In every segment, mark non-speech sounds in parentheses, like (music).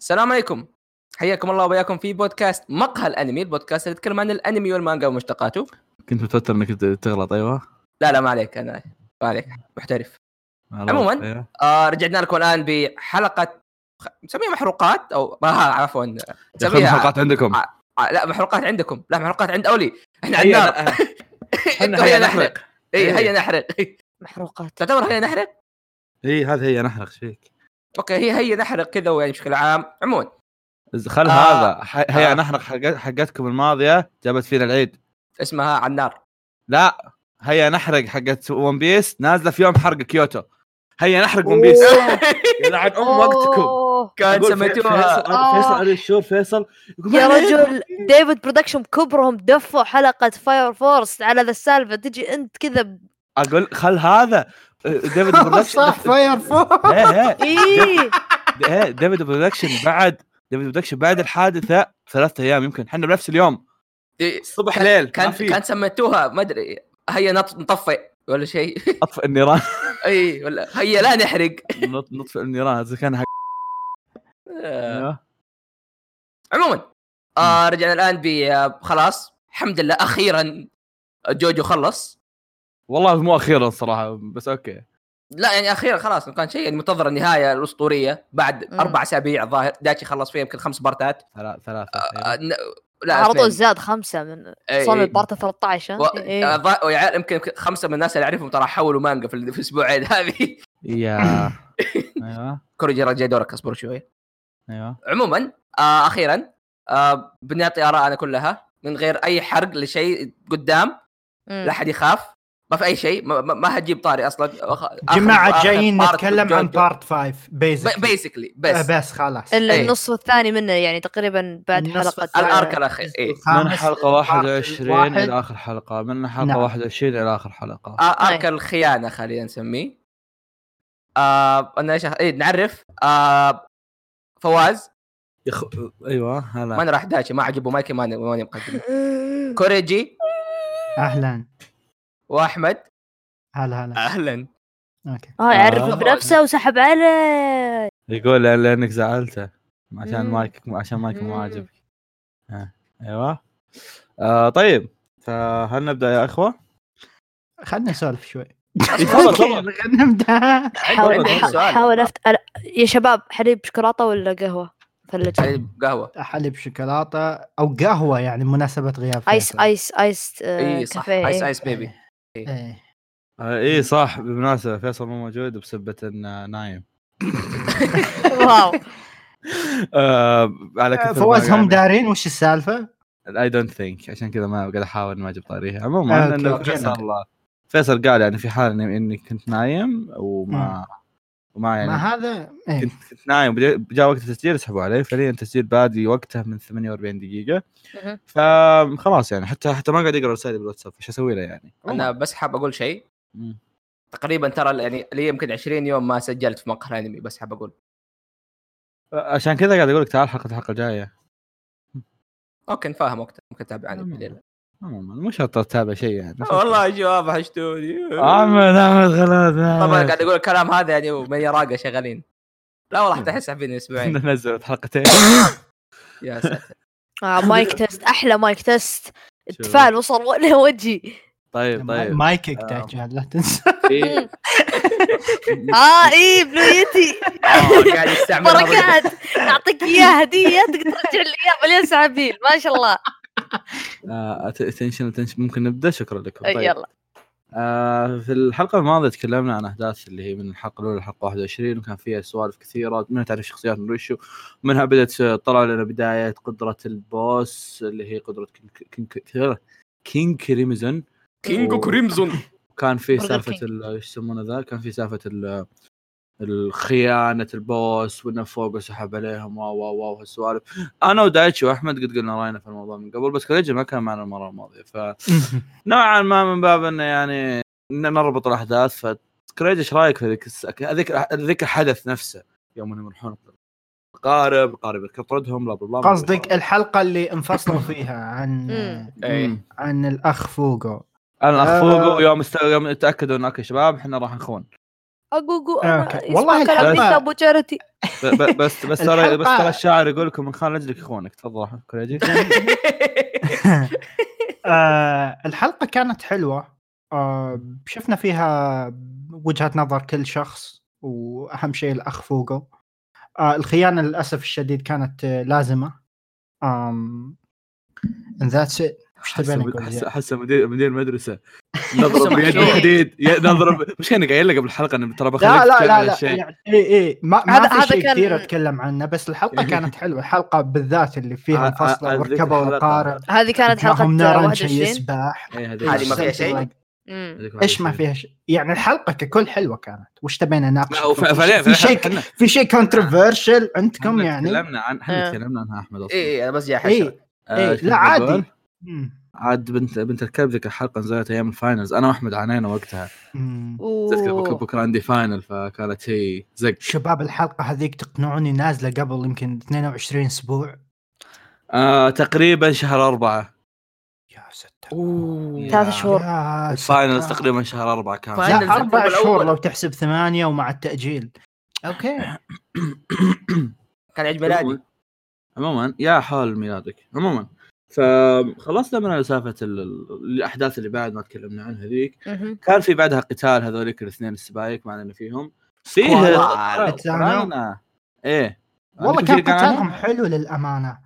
السلام عليكم حياكم الله وبياكم في بودكاست مقهى الانمي البودكاست اللي يتكلم عن الانمي والمانجا ومشتقاته كنت متوتر انك ت- تغلط ايوه لا لا ما عليك انا ما عليك محترف غلط، عموماً. أيوة. آه رجعنا لكم الان بحلقه خ- نسميها محروقات او آه عفوا يا أخي نسميها- الحلقات عندكم ع- آه، لا محروقات عندكم لا محروقات عند اولي احنا حيا عندنا ن- (laughs) حنا انتوا حيا هيا نحرق. نحرق اي إيه. هيا نحرق محروقات تعتبر هيا نحرق اي هذا هي نحرق ايش فيك اوكي هي هيا نحرق كذا ويعني بشكل عام عموما إز- خل آه. هذا ح- هيا آه. نحرق حق- حقتكم الماضيه جابت فينا العيد اسمها على النار لا هيا نحرق حقت ون بيس نازله في يوم حرق كيوتو هيا نحرق ون بيس (laughs) يلعن ام وقتكم أوه. كان أقول في- سميتوها فيصل فيصل علي الشور فيصل يقول يا ما عليك. رجل ديفيد برودكشن كبرهم دفوا حلقه فاير فورس على ذا السالفه تجي انت (laughs) كذا ب- اقول خل هذا آه، ديفيد برودكشن صح فاير فوكس إيه، إيه. ايه إيه، ديفيد برودكشن بعد ديفيد برودكشن بعد الحادثه ثلاثة ايام يمكن احنا بنفس اليوم إيه، صبح كان- ليل كان كان سميتوها ما ادري هيا نط- نطفئ ولا شيء (laughs) اطفئ النيران اي ولا هيا لا نحرق نط- نطفئ النيران هذا كان حق أيوة. عموما آه رجعنا الان ب آه، خلاص الحمد لله اخيرا جوجو خلص والله مو اخيرا صراحه بس اوكي لا يعني اخيرا خلاص كان شيء يعني منتظر النهايه الاسطوريه بعد مم. اربع اسابيع الظاهر داتشي خلص فيها يمكن خمس بارتات ثلاث ثلاثة أيوة. آه، ن- لا على طول اثنين. زاد خمسه من إيه، صار إيه. البارت 13 و- ها؟ آه، إيه. الظا- ويع- يمكن يمكن خمسه من الناس اللي اعرفهم ترى حولوا مانجا في ال- في الاسبوعين هذه (laughs) يا ايوه كوريجي رجع دورك اصبر شوي ايوه عموما آه اخيرا آه بنعطي ارائنا كلها من غير اي حرق لشيء قدام مم. لا احد يخاف ما في اي شيء ما, ما- ما هتجيب طاري اصلا أخ- آخر- جماعه آخر جايين بارت نتكلم عن جوجو. بارت 5 بيزك بيسكلي بس آه، بس خلاص ال- إيه. النصف الثاني منه يعني تقريبا بعد النصف حلقه (laughs) الثاني. الارك الاخير اي خامس من حلقه البارت 21 الواحد. الى اخر حلقه من حلقه نعم. 21 الى اخر حلقه ارك أي. الخيانه آه، خلينا نسميه آه انا ايش اي نعرف آه فواز يخ... ايوه ما هلا انا راح داشي ما عجبه مايكي ما ما أنا (laughs) مقدم آه. كوريجي اهلا واحمد هلا هلا اهلا اوكي اه آه. يعرف بنفسه وسحب عليه يقول لأن- لانك زعلته عشان مم. مايك عشان مايك مو مم. عاجبك آه، ايوه آه طيب فهل نبدا يا (laughs) إيه، اخوه؟ خلنا نسولف شوي تفضل تفضل أوكي، خلنا نبدا عندي حاول عندي عندي سؤال. حاول أفت... أنا- يا شباب حليب شوكولاته ولا قهوه ثلج علي قهوه حليب شوكولاته او قهوه يعني مناسبه غياب ايس فيصل. ايس ايس آه، اي صح كافيه، ايس إيه. ايس بيبي إيه. آه ايه صح بالمناسبه فيصل مو موجود بسبه انه نايم (laughs) واو آه على كثر ما يعني فواز هم قاعد- دارين وش السالفه؟ اي دونت ثينك عشان كذا ما قاعد احاول ما اجيب طاريها آه، عموما أوكي، انه أوكي، فيصل أوكي. فيصل قال يعني في حال إني- اني كنت نايم وما وما ما يعني هذا إيه. كنت كنت نايم وبدي- جاء وقت التسجيل سحبوا علي فعليا التسجيل بادي وقته من 48 دقيقه مهم. فخلاص يعني حتى حتى ما قاعد يقرا رسائلي بالواتساب ايش اسوي له يعني؟ انا بس حاب اقول شيء مم. تقريبا ترى يعني لي يمكن 20 يوم ما سجلت في مقهى الانمي بس حاب اقول عشان كذا قاعد اقول لك تعال حلقه الحلقه الجايه اوكي نفاهم وقتها ممكن تتابع عني تمام. بالليل عموما مو شرط تتابع شيء يعني آه، والله يا شباب وحشتوني احمد احمد خلاص آه. طبعا أحمد. قاعد اقول الكلام هذا يعني ومن يراقه شغالين لا والله حتى احس فيني (laughs) اسبوعين نزلت حلقتين يا ساتر آه مايك تيست احلى مايك تيست شوف. التفاعل وصل (laughs) ولا وجهي طيب طيب مايكك آه. دجال لا تنسى (laughs) في- اه اي بنيتي آه، قاعد يستعمل هذا. بركات اعطيك اياها هديه تقدر ترجع لي اياها مليون سعابيل ما شاء الله آه، اتنشن اتنشن ممكن نبدا شكرا لكم آه، طيب يلا آه في الحلقه الماضيه تكلمنا عن احداث اللي هي من الحلقه الاولى للحلقه 21 وكان فيها سوالف كثيره منها تعرف شخصيات من وشو منها بدات طلع لنا بدايه قدره البوس اللي هي قدره كينج كينج كينج كريمزون كينجو كريمزون كان في Burger سالفه King. ال- ايش يسمونه ذا كان في سالفه ال- الخيانه البوس وانه فوق سحب عليهم واو واو واو هالسوالف انا ودايتشي واحمد قد قلنا راينا في الموضوع من قبل بس كوليجي ما كان معنا المره الماضيه فنوعا ما من باب انه يعني إن نربط الاحداث فكريجي ايش رايك في ذيك الس- هذيك ذيك الحدث نفسه يوم انهم يروحون قارب قارب يطردهم بلا بلا بلا بلا. قصدك إيه؟ الحلقه اللي انفصلوا فيها عن مم. إيه. مم. عن الاخ فوقو انا اخ آه. فوقه يوم است... يوم تاكدوا انك يا شباب احنا راح نخون اقوقو انا أوكي. والله والله كلام الحلقة- بنت ابو جارتي ب- ب- بس بس ترى بس الحلقة- ترى الشاعر يقول لكم من خان لاجلك اخوانك تفضل أحمد كوريجي (laughs) آه الحلقه كانت حلوه آه شفنا فيها وجهه نظر كل شخص واهم شيء الاخ فوقه آه الخيانه للاسف الشديد كانت آه، لازمه آم and that's it وش أحس- تبين نقول أحس- زيادة؟ احس مدير مدير (laughs) مدرسه نضرب سمح بيده لي. حديد ي- نضرب مش كان قايل لك قبل الحلقه انه ترى بخليك لا لا تتكلم عن لا لا الشيء. يعني اي اي ما, ما هذا- في هذا شيء كان- كثير اتكلم عنه بس (laughs) الحلقه كانت حلوه الحلقه بالذات اللي آه، آه، فيها الفصل آه، ذيك وركبوا الحلقة. القارب هذه كانت حلقه معهم نار شيء 21 يسبح إيه، هذيك هذه ما فيها الشيء. شيء؟ مم. هذيك ايش ما شيء. فيها شيء يعني الحلقه ككل حلوه كانت وش تبينا ناقش لا، وف- فعليا في شيء إحنا- في شيء كونتروفيرشل عندكم إحنا يعني تكلمنا عن آه. إيه، احنا تكلمنا عنها احمد اصلا اي انا إيه، بس جاي احشر اي آه، إيه، شو لا بقول؟ عادي. مم. عاد بنت بنت الكلب ذيك الحلقه نزلت ايام الفاينلز انا واحمد عانينا وقتها مم. تذكر بكره أوه. بكره عندي فاينل فكانت هي زق شباب الحلقه هذيك تقنعوني نازله قبل يمكن 22 اسبوع آه تقريبا شهر أربعة يا ستار اوه ثلاث شهور يا الفاينلز ستار. تقريبا شهر أربعة كان فاينل (coughs) لا اربع الأول. شهور لو تحسب ثمانيه ومع التاجيل اوكي كان عيد ميلادي عموما يا حال ميلادك عموما فخلصنا من سالفه ال- ال- الاحداث اللي بعد ما تكلمنا عنها ذيك مهم. كان في بعدها قتال هذوليك الاثنين السبايك مع اننا فيهم فيه سكواد. قتالنا. ايه والله عندكم كان شيء قال عنه؟ قتالهم حلو للامانه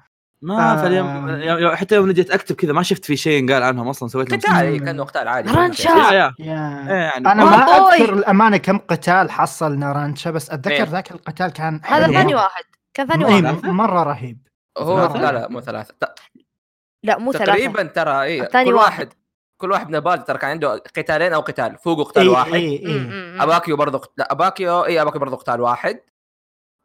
ما آه. فاليوم يوم- يوم- حتى يوم جيت اكتب كذا ما شفت في شيء قال عنهم اصلا سويت لهم قتال إي، كانه قتال عادي رنشة. يا- يا. يا إيه يعني انا آه. ما ما طوي. اذكر الامانه كم قتال حصل نارانشا بس اتذكر إيه. ذاك القتال كان هذا حلو ثاني مرة. واحد كان ثاني إيه، واحد واحد. مره رهيب هو ثلاثة؟ لا لا مو ثلاثه ت- لا مو ثلاثه تقريبا ترى اي الثاني كل واحد. واحد كل واحد من البال ترى كان عنده قتالين او قتال فوقه قتال اي واحد اي مم، اي مم، مم. اباكيو برضه قت- لا اباكيو اي اباكيو برضه قتال واحد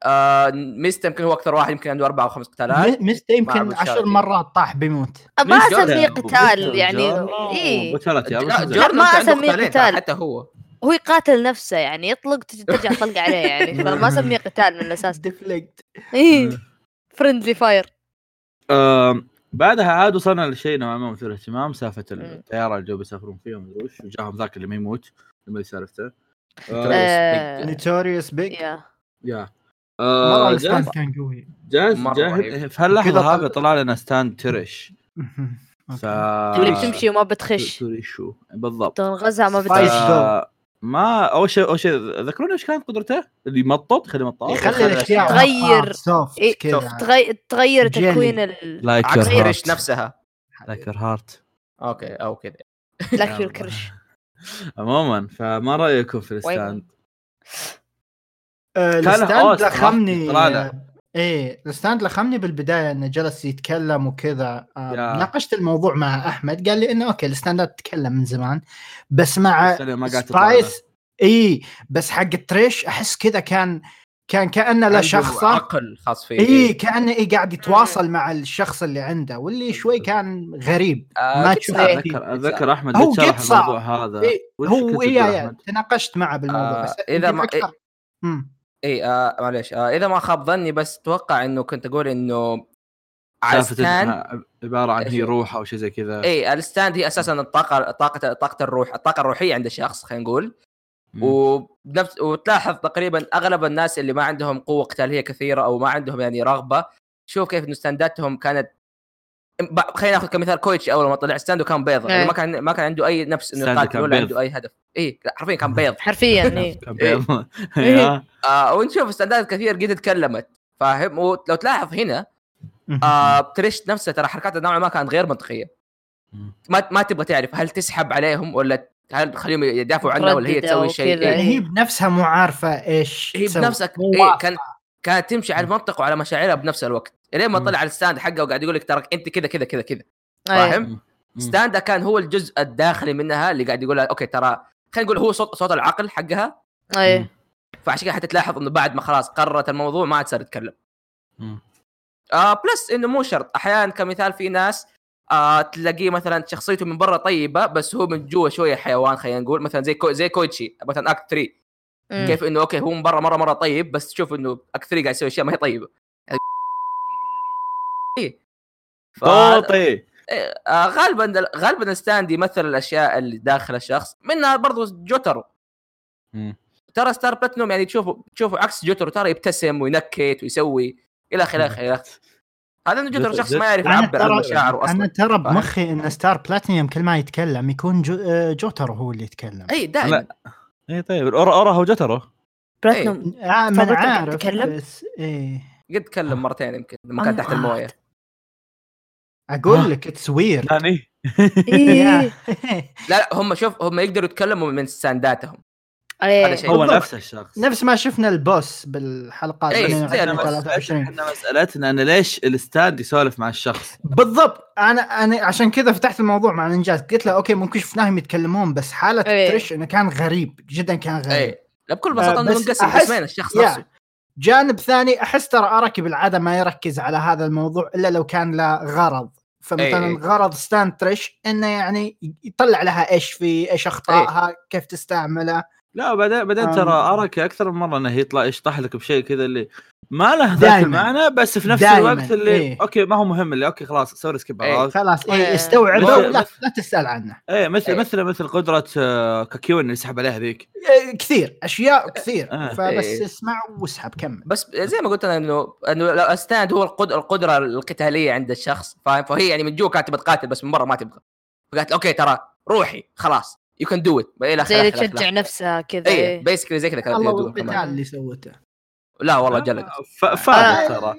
آه ميستا يمكن هو اكثر واحد يمكن عنده اربع او خمس قتالات م- مست يمكن مع عشر مشاركة. مرات طاح بيموت ما مش جولة. اسميه قتال يعني اي اي قتلت يا آه، لا، بس جوردن ما كان عنده أسميه قتالين قتال. ترى حتى هو هو يقاتل نفسه يعني يطلق تجي ترجع طلقه عليه يعني فما اسميه قتال من الاساس ديفليكت اي فرندلي فاير آم، بعدها عاد وصلنا لشيء نوعا ما مثير اهتمام سالفه ال- مم. الطياره اللي جو بيسافرون فيها ومدري وش وجاهم ذاك اللي ما يموت لما سالفته آه، آه. نوتوريوس بيج يا يا مره آه، الستاند جاز كان قوي (laughs) جاز مرة جاهد رهيب. في هاللحظه كذا هذه طلع لنا ستاند ترش ف اللي طيب. بتمشي وما آه. بتخش تريشو طيب. بالضبط تنغزها ما فايز. بتخش آه، ما اول شيء اول شيء ذكروني ايش كانت قدرته؟ اللي يمطط خلي مطاط يخلي الاشياء تغير. سوفت إيه، كذا تغي... تغير جيلي. تكوين ال لايك عكس ريش نفسها لايك يور هارت اوكي او كذا لك الكرش عموما فما رايكم في الستاند؟ آه، كان الستاند هوست لخمني طلع له. ايه الستاند لخمني بالبدايه انه جلس يتكلم وكذا آه، يا. ناقشت الموضوع مع احمد قال لي انه اوكي الستاندات تتكلم من زمان بس مع بس أنا ما قاعد تطلع له. سبايس اي بس حق تريش احس كذا كان كان كانه له عنده شخصه عقل خاص فيه إيه، اي كانه اي إيه، قاعد يتواصل مع الشخص اللي عنده إيه، واللي شوي كان غريب آه، ما قد تشوف صار. إيه. اتذكر اتذكر احمد هو قد شرح قد صعب. الموضوع هذا إيه، وش كنت هو تقول اي يعني أحمد؟ تناقشت معه بالموضوع آه، بس إذا يمكن ما- أكثر. مم. اي آه معليش آه اذا ما خاب ظني بس اتوقع انه كنت اقول انه على سالفه الستاند إنها عباره عن هي إيش؟ روح او شيء زي إيه. كذا اي الستاند هي اساسا الطاقه طاقه طاقه الروح الطاقه الروحيه عند الشخص خلينا نقول مم. وبنفس وتلاحظ تقريبا اغلب الناس اللي ما عندهم قوه قتاليه كثيره او ما عندهم يعني رغبه شوف كيف انه ستانداتهم كانت ب- خلينا ناخذ كمثال كويتش اول ما طلع ستاند وكان بيض إيه. يعني ما كان ما كان عنده اي نفس انه ستاند يقاتل كان ولا بيض. عنده اي هدف اي حرفيا كان بيض حرفيا (laughs) إيه. كان إيه. بيض. إيه. (laughs) يا. آه ونشوف ستاندات كثير قد تكلمت فاهم ولو تلاحظ هنا (laughs) آه تريش نفسها ترى حركاتها نوعا ما كانت غير منطقيه مم. ما ما تبغى تعرف هل تسحب عليهم ولا هل تخليهم يدافعوا عنها ولا هي مترددة تسوي شيء وكذا. إيه. يعني هي بنفسها مو عارفه ايش هي تسوي. بنفسك مو إيه واثقة. كان كانت تمشي على المنطق وعلى مشاعرها بنفس الوقت لين ما مم. طلع على الستاند حقه وقاعد يقول لك تراك انت كذا كذا كذا كذا إيه. فاهم؟ أيوه. مم. ستاندا كان هو الجزء الداخلي منها اللي قاعد يقول لها اوكي ترى خلينا نقول هو صوت صوت العقل حقها إيه. فعشان كذا حتلاحظ انه بعد ما خلاص قررت الموضوع ما عاد صار يتكلم مم. آه بلس انه مو شرط احيانا كمثال في ناس آه تلاقيه مثلا شخصيته من برا طيبه بس هو من جوا شويه حيوان خلينا نقول مثلا زي كو زي كويتشي مثلا اكت 3 مم. كيف انه اوكي هو من برا مره مره طيب بس تشوف انه اكت 3 قاعد يسوي اشياء ما هي طيبه يعني إيه. ف- طوطي إيه، آه، غالبا غالبا الستاند يمثل الاشياء اللي داخل الشخص منها برضو جوترو ترى ستار بلاتنوم يعني تشوفوا تشوفوا عكس جوترو ترى يبتسم وينكت ويسوي الى اخره الى اخره إلى آخره. هذا انه جوترو جوترو- شخص ما يعرف أنا يعبر عن ترى- مشاعره انا اصلا ترى فاهم؟ بمخي ان ستار بلاتينيوم كل ما يتكلم يكون جو... آه، جوتر هو اللي يتكلم اي دائما اي طيب اورا اورا هو جتره بلاتنوم آه ما فبلاتينيوم انا عارف يتكلم؟ بس ايه قد تكلم مرتين يمكن لما كان أنا- تحت المويه اقول آه. لك اتس وير (laughs) ثاني إيه. لا لا هم شوف هم يقدروا يتكلموا من ستانداتهم هذا ايه شيء. هو بالضبط. نفس الشخص نفس ما شفنا البوس بالحلقات إيه، زي 22 البوس. 23 احنا مسالتنا انا ليش الستاند يسولف مع الشخص بالضبط انا انا عشان كذا فتحت الموضوع مع الانجاز قلت له اوكي ممكن شفناهم يتكلمون بس حاله إيه. تريش انه كان غريب جدا كان غريب اي إيه. لا بكل بساطه إيه. آه، انه بس منقسم أحس- قسمين الشخص يا. نفسه جانب ثاني احس ترى اراكي بالعاده ما يركز على هذا الموضوع الا لو كان له غرض فمثلا إيه. غرض ستان تريش انه يعني يطلع لها ايش في ايش اخطائها كيف تستعمله لا بعدين بعدين أم. ترى اراك اكثر من مره انه يطلع يشطح لك بشيء كذا اللي ما له ذاك دايماً. المعنى بس في نفس دايماً، الوقت اللي إيه. اوكي ما هو مهم اللي اوكي خلاص سوري سكيب إيه. عرفت؟ خلاص إيه. اي استوعبه بس- لا, بس- لا تسال عنه ايه مثل إيه. مثل مثل قدره آه، كاكيون اللي سحب عليها ذيك إيه، كثير اشياء كثير آه. فبس إيه. اسمع واسحب كمل بس زي ما قلت انا انه انه لو استاند هو القدره القدره القتاليه عند الشخص فاهم فهي يعني من جوا كانت تبغى تقاتل بس من برا ما تبغى فقالت اوكى ترى روحي خلاص يو كان دو ات الى زي اللي اخره تشجع نفسها كذا اي إيه. بيسكلي زي كذا كانت الله تدور والقتال كمان. اللي سوته لا والله (laughs) جلد آه، ف- آه، فادت ترى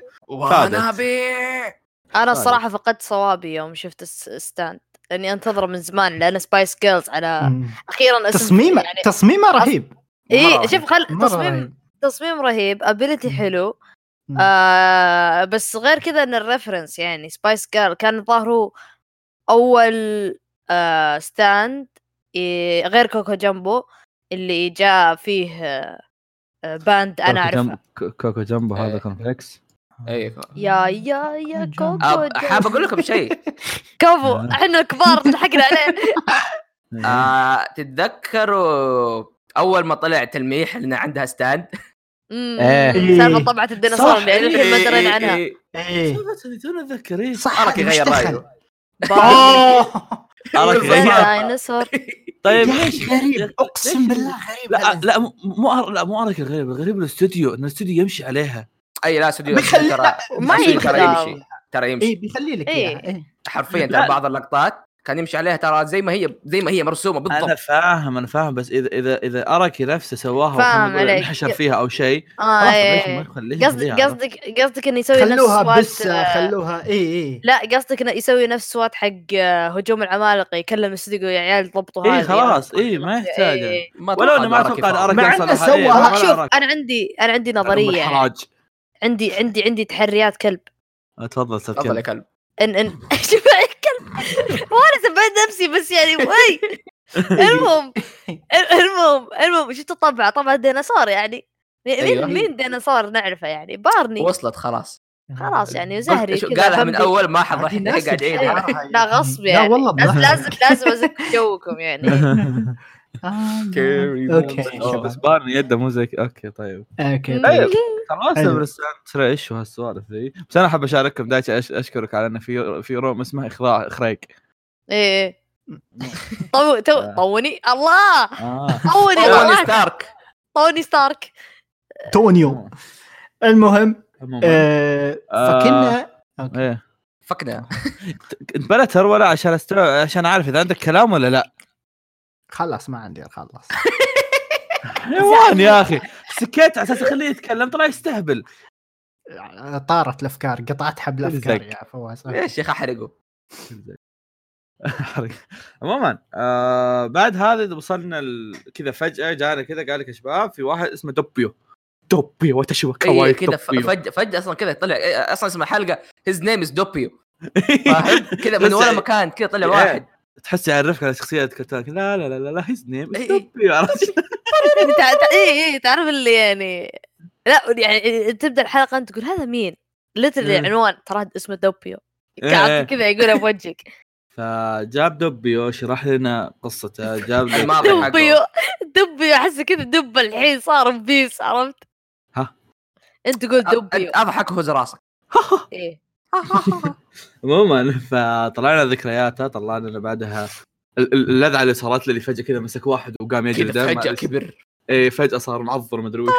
فادت. بيع انا طيب. الصراحه فقدت صوابي يوم شفت الس- الستاند لاني انتظره من زمان لان سبايس جيرلز على مم. اخيرا اسم- تصميمه يعني تصميمه رهيب اي شوف خل مره تصميم رهيب تصميم رهيب ابيلتي مم. حلو مم. آه بس غير كذا ان الريفرنس يعني سبايس جيرل كان الظاهر هو اول آه ستاند إيه، غير كوكو جامبو اللي جاء فيه آه، آه، باند انا كوكو اعرفه جنب- ك- كوكو جنبه هذا إيه. كونفليكس اي يا يا يا كوكو جامبو. كوكو إيه، أب- حاب اقول لكم (laughs) شيء كفو آه. احنا الكبار ضحكنا عليه (laughs) آه تتذكروا اول ما طلع تلميح ان عندها ستاند مم. إيه. سالفه طبعت الديناصور صح. اللي يعني كل ما درينا عنها إيه، ايه تونا ذكرين صح أراك يغير مش دخل. رأيه. اوه أراك إيه. غير. (laughs) ديناصور طيب يا أخي ليش غريب اقسم ليش- بالله غريب لا لا مو- مو أر- لا مو اراك الغريب الغريب الاستوديو ان الاستوديو يمشي عليها اي لا استوديو بيخلي- ترى ما استوديو ترى يقدر. يمشي ترى يمشي اي بيخلي لك إيه. اياها إيه. حرفيا لا. ترى بعض اللقطات كان يمشي عليها ترى زي ما هي زي ما هي مرسومه انا بالضبط فاهم انا فاهم بس اذا اذا اذا اراكي نفسه سواها فاهم وخلنا نقول عليك. انحشر فيها او شيء آه، خلاص، إيه. ليش ما نخليها قصدك خليها. قصدك قصدك انه يسوي نفس آه، خلوها سوات- بس خلوها إيه، اي اي لا قصدك انه يسوي نفس سوات حق آه، هجوم العمالقه يكلم الاستوديو يا عيال ضبطوا إيه، هذا خلاص، إيه، ما يحتاج. إيه. ما ولو انه ما أراك اتوقع إن يفهم. اراك مع يوصل إنه لها- إيه، سوى- ولا شوف أراك. انا عندي انا عندي نظريه يعني. الحراج عندي عندي عندي تحريات كلب تفضل تفضل يا سبكي كلب ان ان (laughs) شوف إيه، كلب وانا سبيت نفسي بس يعني وي المهم المهم المهم شفت الطبعه طبعا ديناصور يعني مين أيوة. مين ديناصور نعرفه يعني بارني وصلت خلاص خلاص يعني زهري شو- كذا قالها من بمبي. اول ما حد راح قاعد عيد لا غصب يعني لا والله لازم بظهرك. (laughs) لازم لازم ازك جوكم يعني آه، اوكي أوكي. أوه، بس بارني يده مو زي اوكي طيب اوكي طيب. طيب خلاص حلو. برسالة ايش وهالسوالف ذي بس انا احب اشارككم دايتش أش- اشكرك على انه في في روم اسمه اخراج اخراج إيه. ايه طو تو آه. طوني الله (laughs) آه. طوني توني الله ستارك طوني ستارك تونيو المهم عموماً. آه، آه. فكنا أوكي. ايه (laughs) فكنا انت بلا ترولة عشان استوعب عشان اعرف اذا عندك كلام ولا (laughs) لا خلاص ما عندي خلاص حيوان يا اخي سكت على اساس اخليه يتكلم طلع (laughs) يستهبل طارت الافكار قطعت حبل افكار زق. يا فواز يا إيه، شيخ احرقه عموما آه بعد هذا إذا وصلنا ال- كذا فجاه جانا كذا قال لك يا شباب في واحد اسمه دوبيو دوبيو وتشوى كواي اي كذا ف- فجاه فجاه اصلا كذا طلع إيه، اصلا اسم الحلقه هيز نيم از دوبيو (laughs) كذا من بس- ولا مكان كذا طلع إيه. واحد تحس يعرفك على شخصيه كرتون لا لا لا لا لا هيز نيم إيه. دوبيو عرفت؟ (laughs) تع- تع- ايه ايه تعرف اللي يعني لا يعني تبدا الحلقه انت تقول هذا مين؟ ليترلي إيه. العنوان ترى هذا اسمه دوبيو إيه، إيه. قاعد كذا يقولها (laughs) بوجهك فجاب دوبيو شرح لنا قصته (laughs) جاب الماضي حقه. دوبيو دوبيو احس كذا دب الحين صار بيس عرفت؟ ها؟ انت تقول دوبيو أ- اضحك وهز راسك ايه عموما فطلعنا ذكرياته طلعنا بعدها ال- ال- اللذعه اللي صارت له اللي فجاه كذا مسك واحد وقام يجري كذا ده ما- فجاه كبر اي فجاه صار معضر مدري وشو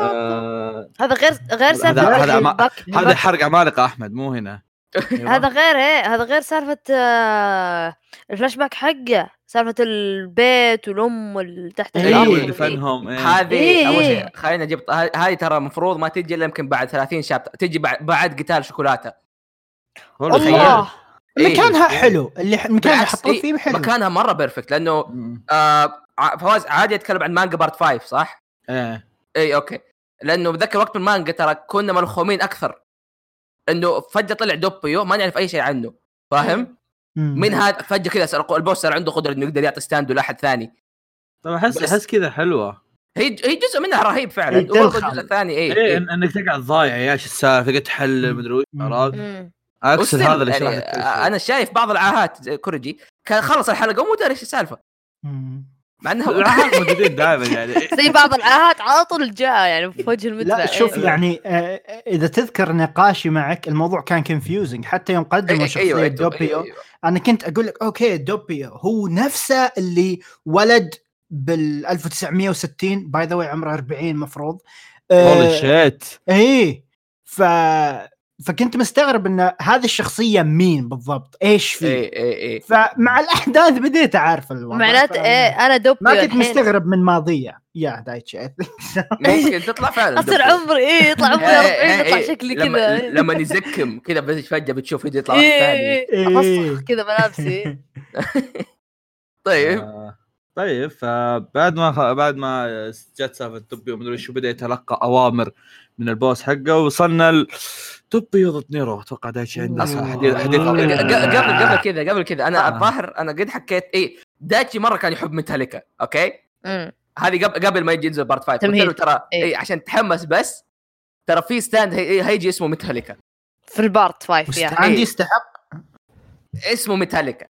آه، هذا غير غير هذا- سالفه هذا- هذا ما- البك- هذا البك- حرق عمالقه احمد مو هنا هذا غير ايه هذا غير سالفه آه، الفلاش باك حقه سالفه البيت والام اللي تحت إيه، الارض ايوه والبيت. اللي فنهم إيه. هذه إيه، اول إيه. شيء خلينا نجيب ه- هذه ترى المفروض ما تجي الا يمكن بعد 30 شابتر تجي بعد, بعد قتال شوكولاته والله خيال. الله إيه. مكانها حلو اللي ح- مكان اللي بالعكس، حطوه إيه، فيه حلو مكانها مره بيرفكت لانه مم. آه ع- فواز عادي اتكلم عن مانجا بارت 5 صح؟ ايه اي اوكي لانه بذكر وقت المانجا ترى كنا ملخومين اكثر انه فجاه طلع دوبيو ما نعرف اي شيء عنه فاهم؟ مم. من هذا فجاه كذا صار- البوس صار عنده قدره انه يقدر يعطي ستاند لاحد ثاني طبعا احس بس- احس كذا حلوه هي هي جزء منها رهيب فعلا إيه، وبرضه تلخم. الجزء الثاني اي ايه إن- انك تقعد ضايع يا ايش السالفه قاعد تحلل مم. مدري وش مم. عرفت مم. اقصد هذا اللي يعني شرح لك كل شيء. انا شايف بعض العاهات زي كوريجي كان خلص الحلقه ومو داري ايش السالفه مم. مع (laughs) (laughs) انها العاهات موجودين دائما يعني زي بعض العاهات على طول جاء يعني في وجه المدفع لا شوف إيه. يعني آه، اذا تذكر نقاشي معك الموضوع كان كونفيوزنج حتى يوم قدموا شخصيه أيوة، دوبيو أيوة. انا كنت اقول لك اوكي دوبيو هو نفسه اللي ولد بال 1960 باي ذا واي عمره 40 المفروض هولي شيت اي إيه، ف فكنت مستغرب ان هذه الشخصيه مين بالضبط ايش فيه اي اي اي فمع الاحداث بديت اعرف الوضع معناته ف- ايه انا دوبي ما كنت الحين. مستغرب من ماضيه يا دايتشي (laughs) ممكن تطلع فعلا اصير دبل. عمري ايه يطلع عمري إيه، إيه، 40 يطلع إيه. شكلي لما- كذا إيه. لما يزكم كذا بس فجاه بتشوف يجي يطلع واحد إيه، ثاني إيه، إيه. إيه. افصخ كذا ملابسي طيب آه، طيب فبعد ما خ... بعد ما جت سالفه دبي ومدري شو بدا يتلقى اوامر من البوس حقه وصلنا ال... دبي ضد نيرو اتوقع دايتشي عنده اصلا حديث حديث ق- ق- قبل قبل كذا قبل كذا انا آه. الظاهر انا قد حكيت اي دايتشي مره كان يحب ميتاليكا اوكي مم. هذه قبل قبل ما يجي ينزل بارت 5 قلت تمهيد. له ترى إيه. إيه عشان تحمس بس ترى في ستاند هي- إيه، هيجي اسمه ميتاليكا في البارت فايف يا عندي يستحق اسمه ميتاليكا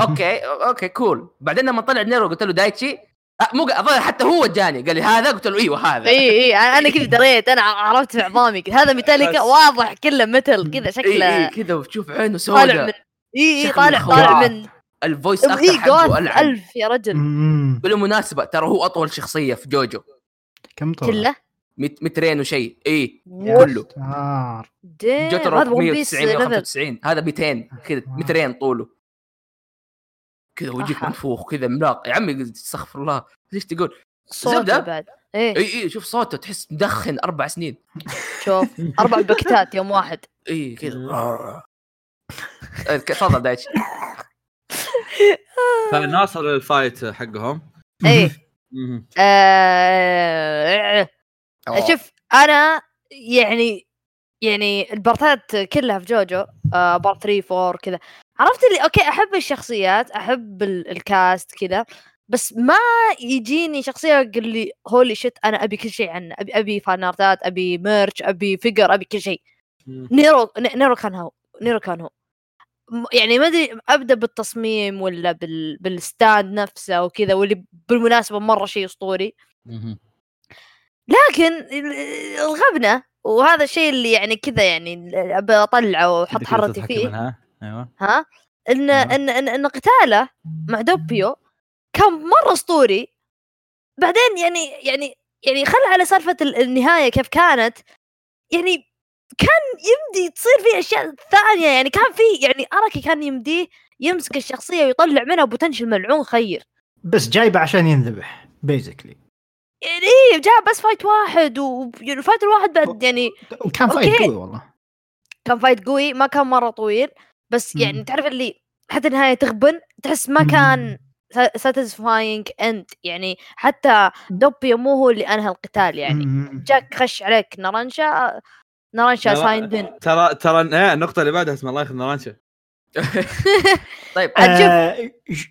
اوكي اوكي كول بعدين لما طلع نيرو قلت له دايتشي أه، مو الظاهر حتى هو جاني قال لي هذا قلت له ايوه هذا اي اي انا إيه، كذا دريت انا عرفت في عظامي كذا. هذا ميتاليكا بس. واضح كله متل كذا اي اي شكله إيه، كذا وتشوف عينه طالع من سوداء اي اي شكله طالع طالع خوات. من الفويس اي اكتر حقه جوث العب الف يا رجل مم. بالمناسبه ترى هو اطول شخصيه في جوجو كم طلع؟ كله مت- مترين إيه، وشيء اي يا كله. ستار. دام، جوترو إيه، هذا ون بيس 190 ليفل 195 هذا 200 كذا واو. مترين طوله كذا وجهك أحا. منفوخ كذا ملاق يا عمي استغفر الله ليش تقول صوته زبدة. بعد (laughs) ايه اي اي شوف صوته تحس مدخن اربع سنين شوف اربع بكتات يوم واحد اي كذا أذك- تفضل (laughs) دايتش فنوصل للفايت حقهم ايه مهم. آه، شوف انا يعني يعني البارتات كلها في جوجو آه بارت 3 4 كذا عرفت اللي اوكي احب الشخصيات احب ال- الكاست كذا بس ما يجيني شخصيه يقول لي هولي شيت انا ابي كل شيء عنه ابي ابي فان ارتات ابي ميرش ابي فيجر ابي كل شيء مم. نيرو ن- نيرو كان هو نيرو كان هو م- يعني ما ادري ابدا بالتصميم ولا بال... بالستاند نفسه وكذا واللي بالمناسبه مره شيء اسطوري مهم. لكن ال- الغبنه وهذا الشيء اللي يعني كذا يعني ابى اطلعه واحط تقدر حرتي تتحكم فيه منها. ايوه ها ان نعم. ان ان, إن قتاله مع دوبيو كان مره اسطوري بعدين يعني يعني يعني خل على سالفه ال- النهايه كيف كانت يعني كان يمدي تصير فيه اشياء ثانيه يعني كان فيه يعني اراكي كان يمديه يمسك الشخصيه ويطلع منها بوتنشل ملعون خير بس جايبه عشان ينذبح بيزكلي يعني إيه، جاء بس فايت واحد والفايت الواحد بعد يعني وكان أوكي. فايت قوي والله كان فايت قوي ما كان مره طويل بس مم. يعني تعرف اللي حتى النهايه تغبن تحس ما كان ساتيسفاينج اند يعني حتى دوبيو مو هو اللي انهى القتال يعني مم. جاك خش عليك نرانشا نرانشا نرا- سايند ان ترى ترى إيه، النقطه اللي بعدها اسم الله ياخذ نرانشا طيب عاد شوف آه، ش-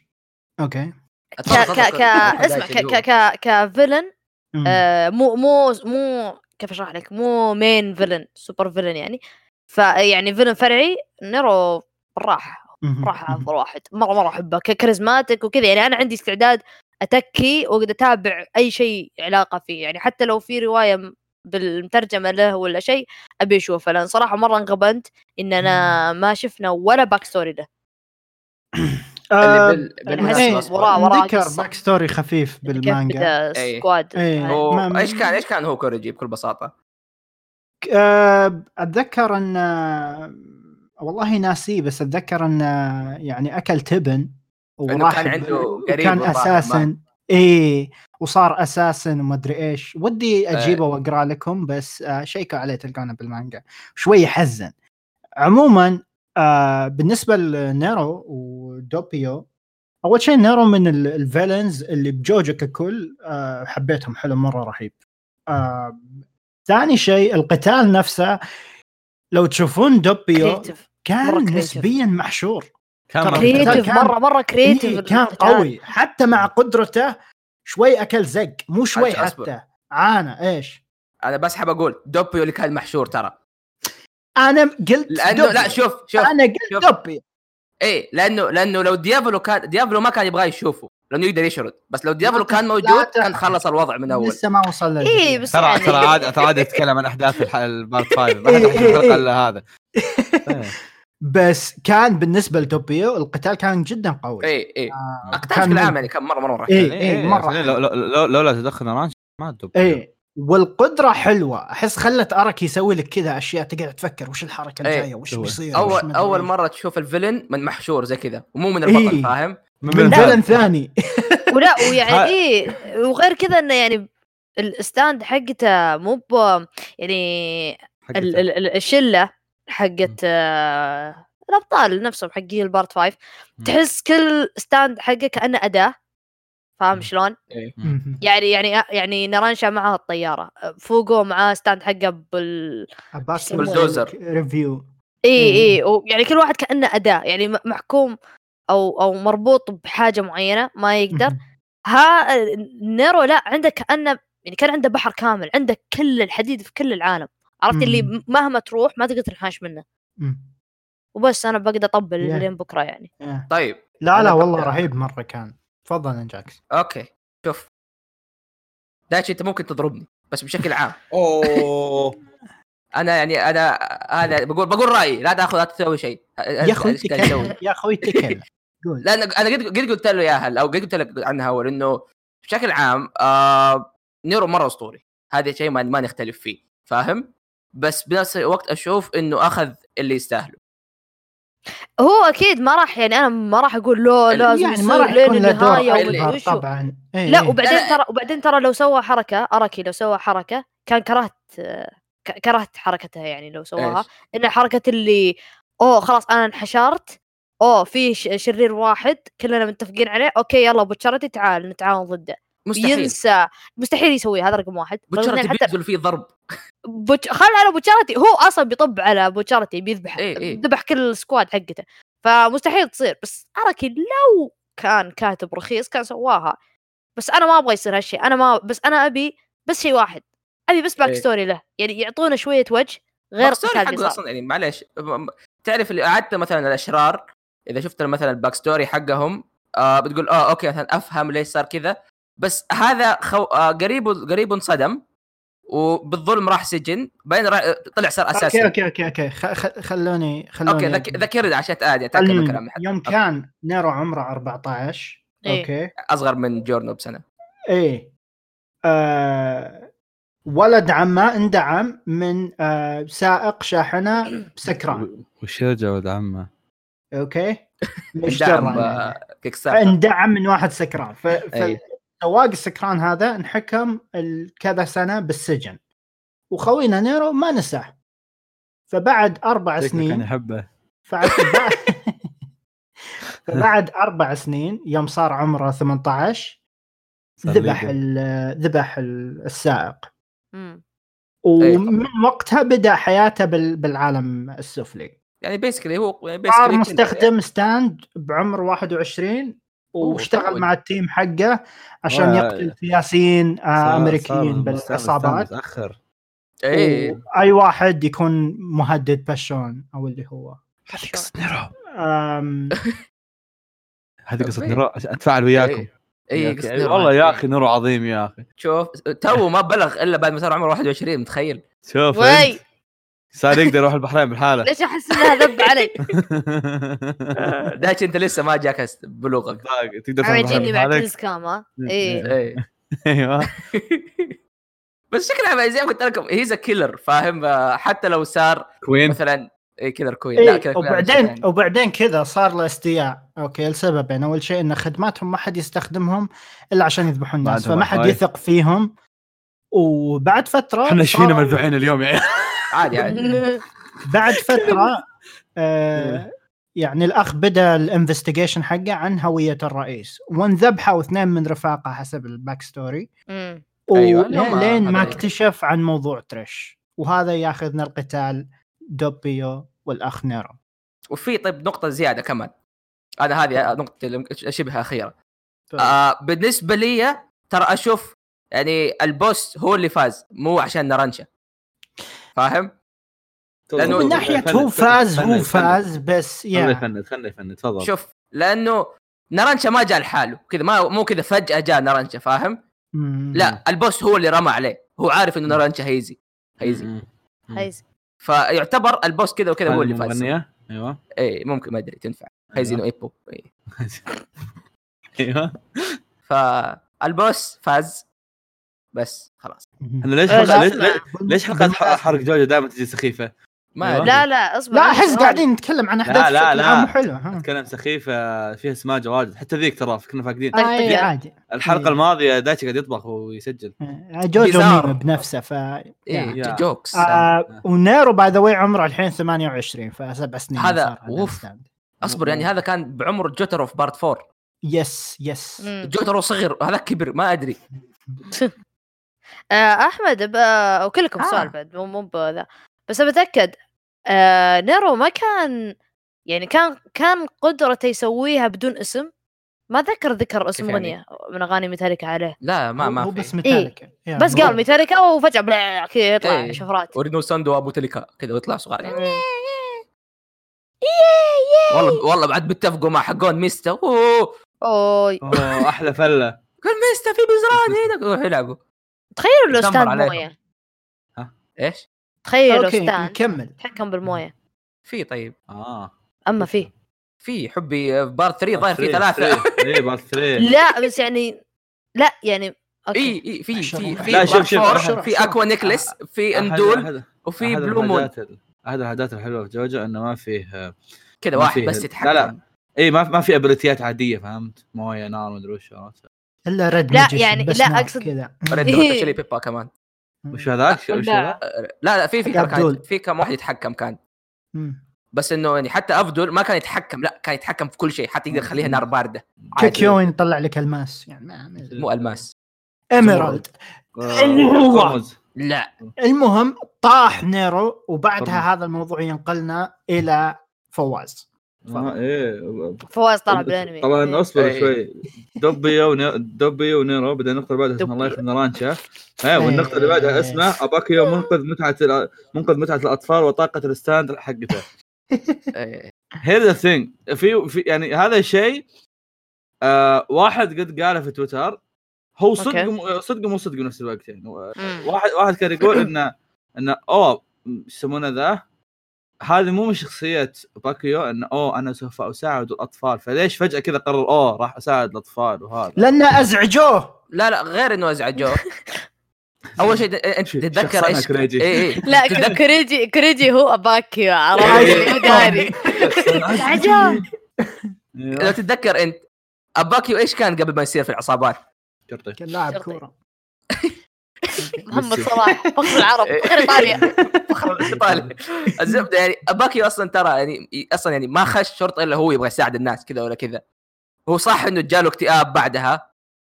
اوكي ك ك ك اسمع ك ك ك كفيلن مم. آه، مو مو مو كيف اشرح لك مو مين فيلن سوبر فيلن يعني فيعني فيلن فرعي نيرو راح مم. راح افضل واحد مره مره احبه ككاريزماتيك وكذا يعني انا عندي استعداد اتكي واقدر اتابع اي شيء علاقه فيه يعني حتى لو في روايه م- بالمترجمه له ولا شيء ابي اشوفه لان يعني صراحه مره انغبنت اننا ما شفنا ولا باك ستوري له اللي آه، بال... بالمناسبة إيه، أصبر. وراه- وراه ذكر قصة. باك ستوري خفيف بالمانجا إيه. سكواد إيه. هاي. هو ما- ايش كان ايش كان هو كوريجي بكل بساطه؟ آه، اتذكر ان آه، والله ناسيه بس اتذكر ان آه، يعني اكل تبن انه كان ب- عنده قريب وكان وطاح اساسا ايه وصار اساسا وما ادري ايش ودي اجيبه آه. واقرا لكم بس آه شيكوا عليه تلقونه بالمانجا شوي حزن عموما آه بالنسبه لنيرو ودوبيو اول شيء نيرو من ال- الفيلنز اللي بجوجو ككل آه حبيتهم حلو مره رهيب آه ثاني شيء القتال نفسه لو تشوفون دوبيو كريتيف مرة كان creative. نسبيا محشور كان ترى مرة- كريتيف. كريتيف كان- مره مره كريتيف إيه كان قوي حتى مع قدرته شوي اكل زق مو شوي أصبر، أصبر. حتى عانى ايش انا بس حاب اقول دوبيو اللي كان محشور ترى انا قلت لانه دبي. لا شوف شوف انا شوف. قلت دبي ايه لانه لانه لو ديافلو كان ديافلو ما كان يبغاه يشوفه لانه يقدر يشرد بس لو ديافلو كان موجود لا كان خلص الوضع من اول لسه ما وصل لل- اي بس ترى ترى يعني عاد ترى عاد يتكلم عن احداث الح- البارت 5 ما حد إيه، حيشوف إيه، الحلقه إيه. الا (laughs) هذا طيب. بس كان بالنسبه لدوبيو القتال كان جدا قوي ايه ايه آه، إيه. اقتال بشكل عام يعني كان مره مره رهيب. إيه، اي اي مره يعني لو- لو- لو- لولا تدخل رانش ما تدب اي والقدره حلوه احس خلت ارك يسوي لك كذا اشياء تقعد تفكر وش الحركه إيه. الجايه وش هو. بيصير وش اول مدري اول إيه. مره تشوف الفيلن من محشور زي كذا ومو من البطل إيه. فاهم؟ من فيلن ثاني ولا ها- ويعني إيه وغير كذا انه يعني الستاند حقته مو ب يعني ال- ال- ال- الشله حقت آه، الابطال نفسهم حقين البارت 5 مم. تحس كل ستاند حقه كانه اداه فاهم مم. شلون؟ (laughs) مهم. يعني يعني يعني نرانشا معها الطياره فوقو معاه ستاند حقه بال أباس بلدوزر. ريفيو اي إيه. اي و- يعني كل واحد كانه اداه يعني م- محكوم او او مربوط بحاجه معينه ما يقدر ها آه، نيرو لا عنده كانه يعني كان عنده بحر كامل عنده كل الحديد في كل العالم عرفت اللي مم. م- مهما تروح ما تقدر تنحاش منه مهم. وبس انا بقدر اطبل Yeah. لين بكره يعني إيه. طيب لا أنا لا ب- والله رهيب مره كان تفضل يا جاكس اوكي شوف دايتشي انت ممكن تضربني بس بشكل عام (laughs) اوه انا يعني انا هذا بقول بقول رايي لا تاخذ لا تسوي شيء يا اخوي إيش قاعد يسوي؟ تكلم يا اخوي تكلم (laughs) قول لا انا انا قد قد قلت له اياها او قد قلت لك عنها اول انه بشكل عام آه نيرو مره اسطوري هذا شيء ما, ما نختلف فيه فاهم بس بنفس الوقت اشوف انه اخذ اللي يستاهله هو اكيد ما راح يعني انا ما راح اقول لا يعني لازم يعني ما يصير راح لين يكون له دور النهايه أكبر ومدري أكبر وشو. طبعا إيه لا إيه. وبعدين لا، ترى وبعدين ترى لو سوى حركه اراكي لو سوى حركه كان كرهت ك- كرهت حركتها يعني لو سواها إيش؟ ان حركه اللي اوه خلاص انا انحشرت اوه في ش- شرير واحد كلنا متفقين عليه اوكي يلا بوتشرتي تعال نتعاون ضده مستحيل ينسى مستحيل يسويها هذا رقم واحد رقم بوتشارتي اثنين حتى بينزل فيه ضرب بوتش... خل على بوتشرتي هو اصلا بيطب على بوتشرتي بيذبح إيه، إيه. ذبح كل السكواد حقته فمستحيل تصير بس اراكي لو كان كاتب رخيص كان سواها بس انا ما ابغى يصير هالشيء انا ما بس انا ابي بس شيء واحد ابي بس باك إيه. ستوري له يعني يعطونا شويه وجه غير الباك ستوري القتال حقه اللي صار اصلا يعني معليش م- م- تعرف اللي قعدت مثلا الاشرار اذا شفت مثلا الباك ستوري حقهم آه بتقول اه اوكي مثلا افهم ليش صار كذا بس هذا خو... آه قريب قريب انصدم وبالظلم راح سجن بعدين راح طلع صار اوكي اساسا اوكي اوكي اوكي خ- خ- خلوني خلوني اوكي ذك... ذكرني عشان اتاكد اتاكد من المهم، كلامي حتى يوم كان نيرو عمره 14 إيه. اوكي اصغر من جورنو بسنه ايه آه، ولد عمه اندعم من آه، سائق شاحنه سكران وش يرجع ولد عمه؟ (laughs) اوكي مش دعم درى. آه، كيك ستارتر اندعم من واحد سكران ف... إيه. أي. فالسواق السكران هذا انحكم ال- كذا سنه بالسجن وخوينا نيرو ما نساه فبعد اربع شكله كان سنين يحبه (laughs) فبعد فبعد اربع سنين يوم صار عمره 18 صار ذبح legal. ال- ذبح ال- السائق مم. إيه، أي ومن وقتها بدا حياته بال- بالعالم السفلي يعني بيسكلي هو يعني صار basically إيه. كده. مستخدم ستاند بعمر 21 أوه، واشتغل تعود. مع التيم حقه عشان آه، يقتل سياسيين آه، صار- امريكيين صار- صار بالعصابات متاخر إيه. ايه اي واحد يكون مهدد بشون او اللي هو هذه قصه نيرو (laughs) أم، هذه قصه طيب. نيرو اتفاعل وياكم إيه. ايه يا أخي. قصة أي نيرو والله يا عادي. اخي نيرو عظيم يا اخي شوف تو ما بلغ الا بعد ما صار عمره 21 متخيل شوف وي أنت. صار يقدر يروح البحرين بالحاله (laughs) (laughs) ليش احس انها ذب (laughs) علي؟ دايتش انت لسه ما جاك بلوغك (laughs) طاق، تقدر عم تروح يجيني البحرين مع بالحالة. (laughs) كريس كام ها؟ ايه إيه. (laughs) ايوه بس شكلها ما- زي ما قلت لكم هيز كيلر فاهم آه، حتى لو صار كوين مثلا إيه كيلر كوين لا إيه يعني؟ كيلر كوين أنا مش وبعدين فاهم. وبعدين كذا صار له استياء اوكي لسببين اول شيء ان خدماتهم ما حد يستخدمهم الا عشان يذبحون ما الناس عندهم فما حد أخوي. يثق فيهم وبعد فتره احنا ايش فينا صاروا- مذبوحين اليوم (laughs) يعني عادي عادي (laughs) بعد فتره إيه. آه يعني الاخ بدا الانفستيجيشن حقه عن هويه الرئيس وانذبحوا اثنين من رفاقه حسب الباك ستوري (laughs) مم. أيوة، ولين- لما لين ما هذا- اكتشف عن موضوع تريش وهذا ياخذنا القتال دوبيو والاخ نيرو وفي طيب نقطة زيادة كمان أنا هذه نقطة اللي شبه أخيرة طيب. آه بالنسبة لي ترى أشوف يعني البوس هو اللي فاز مو عشان نرنشا فاهم؟ لأنه- من ناحيه هو فاز هو فاز بس خلنا يا يفند خلنا يفند تفضل شوف لأنه نرنشا ما جاء لحاله كذا ما مو كذا فجأة جاء نرنشا فاهم؟ مم. لا البوس هو اللي رمى عليه هو عارف إنه نرنشا هيزي هيزي مم. هيز فيعتبر البوس كذا وكذا هو اللي فاز المغنية؟ ايوه (laughs) اي ممكن ما ادري تنفع هيزي نو ايبو إيه. ايوه فالبوس فاز بس خلاص مم. احنا ليش آه، حلقة- لا، ليش ليش- اسمع. ليش حلقات ح- حرق جوجو دائما تجي سخيفه؟ ما أيوة. أدري. لا لا اصبر لا عندي احس سؤال. قاعدين نتكلم عن احداث لا، لا، بشكل لا. عام حلو ها اتكلم سخيفه فيها سماجه واجد حتى ذيك ترى كنا فاقدين طيب، آه، إيه، طيب. عادي الحلقه الماضيه دايتش قاعد يطبخ ويسجل آه، جوجو بيزار. ميم بنفسه ف يا. ايه يا. جوكس آه ونيرو باي ذا واي عمره الحين 28 فسبع سنين هذا- صار على أوف. الستاند. اصبر يعني هذا كان بعمر جوترو في بارت 4 يس يس مم. جوترو صغر هذا كبر ما ادري آه، احمد ابى وكلكم آه. سؤال بعد مو مو بذا بس بتاكد آه نيرو ما كان يعني كان كان قدرته يسويها بدون اسم ما ذكر ذكر اسم كيف يعني؟ اغنيه من اغاني ميتاليكا عليه لا ما ما هو بس بس ميتاليكا يا، إيه. بس هو- قال ميتاليكا وفجاه بلا كذا يطلع آه، إيه. شفرات يعني اورينو ساندو ابو تليكا كذا ويطلع صغار مم. والله والله بعد بيتفقوا مع حقون ميستا اوه اوي اوه احلى فله قال ميستا في بزران هنا يروحوا يلعبوا تخيلوا لو دمر ستاند عليهم. مويه ايش؟ تخيلوا لو اوكي ستاند نكمل تحكم بالمويه في طيب آه. اه اما فيه في حبي في بارت 3 ظاهر طيب، في ثلاثه اي (laughs) بارت إيه. 3 لا بس يعني لا يعني اوكي اي اي في عشرة. في في لا، شوف، بارت شوف، أه، فور، عشرة، في عشرة. اكوا نيكلس في اندول وفي بلو مون احد العادات الحلوه في جوجو انه ما فيه كذا ما واحد فيه بس هد. لا، يتحكم لا. اي ما ما في ابيلتيات عاديه فهمت؟ مويه نار مدري وش عرفت؟ الا ريد لا، يعني- لا، أقصد- كذا ريد هوت تشيلي بيبا كمان وش هذاك؟ وش هذا؟ (laughs) لا لا في في حق عبدول. كان- في كم واحد يتحكم كان مم. بس انه يعني حتى افدل ما كان يتحكم لا كان يتحكم في كل شيء حتى يقدر يخليها نار بارده عادي. كيكيوين يطلع لك الماس يعني ما مو الماس ايميرالد اللي هو. قرمز. لا المهم طاح نيرو وبعدها برضه. هذا الموضوع ينقلنا الى فواز (laughs) آه، ايه فواز طلع بالانمي طبعا اصبر إيه. شوي دبي ونيرو دبي ونيرو بعدين النقطه اللي بعدها اسمها الله دبي. إيه. يخدم رانشا ايه والنقطه اللي بعدها اسمها اباكيو منقذ متعه الأ- منقذ متعه الاطفال وطاقه الستاند حقته إيه. هير ذا ثينج في في يعني هذا الشيء آه واحد قد قاله في تويتر هو صدق أوكي. م- صدق مو صدق بنفس الوقت يعني مم. واحد واحد كان يقول انه انه اوه ايش يسمونه ذا هذه مو من شخصيه باكيو انه اوه انا سوف اساعد الاطفال فليش فجاه كذا قرر اوه راح اساعد الاطفال (laughs) وهذا لان ازعجوه لا لا غير انه ازعجوه اول شيء د- انت شخصنها تتذكر إيه، ايش كريجي. اي اي (laughs) (laughs) لا كري- كريجي كريجي هو اباكيو إيه. عرفت داري العجب. لو أيوه. تتذكر انت اباكيو ايش كان قبل ما يصير في العصابات؟ (laughs) شرطي كان لاعب شرطي. كوره محمد (laughs) ميسي. صلاح فخر العرب إيه. (laughs) فخر ايطاليا طالع. الزبده يعني اباكيو اصلا ترى يعني اصلا يعني ما خش شرطه الا هو يبغى يساعد الناس كذا ولا كذا هو صح انه جاله اكتئاب بعدها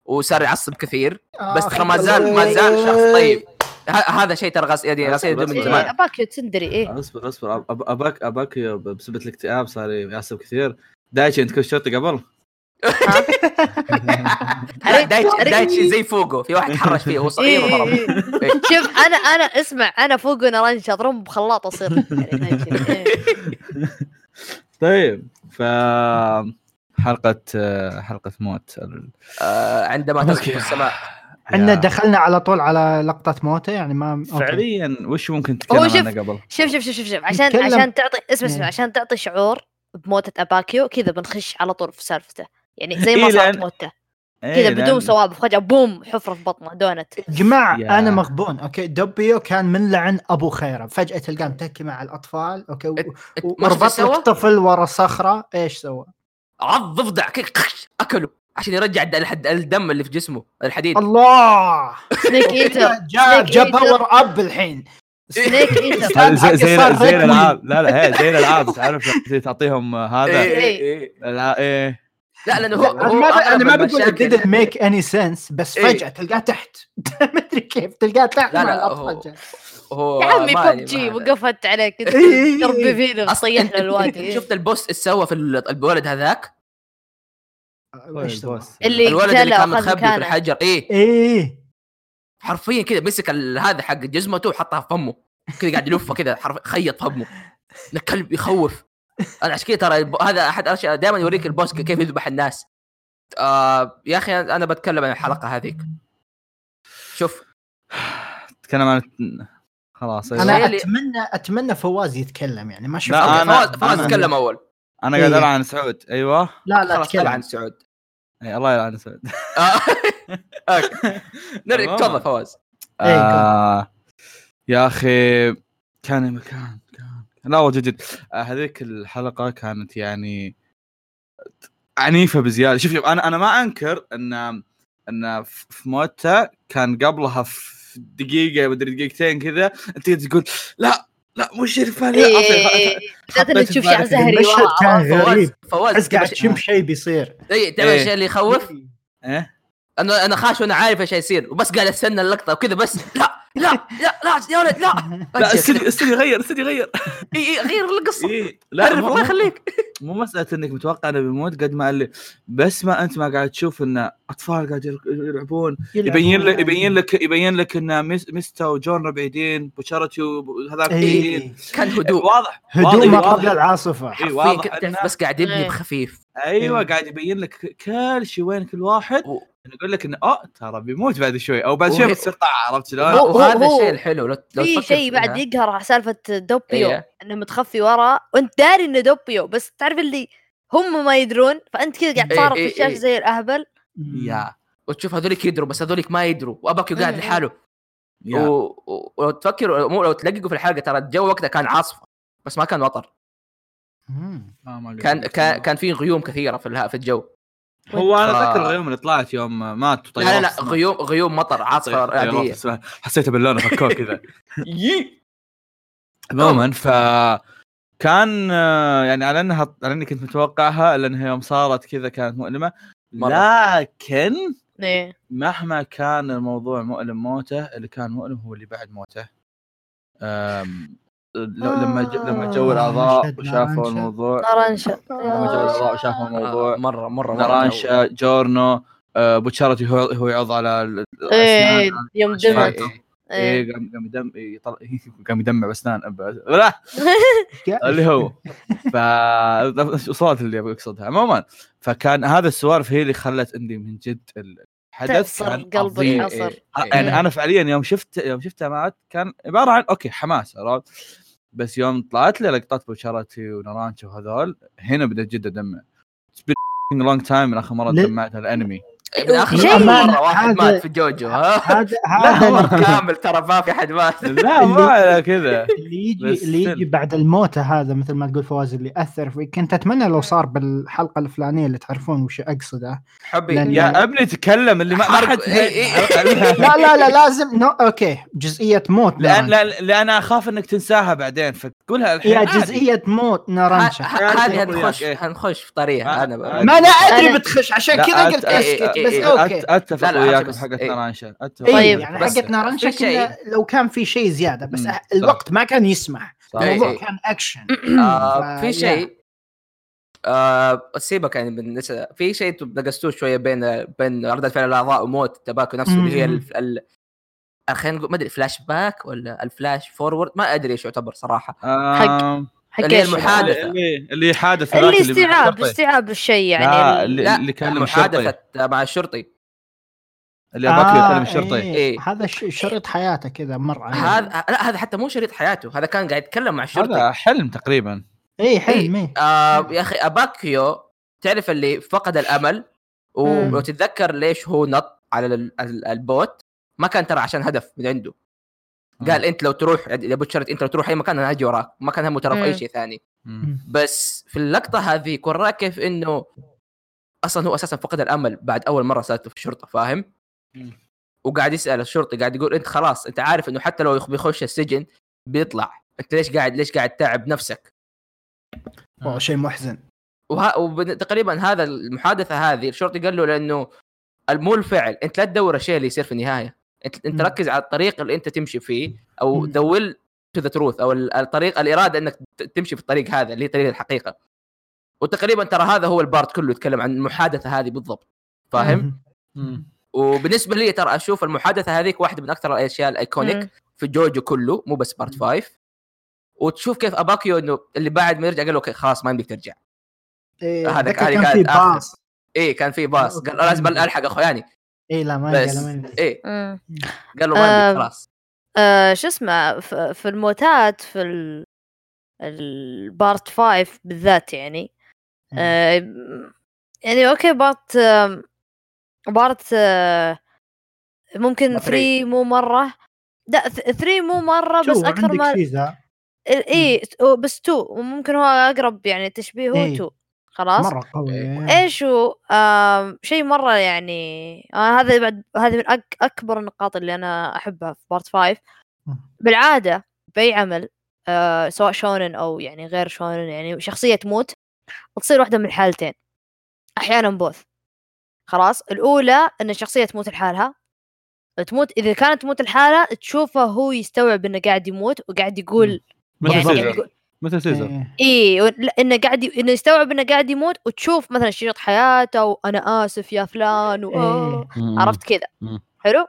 وصار يعصب كثير آه. آه، بس ترى ما زال ما زال شخص طيب ه- هذا شيء ترى غسيل يعني غسيل يدوم من أصبر. زمان إيه، اباكيو تندري ايه اصبر اصبر أب- أب- اباك اباك بسبب الاكتئاب صار يعصب كثير دايتشي انت كنت شرطي قبل؟ لا، (laughs) عرفت؟ دايتشي عرفت؟ دايتشي زي فوقه في واحد حرش فيه وهو (laughs) إيه، صغير إيه، وضربه إيه. شوف انا انا اسمع انا فوق نرنش اضرب (laughs) بخلاط اصير يعني دايتشي. إيه. طيب ف حلقه حلقه موت ال- آه، عندما تسقط أوكي. السماء احنا يا. دخلنا على طول على لقطه موته يعني ما أوكي. فعليا وش ممكن تتكلم هو شوف- عنه قبل؟ شوف شوف شوف شوف شوف عشان نتكلم- عشان تعطي اسمع اسمع إيه. نعم. عشان تعطي شعور بموتة اباكيو كذا بنخش على طول في سالفته يعني زي ما إيه، صارت لأن- موته إيه، كذا لأن- بدون صواب فجاه بوم حفره في بطنه (laughs) دونت جماعة يا. أنا مغبون أوكي دوبيو كان من لعن أبو خيره فجأة تلقاه متكي مع الأطفال أوكي و- و- ما شفت إيش وربط سوى؟ لك طفل ورا صخرة إيش سوى؟ عض ضفدع كيك قش، اكله عشان يرجع الد- الحد- الدم اللي في جسمه الحديد الله سنيك (laughs) ايتر جاب Snake جاب Eater. باور أب الحين إيه، سنيك ايتر هذا زي زي صار زي ركوي. الالعاب لا لا هي زي الالعاب تعرف لما تجي تعطيهم آه، هذا إيه، إيه، إيه. الع- ايه لا لانه هو انا هو ما أغلب انا ما بقول it المشاكل- didn't make any sense بس إيه. فجأة تلقاه تحت (laughs) ما ادري كيف تلقاه تحت لا، مع لا، هو- الأطفال جاي. هو يا عمي ما علي- ببجي ما علي. وقفت عليك إي إي إي. تربي فينا إيه. أصلاً (laughs) صيحنا أنت- الوادي شفت البوست ايش سوى في ال- الولد هذاك؟ إيش سوى؟ اللي الولد اللي قتله كان واخذ مخبي في مكانه الحجر ايه ايه حرفيا كذا مسك ال- هذا حق جزمته وحطها في فمه كذا قاعد يلفه كذا حرف خيط في فمه الكلب يخوف انا عشان كذا ترى الب- هذا احد الاشياء دائما يوريك البوس كيف يذبح الناس آه يا اخي انا بتكلم عن الحلقه هذيك شوف تكلم عن خلاص أيوة. انا الشيء اللي- اتمنى اتمنى فواز يتكلم يعني ما شفت لا، أوكي، أنا- فواز أنا- فواز تكلم اول انا قاعد إيه. العن سعود ايوه لا لا خلاص طلع عن اتكلم سعود إيه، الله يلعن سعود آه، (laughs) أوكي. نرجع تمام. تفضل فواز إيه، آه يا اخي كان مكان كان لا والله جد جد آه، هذيك الحلقه كانت يعني عنيفه بزياده شوف شوف انا انا ما انكر ان ان ف- في موتا كان قبلها في دقيقه مدري دقيقتين كذا انت تقول لا لا مو شرفه لا إيه، إي- أصلاً- إي- إي. بالذات اللي حطيت تشوف في بالك شعر زهري المشهد ورا كان فواز غريب فواز احس قاعد تعمل تشم شيء بيصير إيه. الشيء اللي (laughs) يخوف إيه؟ انا انا خاش وانا عارف ايش حيصير وبس قاعد استنى اللقطه وكذا بس لا لا لا لا يا ولد لا لا استني استني غير استني (laughs) غير اي اي غير القصه إيه، عرف مو- الله مو- يخليك مو مساله انك متوقع انه بيموت قد ما قال لي بس ما انت ما قاعد تشوف ان اطفال قاعد يل- يلعبون يبين لك يعني. يبين لك يبين لك ان ميس- ميستا وجون بعيدين بوشارتي وهذاك بعيدين إيه. كان هدوء واضح هدوء ما واضح- قبل العاصفه إيه، في واضح كنت إنه- بس قاعد يبني إيه. بخفيف ايوه إيه. قاعد يبين لك ك- كل شيء وين كل واحد و- يقول لك انه اه ترى بيموت بعد شوي او بعد شوي وهي- بتصير طاعه عرفت شلون؟ هو- وهذا هو- الشيء الحلو لو لو في تفكر إيه، شيء فيها. بعد يقهر سالفه دوبيو إيه. انه متخفي ورا وانت داري انه دوبيو بس تعرف اللي هم ما يدرون فانت كذا قاعد إيه، تصارخ إيه، في الشاشه إيه. زي الاهبل يا وتشوف هذوليك يدروا بس هذوليك ما يدروا واباكيو قاعد إيه. لحاله و... يا و- ولو تفكر مو- لو تلققوا في الحلقه ترى الجو وقتها كان عاصفه بس ما كان مطر مم. ما- ما قلت كان لك. كان كان في غيوم كثيره في الها- في الجو هو انا آه. اتذكر الغيوم اللي طلعت يوم ماتوا لا لا طيب. لا غيوم غيوم مطر عاصفه عاديه حسيته باللون فكوه (laughs) كذا عموما ف كان آه، يعني على انها على اني كنت متوقعها الا انها يوم صارت كذا كانت مؤلمه مرة. لكن إيه. مهما كان الموضوع مؤلم موته اللي كان مؤلم هو اللي بعد موته أم... ل- لما ج... لما جو الاعضاء مشهد وشافوا نرانشا. الموضوع (laughs) طرنشة لما جو آه. الاعضاء وشافوا آه، الموضوع مره مره مره نرانشا جورنو آه، بوتشارتي هو هو يعض على ال- ال- إيه، إيه، الأسنان. يوم شيء. دمت إيه. إيه، قام قام يدم يطلع (laughs) قام يدمع باسنان أب- لا إيه. اللي (laughs) هو ف وصلت اللي ابغى اقصدها عموما فكان هذا السوالف هي اللي خلت عندي من جد الحدث تعصر كان قلب عظيم. الحصر. إيه، إيه. يعني انا فعليا يوم شفت يوم شفتها معك كان عباره عن اوكي حماس عرفت بس يوم طلعت لي لقطات بوشارتي ونرانشا وهذول هنا بدأت جد ادمع لونج تايم من اخر مره لا. دمعت الانمي من اخر شيء. مره يعني واحد هذا- مات في جوجو ها هذا (laughs) لا، هو- هذا كامل ترى ما في احد مات (laughs) لا ما على كذا اللي يجي بس اللي يجي still. بعد الموتى هذا مثل ما تقول فواز اللي اثر فيك كنت اتمنى لو صار بالحلقه الفلانيه اللي تعرفون وش اقصده حبي لأن- يا ابني تكلم اللي ما إيه، ما حرق. حد إي، إي. (laughs) لا لا لا لازم نو اوكي جزئيه موت لان نرانشا. لأن- لان اخاف انك تنساها بعدين فتقولها الحين نعم. يا عادي. جزئيه موت نرانشا ه- ه- هذه أقول وياك، هنخش إيه. هنخش في طريقها انا آه، ب- ما انا أنا- ادري بتخش عشان لا، كذا أت- قلت أت- اسكت إيه، بس إيه، اوكي أت- اتفق لا، لا، وياك بس- في حقة إيه. نرانشا اتفق طيب طيب، يعني بس- حقت نارنشا في شيء. كنا لو كان في شيء زياده بس مم، أح- صح. الوقت ما كان يسمح صح. الموضوع إيه، إيه. كان اكشن آه، في يا. شيء آه، سيبك يعني من النساء. في شيء انتم نقصتوه شويه بين بين ردة فعل الاعضاء وموت التباكو نفسه اللي هي مم. ال- ال- خلينا نقول ما ادري فلاش باك ولا الفلاش فورورد ما ادري ايش يعتبر صراحه آم، حق اللي هي إيش؟ المحادثة. حادثة. اللي اللي حادث اللي هذاك استيعاب بالشرطي. استيعاب الشيء يعني لا ال- اللي لا اللي كان محادثه مع الشرطي اللي اباك آه آه، يكلم الشرطي إيه. إيه. هذا ش- شريط حياته كذا مر عليه هذا لا هذا حتى مو شريط حياته هذا كان قاعد يتكلم مع الشرطي هذا حلم تقريبا اي حلم إيه. آه يا اخي اباكيو تعرف اللي فقد الامل و- مم. وتتذكر ليش هو نط على ال- ال- البوت ما كان ترى عشان هدف من عنده قال إيه؟ انت لو تروح يا ابو شرط انت لو تروح اي مكان انا اجي وراك ما كان همه ترى في اي مم. شيء ثاني مم. آه. بس في اللقطه هذه كوراه كيف انه اصلا هو اساسا فقد الامل بعد اول مره سالته في الشرطه فاهم؟ مم. وقاعد يسال الشرطي قاعد يقول انت خلاص انت عارف انه حتى لو يخ- بيخش السجن بيطلع انت ليش قاعد ليش قاعد تعب نفسك؟ والله شيء محزن وه... وتقريبا هذا المحادثه هذه الشرطي قال له لانه مو الفعل انت لا تدور الشيء اللي يصير في النهايه انت, انت مم. ركز على الطريق اللي انت تمشي فيه او مم. دول تو ذا تروث او ال- الطريق الاراده انك ت- تمشي في الطريق هذا اللي هي طريق الحقيقه وتقريبا ترى هذا هو البارت كله يتكلم عن المحادثه هذه بالضبط فاهم مم. مم. وبالنسبه لي ترى اشوف المحادثه هذيك واحده من اكثر الاشياء الايكونيك مم. في جوجو كله مو بس بارت 5 وتشوف كيف اباكيو انه اللي بعد ما يرجع قال له اوكي خلاص ما يمديك ترجع إيه، هذا- أتذكر هذه كان في كانت آخر. باص ايه كان في باص قال "أنا لازم الحق اخواني اي إيه، لا ما بس. يدري، لا ما يدري. ايه مم. قال له ما آه. أمديك، خلاص آه، شو اسمه ف- في الموتات في ال... البارت 5 بالذات يعني إيه. آه، يعني اوكي بارت آم، بارت آه، ممكن ما 3 مو مره لا 3 مو مره آه، بس شوف، اكثر عندك ما شيء ذا اي إيه، بس 2 وممكن هو اقرب يعني تشبيه هو إيه. 2 خلاص إيه. مره قوي إيه. ايش هو آم، شيء مره يعني آه هذا بعد هذه من أك اكبر النقاط اللي انا احبها في بارت 5 مم. بالعاده باي عمل آه سواء شونن او يعني غير شونن يعني شخصيه تموت تصير واحده من الحالتين احيانا بوث خلاص الاولى ان الشخصيه تموت لحالها تموت اذا كانت تموت لحالها تشوفه هو يستوعب انه قاعد يموت وقاعد يقول مثل يعني قاعد سيزر يقول مثل سيزر إيه. اي انه قاعد ي... انه يستوعب انه قاعد يموت وتشوف مثلا شريط حياته وانا اسف يا فلان و... إيه. مم. عرفت كذا مم. حلو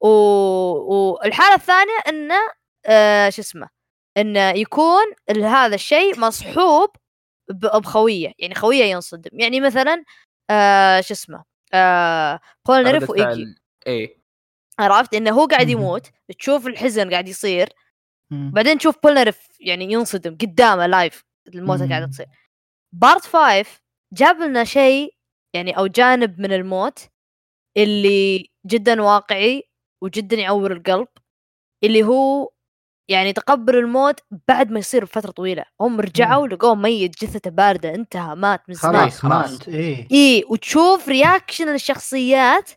و... والحاله الثانيه انه آه شو اسمه انه يكون ال- هذا الشيء مصحوب ب... بخويه يعني خويه ينصدم يعني مثلا آه شو اسمه آه ردة بولنرف وايجي فعل- ايه عرفت انه هو قاعد مهم. يموت تشوف الحزن قاعد يصير مم. بعدين تشوف بولنرف يعني ينصدم قدامه لايف الموتة قاعدة مم. تصير بارت 5 جاب لنا شيء يعني أو جانب من الموت اللي جدا واقعي وجدا يعور القلب اللي هو يعني تقبل الموت بعد ما يصير بفترة طويلة هم رجعوا لقوه ميت جثته باردة انتهى مات من زمان خلاص إيه. خلاص. مات اي اي وتشوف رياكشن الشخصيات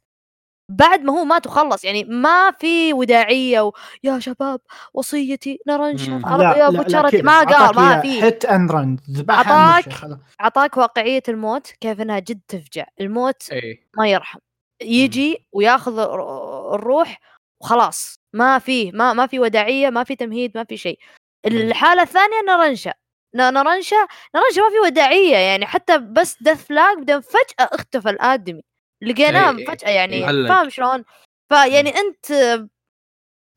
بعد ما هو مات وخلص يعني ما في وداعيه و... يا شباب وصيتي نرنشف مم. عرب- يا ابو شرتي ما قال ما في هيت اند رن ذبح عطاك. خلاص اعطاك واقعيه الموت كيف انها جد تفجع الموت ايه ما يرحم يجي وياخذ الر- الروح وخلاص ما فيه ما ما في وداعيه ما في تمهيد ما في شيء الحاله الثانيه نرنشا ن- نرنشا نرنشا ما في وداعيه يعني حتى بس دث فلاج بعدين فجاه اختفى الادمي لقيناه إي- إي- فجاه يعني معلق. فاهم شلون فيعني انت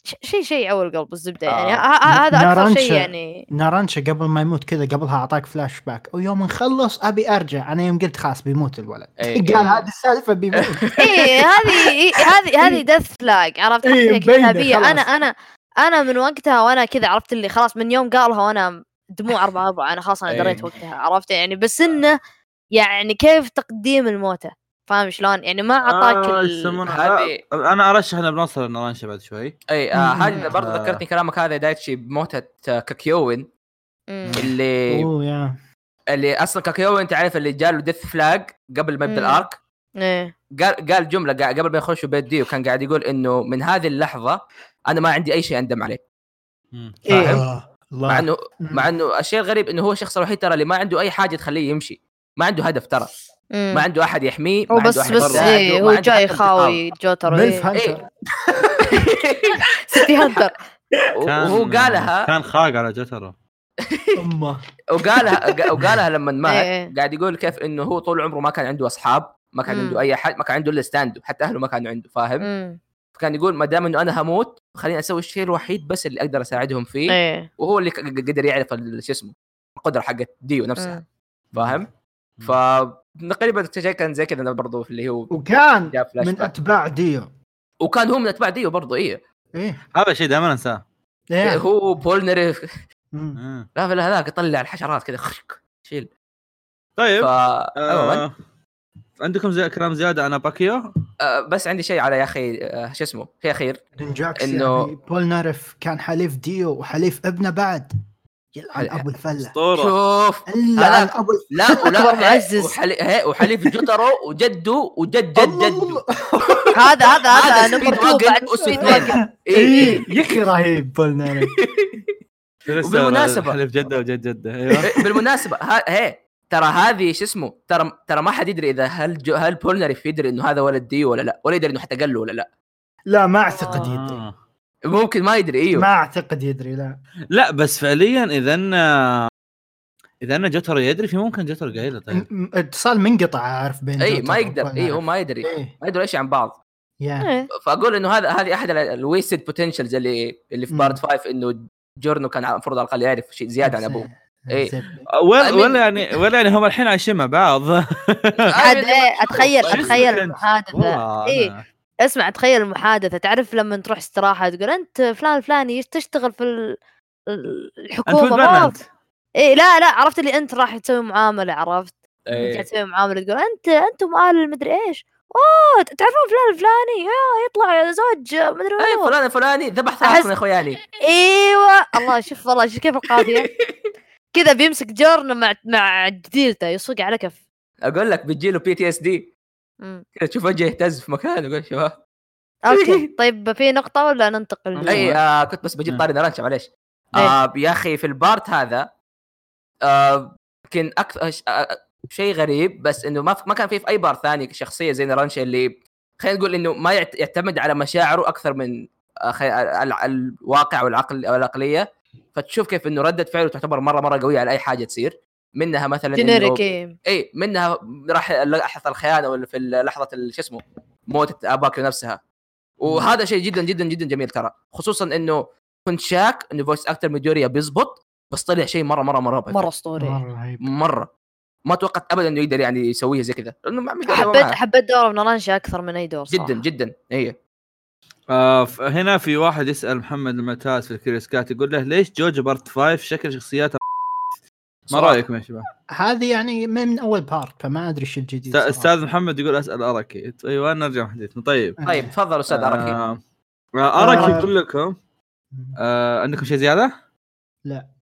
ش- شيء شيء يعور القلب الزبده يعني آه. ه- ه- هذا اكثر شيء نرنشا. يعني نارانشا قبل ما يموت كذا قبلها اعطاك فلاش باك ويوم نخلص ابي ارجع انا يوم قلت خلاص بيموت الولد إيه. (laughs) قال هذه السالفه بيموت (laughs) اي إيه، هذه إي- هذه هذه دث فلاج عرفت إي، حسيت مبينة، كتابيه انا خلاص. انا انا من وقتها وانا كذا عرفت اللي خلاص من يوم قالها وانا دموع اربعة اربعة انا خلاص انا إي. دريت وقتها عرفت يعني بس انه يعني كيف تقديم الموتى فاهم شلون يعني ما اعطاك آه، ال... يسمونها- هذه- آه، انا ارشح ان بنوصل نرانشا بعد شوي اي آه مم. هذه برضه آه. ذكرتني كلامك هذا دايتشي بموتة آه، كاكيوين مم. اللي اوه يا اللي اصلا كاكيوين تعرف اللي جاله ديث فلاج قبل ما يبدا مم. الارك إيه. قال قال جمله قا- قبل ما يخشوا بيت ديو كان قاعد يقول انه من هذه اللحظه انا ما عندي اي شيء اندم عليه مم. إيه. آه، الله. مع انه مم. مع انه الشيء الغريب انه هو الشخص الوحيد ترى اللي ما عنده اي حاجه تخليه يمشي ما عنده هدف ترى مم. ما عنده احد يحميه هو ما عنده بس أحد بس يساعده، إيه، ما هو عنده جاي حتى انتقام. يخاوي جوترو ملف (laughs) إيه. (laughs) هانتر ستي هنتر كان- وهو قالها كان خاق على جتره امه وقالها قا- وقالها لما إيه. (laughs) مات قاعد يقول كيف انه هو طول عمره ما كان عنده اصحاب ما كان مم. عنده اي احد ما كان عنده الا ستاندو حتى اهله ما كانوا عنده فاهم مم. فكان يقول ما دام انه انا هموت خليني اسوي الشيء الوحيد بس اللي اقدر اساعدهم فيه إيه. وهو اللي ق- قدر يعرف ال- شو اسمه القدره حقت ديو نفسها مم. فاهم مم. ف تقريبا دكتور جاي كان زي كذا برضو في اللي هو وكان جاء فلاش من باك. اتباع دير وكان هو من اتباع ديو برضو ايه ايه هذا شيء دائما انساه إيه. هو بولنري مم. مم. لا في هذاك يطلع الحشرات كذا خشك شيل ف أيوة، طيب عموما آه عندكم زي كلام زياده انا باكيو آه، بس عندي شيء على يا اخي آه، شو اسمه شيء اخير رنجاكس إنه- يعني بول نارف كان حليف ديو وحليف ابنه بعد يلعن حل- ابو الفله اسطوره شوف يلعن ابو الفله لا أكبر ولا هي- معزز. وحلي- هي- وحليف جدره وجده وجد جد الله جده الله. هذا هذا هذا هذا سبيد نمبر 2 واجن بعد أس سبيد اثنين. واجن. (laughs) إيه. ايه يا اخي رهيب بول نارف وبالمناسبة- حلف جده وجد جده إيه، ايوه بالمناسبه ها- هي ترى هذه شو اسمه ترى ترى ما حد يدري اذا هل جو هل بولنريف يدري انه هذا ولد ديو ولا لا ولا يدري انه حتى قال له ولا لا لا ما اعتقد يدري آه. ممكن ما يدري ايوه ما اعتقد يدري لا لا بس فعليا اذا إن- اذا ان جتر يدري في ممكن جتر قايله طيب م- اتصال منقطع عارف بين اي جوتر ما يقدر وبول اي هو نارف. ما يدري إيه. ما يدري اي شيء عن بعض يا (laughs) إيه. فاقول انه هذا هذه احد الويستد بوتنشلز اللي اللي في مم. بارت 5 انه جورنو كان المفروض على الاقل يعرف شيء زياده عن (laughs) ابوه إيه. زبدة. ولا, أمين. ولا يعني ولا يعني هم الحين عايشين مع بعض آه، عاد يعني- إيه، اتخيل شو اسمه اتخيل كان؟ (laughs) المحادثه والله إيه. أنا- اسمع اتخيل المحادثه تعرف لما تروح استراحه تقول انت فلان فلاني إيش تشتغل في ال- انت الحكومه ولد ما بنات اي لا لا عرفت اللي انت راح تسوي معامله عرفت إيه. قاعد تسوي معامله تقول انت انتم ال مدري ايش اوه ت- تعرفون فلان الفلاني يا يطلع زوج مدري اي وين إيه، فلان الفلاني ذبح أحس- ثلاثة من اخوياني (laughs) ايوه الله شوف والله شوف كيف القافيه كذا بيمسك جورنا مع مع جديلته يصق على كف اقول لك بتجيله بي تي اس دي مم. كذا تشوف وجهه يهتز في مكانه يقول شباب (laughs) اوكي طيب في نقطه ولا ننتقل أيوة. اي للجوال؟ آه كنت بس بجيب نعم. طاري نرانشا معليش آه يا اخي في البارت هذا آه يمكن اكثر ش- آه، شيء غريب بس انه ما ف- ما كان في في اي بار ثاني شخصيه زي نرانشا اللي خلينا نقول انه ما يعت- يعتمد على مشاعره اكثر من آه، خي- ال- ال- الواقع والعقل او العقليه فتشوف كيف انه رده فعله تعتبر مره مره قويه على اي حاجه تصير منها مثلا إنه- جينيريك إيه. اي منها راح لحظه الخيانه ولا في لحظه ال- شو اسمه موت اباك لنفسها وهذا شيء جدا جدا جدا جميل ترى خصوصا انه كنت شاك انه فويس اكتر ميدوريا بيزبط بس طلع شيء مره مره مره مره اسطوري مرة رهيب مره ما توقعت ابدا انه يقدر يعني يسويها زي كذا لانه مع ميدوريا ما إيه. حبيت معه. حبيت دور نرانشا اكثر من اي دور صراحة. جدا جدا اي آه ف- هنا في واحد يسال محمد المتاز في الكريس كات يقول له ليش جوج بارت 5 شكل شخصياته ما صراحة. رايكم يا شباب؟ هذه يعني من اول بارت فما ادري ايش الجديد أست- صراحة. استاذ محمد يقول اسال اراكي ايوه نرجع حديثنا طيب آه. طيب تفضل استاذ اراكي آه آه، اراكي آه. يقول لكم آه عندكم شيء زياده؟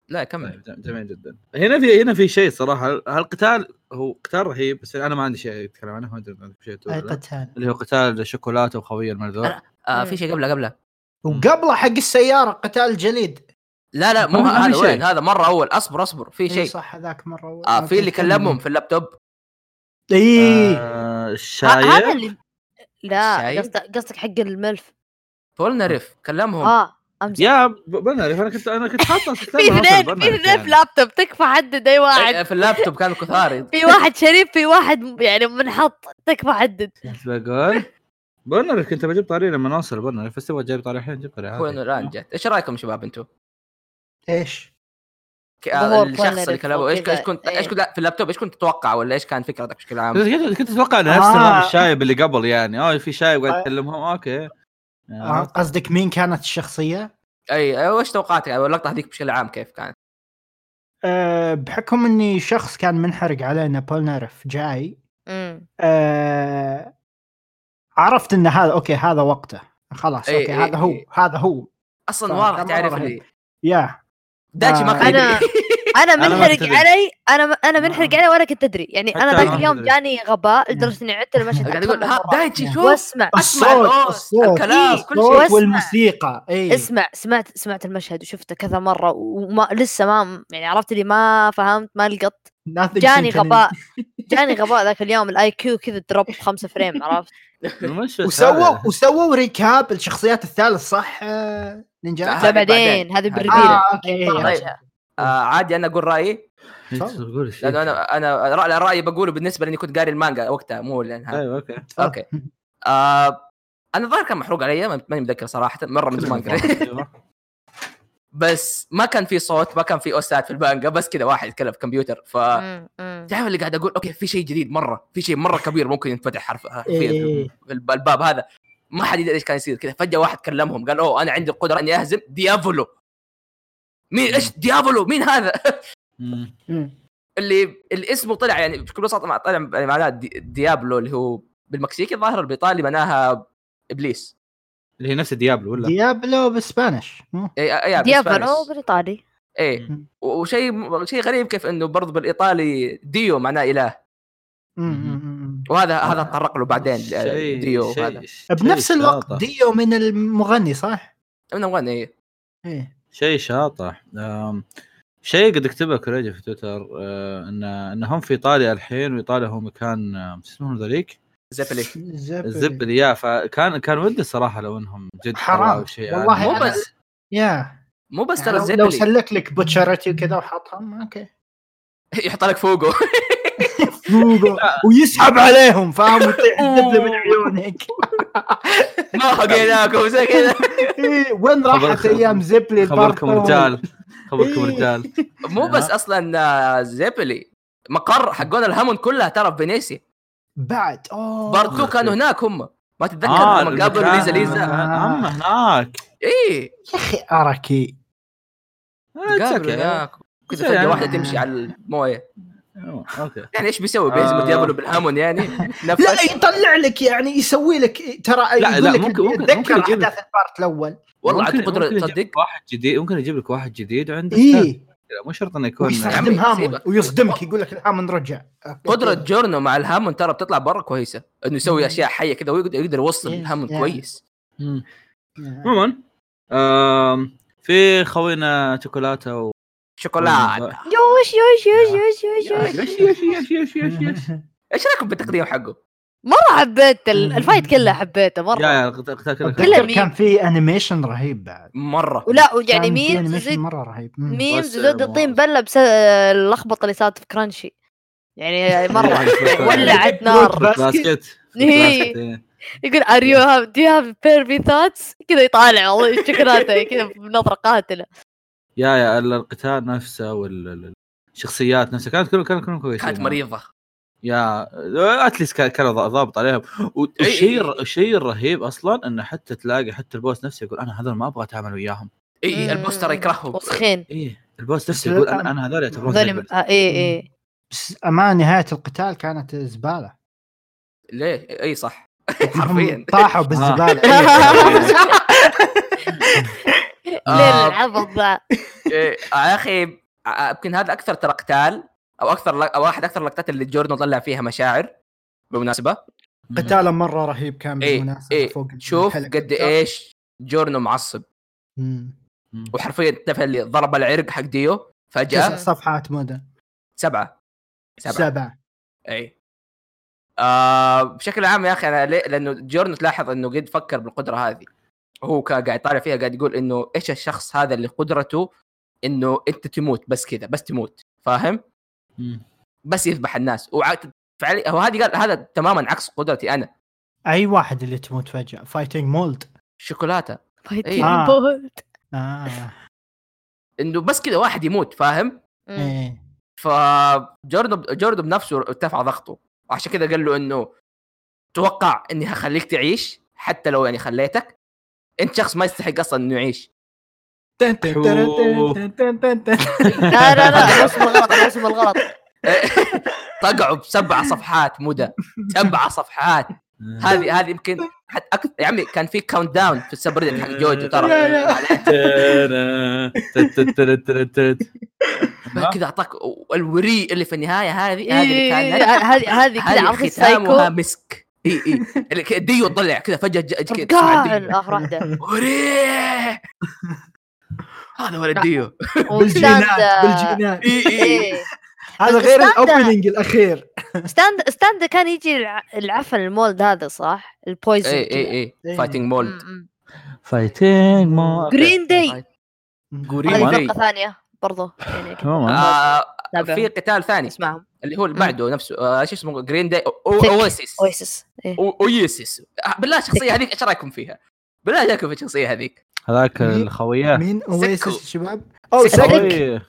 لا كمل طيب جم- جميل جدا هنا في هنا في شيء صراحه هالقتال هو قتال رهيب بس انا ما عندي شيء اتكلم عنه ما ادري إذا عندكم شيء تقول اي طيب. ولا لا. آه، أه. قتال اللي هو قتال شوكولاته وخويه المرذول آه في شيء قبله قبله وقبله حق السياره قتال جليد لا لا مو (laughs) ما- ما في هذا شيء. وين هذا مره اول اصبر اصبر في اي شيء إيه، صح هذاك مره أول. آه في أوكي، اللي كمل. كلمهم في اللابتوب اي آه ه- هذا الشايب اللي لا شايف؟ قصدك قصدك حق الملف فولنريف كلمهم اه امزح يا ب- بنعرف انا كنت انا كنت حاطه يعني. في اثنين في اثنين في لابتوب تكفى حدد اي إيه، واحد في اللابتوب كان كثاري (laughs) في واحد شريف في واحد م- يعني منحط تكفى حدد كنت بقول برنر كنت بجيب طاري لما نوصل برنر بس تبغى جايب طاري الحين جيب طاري وين عادي. الان جت ايش رايكم شباب انتم؟ ايش؟ ك- ظهور الشخص اللي بولنريف كلامه ايش وكذا، ايش كنت ايش إيه. كنت لا، في اللابتوب ايش كنت تتوقع ولا ايش كان فكرتك بشكل عام؟ (laughs) كنت كنت اتوقع انه نفس آه. نظام الشايب اللي قبل يعني اه في شايب قاعد يكلمهم اوكي آه، قصدك مين كانت الشخصيه؟ اي أي، وايش توقعاتك أو اللقطه هذيك بشكل عام كيف كانت؟ أه بحكم اني شخص كان منحرق علينا بولنارف جاي امم أه عرفت ان هذا اوكي هذا وقته خلاص إي، اوكي إي، هذا هو إي. هذا هو اصلا طبعاً، واضح كان مرة تعرف رهيب. اللي يا داتشي ما كان انا يدري. انا ما منحرق أدري. علي انا م- انا منحرق علي وانا كنت ادري يعني حتى انا أنا ذاك ما اليوم أدري. جاني غباء لدرجه اني عدت (laughs) المشهد قاعد أكثر يقول من ها مرة. دايتشي شوف واسمع أسمع الأوس، الكلام، كل شيء. الصوت واسمع. والموسيقى طيب. اي اسمع سمعت سمعت المشهد وشفته كذا مره وما لسه ما يعني عرفت اللي ما فهمت ما لقط Nothing جاني sinking in. غباء جاني غباء ذاك اليوم الاي كيو كذا دروب خمسة (laughs) فريم عرفت المشهد وسووا هذا. وسووا ريكاب الشخصيات الثالث صح آه، نينجا هذه لا بعدين. بعدين هذه هذه بريفيل آه، أوكي، إيه، طيب. آه عادي انا اقول رايي تفضل. قول الشيء. لانه انا انا رأ- رايي بقوله بالنسبه لاني كنت قاري المانجا وقتها مو لأن هذا. أيوة، ايوه (laughs) اوكي اوكي (laughs) (laughs) آه انا الظاهر كان محروق علي ما- ماني متذكر صراحه مره من زمان قريت. أيوة. بس ما كان في صوت ما كان في اوسات في المانجا بس كذا واحد يتكلم في كمبيوتر ف مم، مم. تعرف اللي قاعد اقول اوكي في شيء جديد مره في شيء مره كبير ممكن ينفتح حرف حرفيا إيه. في الب- الباب هذا ما حد يدري ايش كان يصير كذا فجاه واحد كلمهم قال اوه انا عندي القدره اني اهزم ديافولو مين ايش ديافولو مين هذا (laughs) مم. مم. اللي اللي اسمه طلع يعني بكل بساطه مع- طلع يعني معناه دي ديابلو اللي هو بالمكسيكي الظاهر بالايطالي معناها ابليس اللي هي نفس ديابلو ولا ديابلو بسبانش مو؟ اي اي ديافانو بريطاني اي مم. وشيء شيء غريب كيف انه برضو بالايطالي ديو معناه اله مم، مم، مم. وهذا هذا تطرق له بعدين آه. آه، شيء- ديو شيء- هذا شيء بنفس الوقت شاطح. ديو من المغني صح؟ من وين اي ايه شيء شاطح أم، شيء قد كتبه كوريجي في تويتر أه، ان انهم في ايطاليا الحين وايطاليا هو مكان أم، شو اسمه ذليك؟ زبلي زبل. الزبل يا فكان كان ودي الصراحه لو انهم جد إيه. حرام. طلعوا شيء والله عالي. مو يعني أنا- بس يا مو بس يعني ترى لو- لو الزبلي سلك لك بوتشرتي وكذا وحطهم اوكي (laughs) يحط لك فوقه ويسحب عليهم فاهم (laughs) ويطيح الزبله من عيونك ما (laughs) حقيناكم زي كذا إيه، وين راحت خبر- ايام زبلي خبركم البرطو؟ رجال خبركم إيه. رجال مو بس اصلا آه، زبلي مقر حقون الهامون كلها ترى في فينيسيا بعد اوه بارت 2 كانوا هناك هم ما تتذكر آه، لما قابلوا المكان- ليزا ليزا إيه، آه، اما هناك اي يا اخي اراكي قابلوا آه، هناك إيه، كذا يعني فجاه واحده تمشي على المويه اوكي يعني ايش بيسوي بيهزم آه. إيه. ديابلو بالهامون يعني (laughs) لا نفس يطلع لك يعني يسوي لك إيه، ترى لا، يقول لا، لك ممكن- ممكن- ممكن اتذكر يجيب لك. احداث البارت الاول والله ممكن- عندي قدره ممكن يجيب تصدق واحد جديد ممكن يجيب لك واحد جديد وعنده ستايل اي كذا، مو شرط انه يكون إيه، ويستخدم هامون سيبك. ويصدمك يقول لك الهامون رجع قدرة جورنو مع الهامون ترى بتطلع برا كويسة انه يسوي اشياء حية كذا ويقدر يقدر يوصل Yes, إيه، الهامون yeah. كويس مم. عموما آم، في خوينا شوكولاته شوكولاتة يوش يوش يوش يوش يوش يوش ايش رايكم بالتقديم حقه؟ مره حبيت ال- الفايت كله حبيته يا مره يا القتال- القتال كله كان- كله اتذكر ميم. كان في انيميشن رهيب بعد مرة ولا يعني كان في مين animation زد مره رهيب مم. مين بس- زود الطين بله بس اللخبطه اللي صارت في كرانشي (laughs) يعني مره ولعت نار الباسكت هي. الباسكت، يقول ار يو هاف دو يو هاف بيرفي ثاتس كذا يطالع والله شكراته كذا بنظره قاتله يا يا ال- القتال نفسه والشخصيات نفسها كانت كلهم كانوا كلهم كويسين كانت مريضة يا اتليس كان كان ضا- ضابط عليهم إيه. والشيء الشيء الرهيب اصلا انه حتى تلاقي حتى البوس نفسه يقول انا هذول ما ابغى اتعامل وياهم اي البوس ترى يكرههم وسخين ايه البوس بس نفسه يقول لا، انا انا هذول يعتبرون ذولي آه، زبل. اي اي بس امان نهايه القتال كانت زباله (laughs) ليه؟ اي صح هم حرفيا طاحوا إيه. بالزباله آه. آه. ليه العبط ذا إيه، يا اخي ع- يمكن هذا اكثر ترى قتال او اكثر ل- او واحد اكثر اللقطات اللي جورنو طلع فيها مشاعر بالمناسبه قتاله مره رهيب كان إيه، بالمناسبه إيه، فوق شوف الحلقة. قد إيه ايش جورنو معصب مم. مم. وحرفيا تعرف اللي ضرب العرق حق ديو تسع فجاه صفحات مدى سبعه سبعه سبعه اي إيه. آه بشكل عام يا اخي انا ليه لانه جورنو تلاحظ انه قد فكر بالقدره هذه هو كان قاعد يطالع فيها قاعد يقول انه ايش الشخص هذا اللي قدرته انه انت تموت بس كذا بس تموت فاهم؟ مم. بس يذبح الناس وع- فعلي هو هذه قال هذا تماما عكس قدرتي انا اي واحد اللي تموت فجاه فايتنج مولد شوكولاته فايتين آه. بولد اه انه بس كذا واحد يموت فاهم إيه. ايه فجوردن جوردن بنفسه ارتفع ضغطه عشان كذا قال له انه توقع اني هخليك تعيش حتى لو يعني خليتك انت شخص ما يستحق اصلا انه يعيش لا (laughs) لا لا موسم الغلط موسم الغلط طقعوا بسبع صفحات مدى سبع صفحات (laughs) هذه هذه يمكن حتى أكثر يا عمي كان في كاونت داون في السبريد إيه. حق جوجو إيه. يا- ترى يا. تت- تت- تت- تت- تت. بعد كذا اعطاك الوري اللي في النهايه هذه هذه اللي كانت يعني إيه، هذه هذه كذا هذه عرفت ختامها سايكو مسك اي اي اللي كده ديو طلع كذا فجاه جاء كده تسمع قاعد ديو. اخر واحده وريه هذا ولد ديو (laughs) بالجينات وستاند- بالجينات اي اي آه، إيه. هذا غير الاوبننج الاخير ستاند ستاند كان يجي الع- العفن المولد هذا صح؟ البويزن اي اي اي فايتنج إيه، مولد فايتين ما جرين داي فايت. قولي هذه Green Day. فرقه ثانيه برضو يعني كنت تمام. آه، أتابعهم. في قتال ثاني اسمعهم اللي هو اللي بعده نفسه آه، ايش اسمه جرين داي Thick. اويسيس اويسس إيه. اويسيس بالله الشخصيه هذيك ايش رايكم فيها؟ بالله ايش رايكم في الشخصيه هذيك؟ هذاك مين؟ الخويه مين اويسس سكو. الشباب او سكو. سكو خويه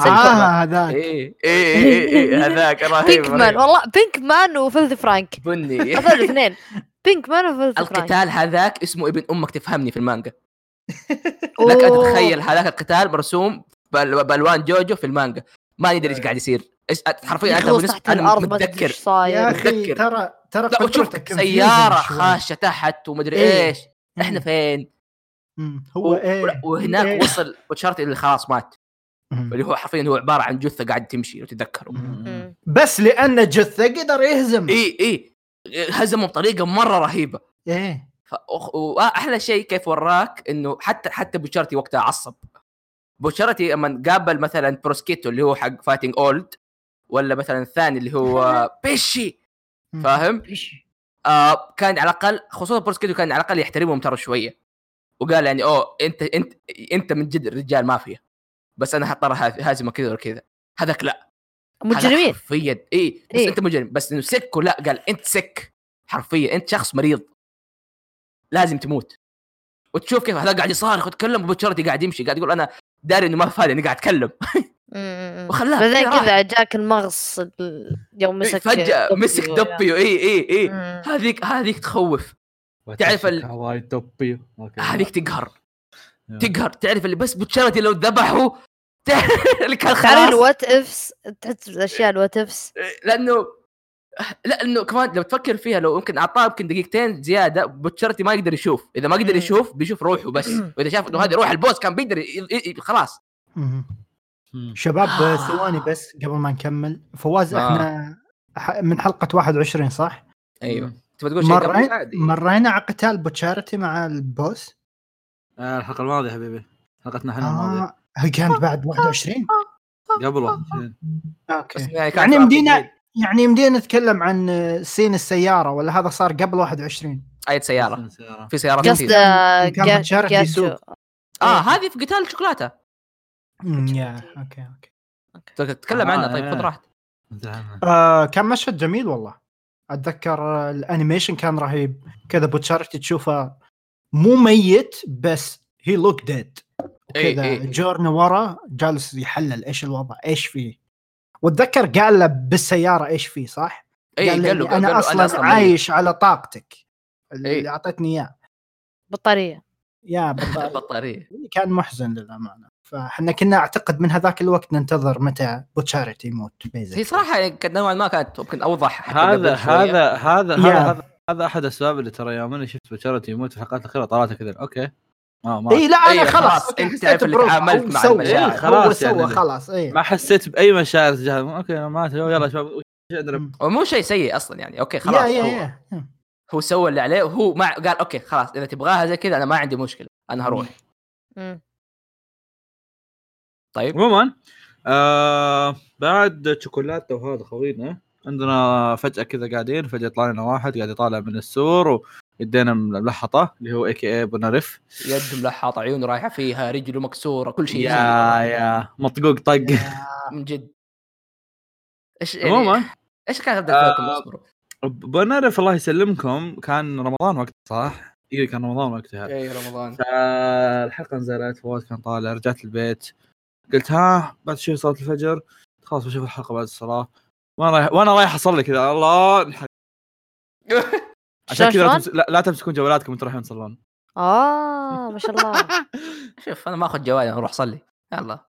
خويه اه هذاك ايه ايه ايه إيه، هذاك رهيب بينك مان رهيب. والله بينك مان وفيلث (laughs) فرانك بني (laughs) هذول الاثنين بينك مان وفيلث فرانك القتال هذاك اسمه ابن امك تفهمني في المانجا لك ان أوه. تتخيل هذاك القتال مرسوم بأل- بالوان جوجو في المانجا ما يدري إيه. ايش قاعد يصير إيش- حرفيا انت يخلص بالنسبة- تحت انا الارض ما تدري متذكر ايش صاير يا اخي متذكر. ترى ترى لا فكرتك وشوف confusing سياره شوي. خاشه تحت ومدري إيه. ايش احنا فين مم. و- هو ايه وهناك إيه. وصل وتشارت اللي خلاص مات مم. اللي هو حرفيا هو عباره عن جثه قاعد تمشي لو تتذكروا مم. مم. بس لانه جثه قدر يهزم اي اي هزمه بطريقه مره رهيبه ايه ف- وخ- واحلى شيء كيف وراك انه حتى حتى بوشارتي وقتها عصب بوشارتي لما قابل مثلا بروسكيتو اللي هو حق فايتنج اولد ولا مثلا الثاني اللي هو بيشي مم. فاهم؟ آه كان على الاقل خصوصا بروسكيتو كان على الاقل يحترمهم ترى شويه وقال يعني اوه انت انت انت من جد رجال مافيا بس انا حطر هازمه كذا وكذا هذاك لا هذاك مجرمين حرفيا اي بس إيه. إيه؟ انت مجرم بس انه سك ولا قال انت سك حرفيا انت شخص مريض لازم تموت وتشوف كيف هذا قاعد يصارخ ويتكلم وبتشرتي قاعد يمشي قاعد يقول انا داري انه ما في فايده اني قاعد اتكلم مم. وخلاه بعدين راح. كذا جاك المغص ال- يوم (laughs) مسك فجاه دبيو إيه، مسك يا- دبيو اي اي اي مم. هذيك هذيك تخوف تعرف ال- إيه. هذيك تقهر يا. تقهر تعرف اللي بس بتشرتي لو ذبحوا اللي كان تعرف خلاص الوات افس تحس الاشياء الوات افس لانه لانه كمان لو تفكر فيها لو يمكن اعطاه يمكن دقيقتين زياده بوتشرتي ما يقدر يشوف اذا ما قدر مم. يشوف بيشوف روحه بس واذا شاف انه هذه روح البوس كان بيقدر ي- ي- ي- خلاص مم. شباب آه. ثواني بس قبل ما نكمل فواز آه. احنا ح- من حلقه 21 صح؟ أيوه. ايوه تبغى تقول شيء قبل؟ مرينا عادي. مرينا على قتال بوتشارتي مع البوس آه، الحلقه الماضيه حبيبي حلقتنا احنا آه. الماضيه اه هي كانت بعد 21 قبل 21 بس اوكي يعني كان يعني سؤال مدينة- جديد. يعني يمدينا نتكلم عن سين السياره ولا هذا صار قبل 21 اية سياره سيارة. في سيارات قصد كثير كان- كان جا- متشارك جاتشو. يسوق. اه هذه في قتال شوكولاته أمم، يا اوكي اوكي تتكلم آه، عنها طيب خذ آه. راحتك انت عنها. آه كان مشهد جميل والله اتذكر آه، الانيميشن كان رهيب كذا بوتشارتي تشوفه مو ميت بس هي لوك ديد إي، كذا إي، إي. جورنا ورا جالس يحلل ايش الوضع ايش فيه واتذكر قال له بالسياره ايش فيه صح؟ اي قال له قال إني له انا اصلا عايش على طاقتك إي. اللي اعطتني اياه بطاريه (laughs) يا بالضبط بطاريه كان محزن للامانه فاحنا كنا اعتقد من هذاك الوقت ننتظر متى بوتشارتي يموت basically. هي صراحه يعني كانت نوعا ما كانت يمكن اوضح حتى هذا قبل شوية. هذا هذا يا. هذا هذا- هذا احد الاسباب اللي ترى يوم انا شفت بوتشارتي يموت في الحلقات الاخيره طلعت كذا اوكي ما ما اي إيه، لا أيوة، انا خلاص خلاص، أوكي، أنت حسيت تعرف اللي بروحه، تعاملت هو مع سوى، المشاعر. إيه، هو خلاص سوى يعني. خلاص إيه. اي ما حسيت باي مشاعر تجاههم اوكي أنا مات يلا يا شباب وش عندنا مم. ومو شيء سيء اصلا يعني اوكي خلاص يا يا هو- يا هو سوى اللي عليه وهو ما قال اوكي خلاص اذا تبغاها زي كذا انا ما عندي مشكله انا هروح مم. طيب عموما آه بعد شوكولاته وهذا خوينا عندنا فجاه كذا قاعدين فجاه طلع لنا واحد قاعد يطالع من السور ويدينا ملحطه اللي هو اي كي اي بوناريف يد ملحط عيونه رايحه فيها رجله مكسوره كل شيء يا يا مطقوق طق إيه. من جد ايش يعني عموما ايش كانت تبدا آه، فيكم اصبروا بوناريف الله يسلمكم كان رمضان وقتها صح؟ اي كان رمضان وقتها إيه، اي رمضان فالحلقه نزلت فواز كان طالع رجعت البيت قلت ها بعد شوي صلاه الفجر خلاص بشوف الحلقه بعد الصلاه وانا رايح وانا رايح اصلي كذا الله انحرق. عشان شلون- كذا لا, شلون؟ تمس... لا, لا تمسكون جوالاتكم وانتم رايحين تصلون اه ما شاء (laughs) الله شوف انا ما اخذ جوالي انا اروح اصلي يلا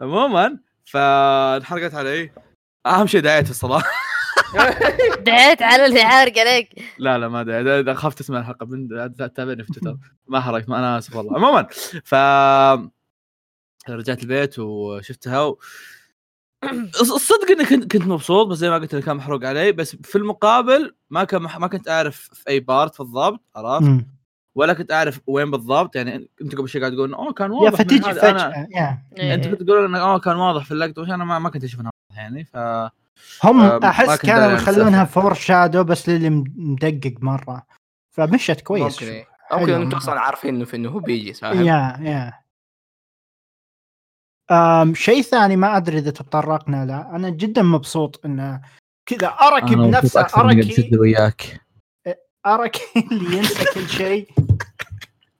عموما فانحرقت علي اهم شيء دعيت الصلاه دعيت على اللي عارق عليك (laughs) لا لا ما ادري أنا- أنا خاف تسمع الحلقه من لا تتابعني في تويتر ما حرك ما انا اسف والله عموما ف رجعت البيت وشفتها و... الصدق اني كنت كنت مبسوط بس زي ما قلت لك كان محروق علي بس في المقابل ما كان مح... ما كنت اعرف في اي بارت بالضبط عرفت أمم. ولا كنت اعرف وين بالضبط يعني انت قبل شوي قاعد تقول اوه كان يا واضح من فتيجي هذا. أنا- فجاه يا. إيه. انت كنت تقول انه اوه كان واضح في اللقطه وش انا ما, ما كنت اشوف انه واضح يعني ف هم آه، ما احس كنت أنا كانوا يخلونها مسافر. فور شادو بس للي مدقق مره فمشت كويس ممكن شوي. إيه. ممكن حلو. انتم اصلا عارفين انه في انه هو بيجي فاهم يا يا أم شيء ثاني ما ادري اذا تطرقنا له انا جدا مبسوط انه كذا اركي بنفسه اركي وياك اركي اللي ينسى كل شيء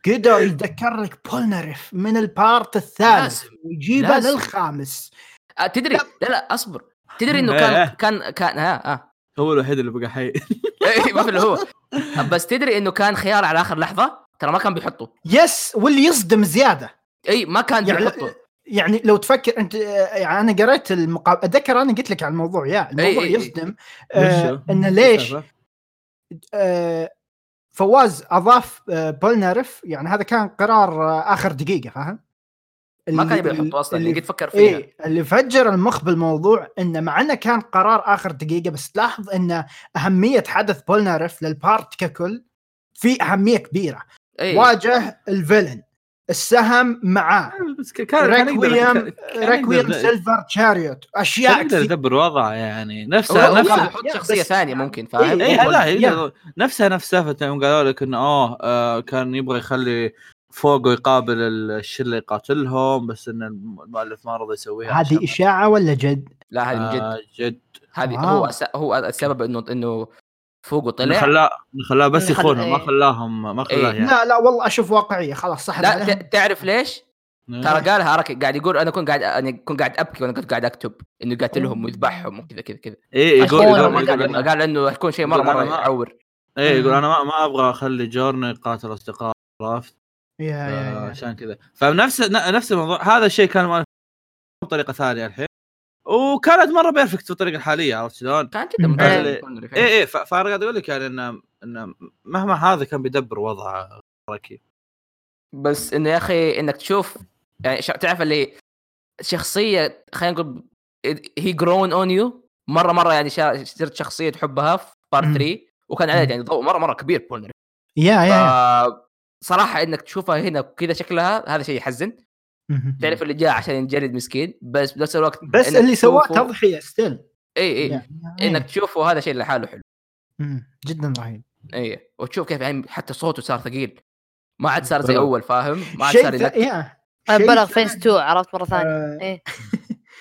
قدر يذكر لك بولنريف من البارت الثالث لازم. ويجيبه لازم. للخامس آه، تدري لا لا اصبر تدري انه إيه. كان كان كان ها ها هو الوحيد اللي بقى حي إيه، ما في (laughs) الا هو بس تدري انه كان خيار على اخر لحظه ترى ما كان بيحطه يس واللي يصدم زياده اي ما كان يعني- بيحطه يعني لو تفكر انت آه، يعني انا قريت المقابل اتذكر انا قلت لك على الموضوع إيه، يا الموضوع إي، إي، إي. يصدم وشو؟ آه انه ليش آه، فواز اضاف آه، بولنارف يعني هذا كان قرار آه، اخر دقيقه فاهم؟ ما كان اللي- يبي يحطه اصلا اللي اللي قد فكر فيها ايه اللي فجر المخ بالموضوع انه مع انه كان قرار اخر دقيقه بس تلاحظ ان اهميه حدث بولنارف للبارت ككل في اهميه كبيره إيه. واجه الفيلن السهم معاه بس ك- كان كان يقدر- ريكويام- كان يقدر- ريكويم سيلفر شاريوت اشياء كان يقدر كثير يدبر وضعه يعني هو- هو نفسه كان نفسه بيحط يا، شخصيه بس- إيه، ثانيه ممكن فاهم اي هو- لا إيه، يا. يقدر- نفسها نفس سالفه يوم قالوا لك انه اه آه، كان يبغى يخلي فوقه يقابل الشله اللي يقاتلهم بس ان الم- المؤلف ما رضى يسويها هذه اشاعه ولا جد؟ لا هذه من جد آه جد هذه آه. هو أس- هو السبب انه انه فوقه إنه طلع خلاه إنه خلاه بس إنه خل- يخونهم ما إيه. خلاهم ما خلاه إيه. يعني لا لا والله اشوف واقعيه خلاص صح لا ت- تعرف ليش؟ إيه. ترى قالها ركي قاعد يقول انا كنت قاعد انا كنت قاعد ابكي وانا كنت قاعد اكتب انه يقاتلهم ويذبحهم وكذا كذا كذا ايه يقول أخونا يقول- ما يقول قال إنه- قال انه يكون شيء مره يقول أنا مره ما- يعور ايه يقول انا ما, ما ابغى اخلي جورن يقاتل اصدقائه عرفت يا آه، يا آه، عشان كذا فنفس ن- نفس الموضوع هذا الشيء كان مؤلف بطريقه ثانيه الحين وكانت مره بيرفكت في الطريقه الحاليه عرفت شلون؟ كان جدا مم. ممتاز إيه. يكون ايه ايه ف- فانا قاعد اقول لك يعني انه انه مهما هذا كان بيدبر وضعه ركي بس انه يا اخي انك تشوف يعني شا- تعرف اللي شخصيه خلينا نقول هي جرون اون يو مره مره يعني شا- صرت شخصيه تحبها في بارت مم. إيه. 3 وكان عليها يعني ضوء مره مره كبير بولنر يا آه، يا صراحه انك تشوفها هنا كذا شكلها هذا شيء يحزن مهم. تعرف اللي جاء عشان ينجلد مسكين بس بنفس الوقت بس إنك إيه. اللي سواه إيه. تشوفه- تضحيه ستيل اي اي انك تشوفه هذا شيء لحاله حلو جدا رهيب اي وتشوف كيف يعني حتى صوته صار ثقيل ما عاد صار زي بلى. اول فاهم ما عاد شيء صار ث... ينك- يا. شيء آه، طيب، بلغ ثاني- فيس 2 عرفت مره ثانيه آه، شيء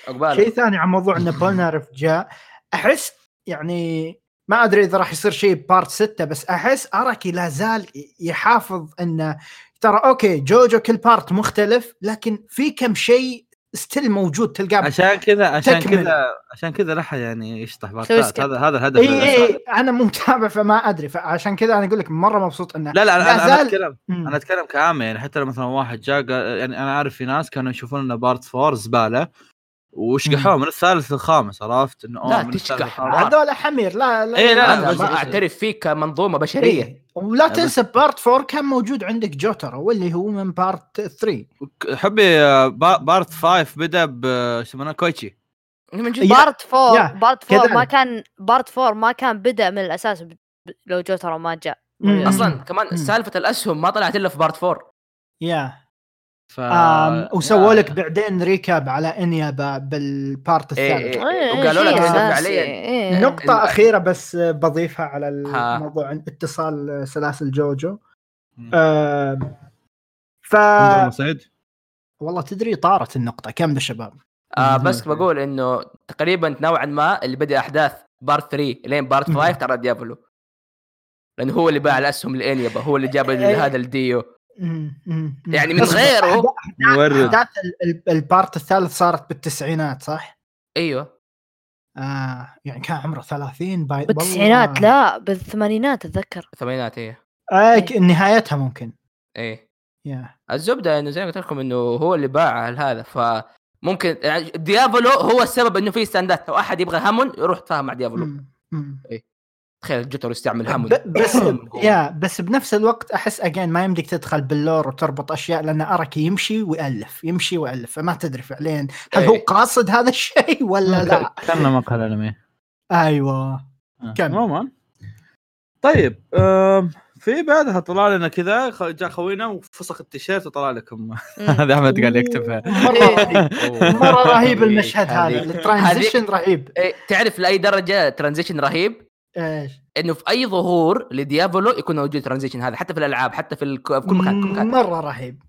عقباله ثاني عن (laughs) موضوع ان بولنارف جاء احس يعني ما ادري اذا راح يصير شيء بارت 6 بس احس اراكي لا زال يحافظ انه ترى اوكي جوجو كل بارت مختلف لكن في كم شيء ستيل موجود تلقاه عشان كذا عشان تكمل. كذا عشان كذا لا أحد يعني يشطح skip. بارتات هذا هذا الهدف اي الأساسي. اي انا مو متابع فما ادري فعشان كذا انا اقول لك مره مبسوط انه لا لا أنا- انا انا زال- اتكلم مم. انا اتكلم كعامه يعني حتى لو مثلا واحد جاء قال- يعني انا عارف في ناس كانوا يشوفون انه بارت فور زباله وشقحوه من الثالث للخامس عرفت انه أوه، لا من الثالث تشقح. للخامس. هذول حمير لا لا إيه، لا، لا، انا بس- ما بس- اعترف فيه كمنظومه بشريه إيه. ولا بس- تنسى بارت 4 كان موجود عندك جوتر واللي هو من بارت 3 حبي آه، با- بارت 5 بدا ب شو يسمونه كويتشي إيه، من جد يا- بارت آه، يا، 4 بارت 4 ما كذلك. كان بارت 4 ما كان بدا من الاساس ب- ب- لو جوترو ما جاء مم. اصلا مم. كمان سالفه الاسهم ما طلعت الا في بارت 4 يا ف... آه، آه، آم، وسووا يا- لك بعدين ريكاب على انيابا بالبارت إيه، الثالث إيه. وقالوا شيء لك إنه أساسي، فعلياً إيه. نقطة إنه- أخيرة بس بضيفها على ها. الموضوع عن اتصال سلاسل جوجو مم. آم، ف عندهم سعيد والله تدري طارت النقطة كم يا شباب آه بس بقول انه تقريبا نوعا ما اللي بدا احداث بارت 3 لين بارت مم. 5 ترى ديابلو لانه هو اللي باع الاسهم لانيبا هو اللي جاب إيه. هذا الديو مم، مم، مم. يعني من أصبر، غيره مورد أحداث ال- ال- البارت الثالث صارت بالتسعينات صح؟ ايوه آه يعني كان عمره 30 باي بالتسعينات والله. لا بالثمانينات اتذكر الثمانينات ايه آه ك- نهايتها ممكن ايه يا الزبده انه زي ما قلت لكم انه هو اللي باع هذا فممكن يعني ديابلو هو السبب انه في ستاندات لو احد يبغى هامون يروح يتفاهم مع ديابلو مم، مم. تخيل جوتر يستعمل هامون ب- (coughs) بس يا بس بنفس الوقت احس اجين ما يمديك تدخل باللور وتربط اشياء لان ارك يمشي ويالف يمشي ويالف فما تدري فعليا هل هو إيه. قاصد هذا الشيء ولا لا كان مقهى الانمي ايوه آه. كمل. عموما طيب آم، في بعدها طلع لنا كذا خ- جاء خوينا وفسخ التيشيرت وطلع لكم (laughs) مم. هذا احمد قاعد يكتبها مره رهيب (laughs) مره رهيب المشهد هذا هذيك- الترانزيشن رهيب إيه، تعرف لاي درجه ترانزيشن رهيب إيش. انه في اي ظهور لديابلو يكون موجود ترانزيشن هذا حتى في الالعاب حتى في, الك... في كل مكان كل مكان مره رهيب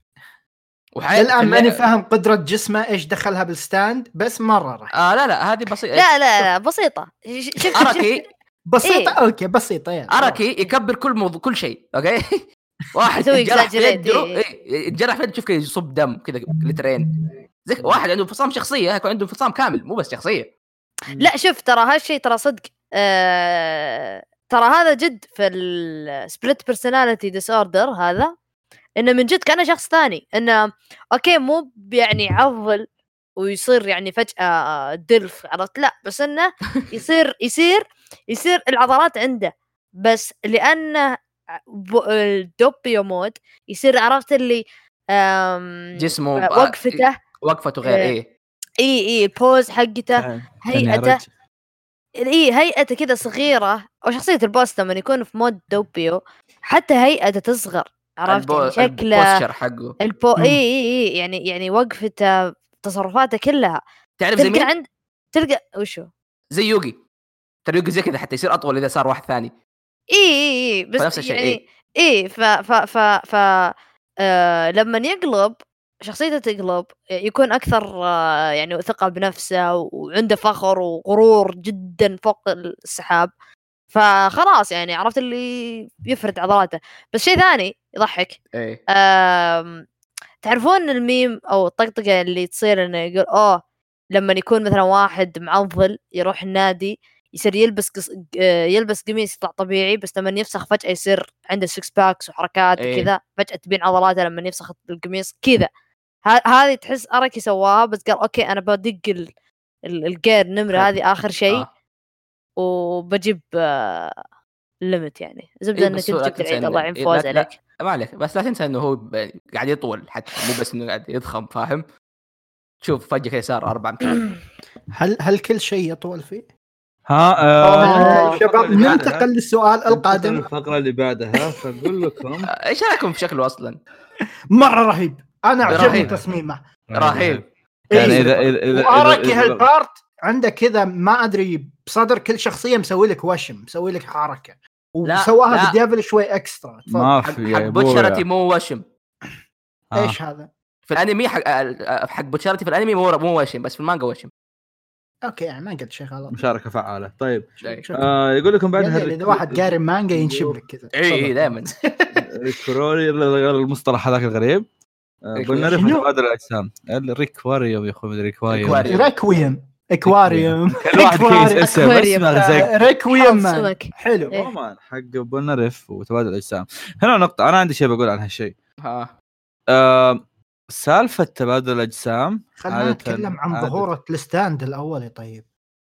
وحي... الان ماني خليها- فاهم قدره جسمه ايش دخلها بالستاند بس مره رهيب آه لا لا هذه بسيطه (laughs) لا لا لا بسيطة ش- ش- شفت اراكي بسيطه اوكي بسيطه يعني (laughs) اراكي يكبر كل موضوع كل شيء اوكي واحد يسوي انجرح في exaggerate، يده إيه. إيه، انجرح في يده تشوف كذا يصب دم كذا لترين زي واحد عنده انفصام شخصيه يكون عنده انفصام كامل مو بس شخصيه لا شوف ترى هالشيء ترى صدق آه ترى هذا جد في السبلت بيرسوناليتي ديس اوردر هذا انه من جد كانه شخص ثاني انه اوكي مو ب- يعني يعضل ويصير يعني فجاه دلف عرفت لا بس انه يصير يصير يصير العضلات عنده بس لانه ب- الدوبيو مود يصير عرفت اللي آم، جسمه آه، آه، وقفته وقفته غير إيه. ايه اي اي البوز حقته آه، يعني هيئته اي هيئته كذا صغيره او شخصيه البوس لما يكون في مود دوبيو حتى هيئته تصغر عرفت يعني البو- شكله البوستشر حقه البو مم. اي اي اي يعني يعني وقفته تصرفاته كلها تعرف زي تلقى مين؟ عند تلقى وشو زي يوجي ترى يوجي زي كذا حتى يصير اطول اذا صار واحد ثاني اي اي اي إيه، بس فنفس الشيء، يعني إيه. اي إيه ف ف ف ف آه لما يقلب شخصيته تقلب يكون اكثر آه يعني ثقه بنفسه وعنده فخر وغرور جدا فوق السحاب فخلاص يعني عرفت اللي يفرد عضلاته بس شيء ثاني يضحك ايه آم، تعرفون الميم او الطقطقه اللي تصير انه يقول اوه لما يكون مثلا واحد معضل يروح النادي يصير يلبس قص... آه، يلبس قميص يطلع طبيعي بس لما يفسخ فجاه يصير عنده سكس باكس وحركات إيه. وكذا فجاه تبين عضلاته لما يفسخ القميص كذا ه- هذه تحس اركي سواها بس قال اوكي انا بدق ال... ال- الجير نمره خل- هذه اخر شيء آه. وبجيب ليمت يعني زبده إيه، انك بس هو لا جبت تنسى العيد إنه- الله يعين إيه، لا- فوز لا- (coughs) عليك ما عليك بس لا تنسى انه هو ب- قاعد يطول حتى مو بس انه قاعد يضخم فاهم شوف فجاه كذا صار اربع (coughs) امتار هل هل كل شيء يطول فيه؟ ها آه، آه، شباب الفقرة اللي بعدها. ننتقل للسؤال ننتقل القادم الفقره اللي بعدها فاقول (laughs) لكم ايش رايكم في شكله اصلا؟ مره رهيب انا عجبني رهيب. تصميمه رهيب يعني إيه. اذا اذا اذا واركي إذا- هالبارت عنده كذا ما ادري بصدر كل شخصيه مسوي لك وشم مسوي لك حركه لا. وسواها بالديفل شوي اكسترا تفضل. ما حق في حق يا أبويا. بوتشرتي مو وشم آه. ايش هذا؟ في الانمي حق آه، حق بوتشرتي في الانمي مو مو وشم بس في المانجا وشم اوكي يعني ما قلت شيء غلط مشاركه فعاله طيب شكراً. آه يقول لكم بعد يا زين، هذا- اذا واحد قاري مانجا ينشب لك كذا إيه، اي اي (laughs) دائما الكروري المصطلح هذاك الغريب آه، ريكواريوم. قلنا نعرف شنو؟ تبادل الاجسام الريكواريوم يا اخوي مدري ريكواريوم ريكواريوم. (laughs) ريكويم اكواريوم كل واحد كيس ريكواريوم. اسم بس أكواريوم. ما غزاك ريكويم حط مان. سمك. حلو إيه. عموما حق بولنرف وتبادل الاجسام هنا نقطة أنا عندي شيء بقول عن هالشيء ها آه، سالفة تبادل الأجسام خلينا عادة- نتكلم عن عادة. ظهورة الستاند الاول طيب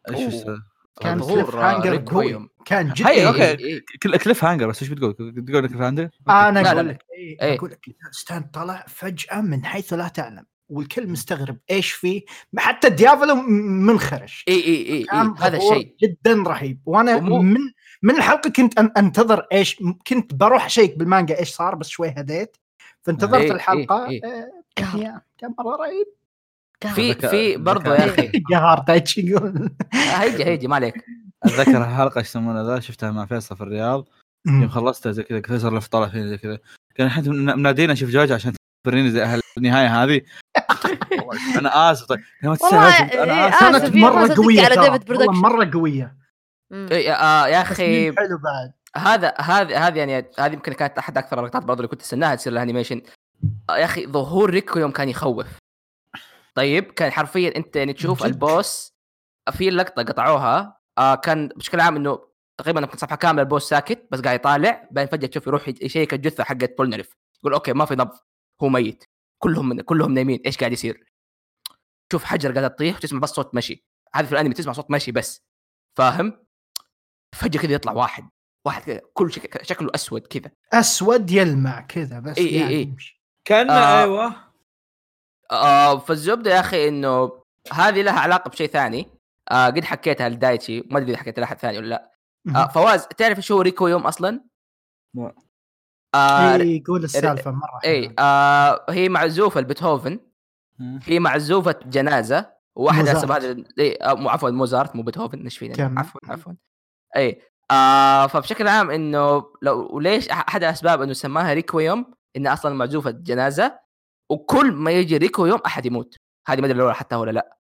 إيش أوه. السالفة؟ كان ظهور، كليف آه، هانجر ريكويم. قوي كان جدا هي، إيه، أوكي. إيه، إيه. كل- كليف هانجر بس إيش بتقول؟ تقول كليف هانجر؟ انا لا، لا، اقول لا. لك إيه. إيه. اقول لك ستاند طلع فجاه من حيث لا تعلم والكل مستغرب ايش فيه حتى ديافلو م- منخرش اي اي اي كان إي، إيه، هذا ظهور الشيء جدا رهيب وانا ومو- من من الحلقه كنت أن انتظر ايش كنت بروح اشيك بالمانجا ايش صار بس شوي هديت فانتظرت إيه، الحلقه إيه، آه، يا، كان مره رهيب في ذكاء- في برضو يا ذكاء. اخي (laughs) قهر تايتشي يقول هيجي هيجي ما عليك أتذكر الحلقة إيش يسمونها ذا شفتها مع فيصل في الرياض يوم خلصتها زي كذا فيصل لف طالع فيني زي كذا كان احد من- منادينا شوف جوجة عشان تخبريني زي أهل النهاية (laughs) هذه والله أنا آسف طيب كان ما والله، تستاهل، أنا إيه، آسف آسف. كانت في مره قصة تجي قويه على ترى، ديفيد والله برودكشن. مره قويه مم. إيه، آه، يا اخي تصميم حلو بعد هذا هذا هذه يعني هذه يمكن كانت احد اكثر اللقطات برضو اللي كنت استناها تصير الانيميشن آه، يا اخي ظهور ريكو يوم كان يخوف طيب كان حرفيا انت يعني تشوف جد. البوس في لقطه قطعوها آه كان بشكل عام انه تقريبا يمكن صفحه كامله البوس ساكت بس قاعد يطالع بعدين فجاه تشوف يروح يشيك الجثه حقت بولنرف يقول اوكي ما في نبض هو ميت كلهم من كلهم نايمين ايش قاعد يصير؟ تشوف حجر قاعده تطيح وتسمع بس صوت مشي هذا في الانمي تسمع صوت مشي بس فاهم؟ فجاه كذا يطلع واحد واحد كذا كل شك... شكله اسود كذا اسود يلمع كذا بس إي- إي- يعني إي. يمشي. كان آه. أيوه آه فالزبده يا اخي انه هذه لها علاقه بشيء ثاني آه قد حكيتها لدايتشي ما ادري اذا حكيتها لاحد ثاني ولا لا آه فواز تعرف ايش هو ريكو يوم اصلا؟ لا. آه ري- اي قول السالفه مره اي آه هي معزوفه لبيتهوفن هي معزوفه جنازه وواحد موزارت. حسب هذا اي آه مو- عفوا موزارت مو بيتهوفن ايش فينا كمل. عفوا عفوا اي آه فبشكل عام انه لو وليش أح- احد الاسباب انه سماها ريكويوم انها اصلا معزوفه جنازه وكل ما يجي ريكويوم احد يموت هذه ما ادري لو حتى ولا لا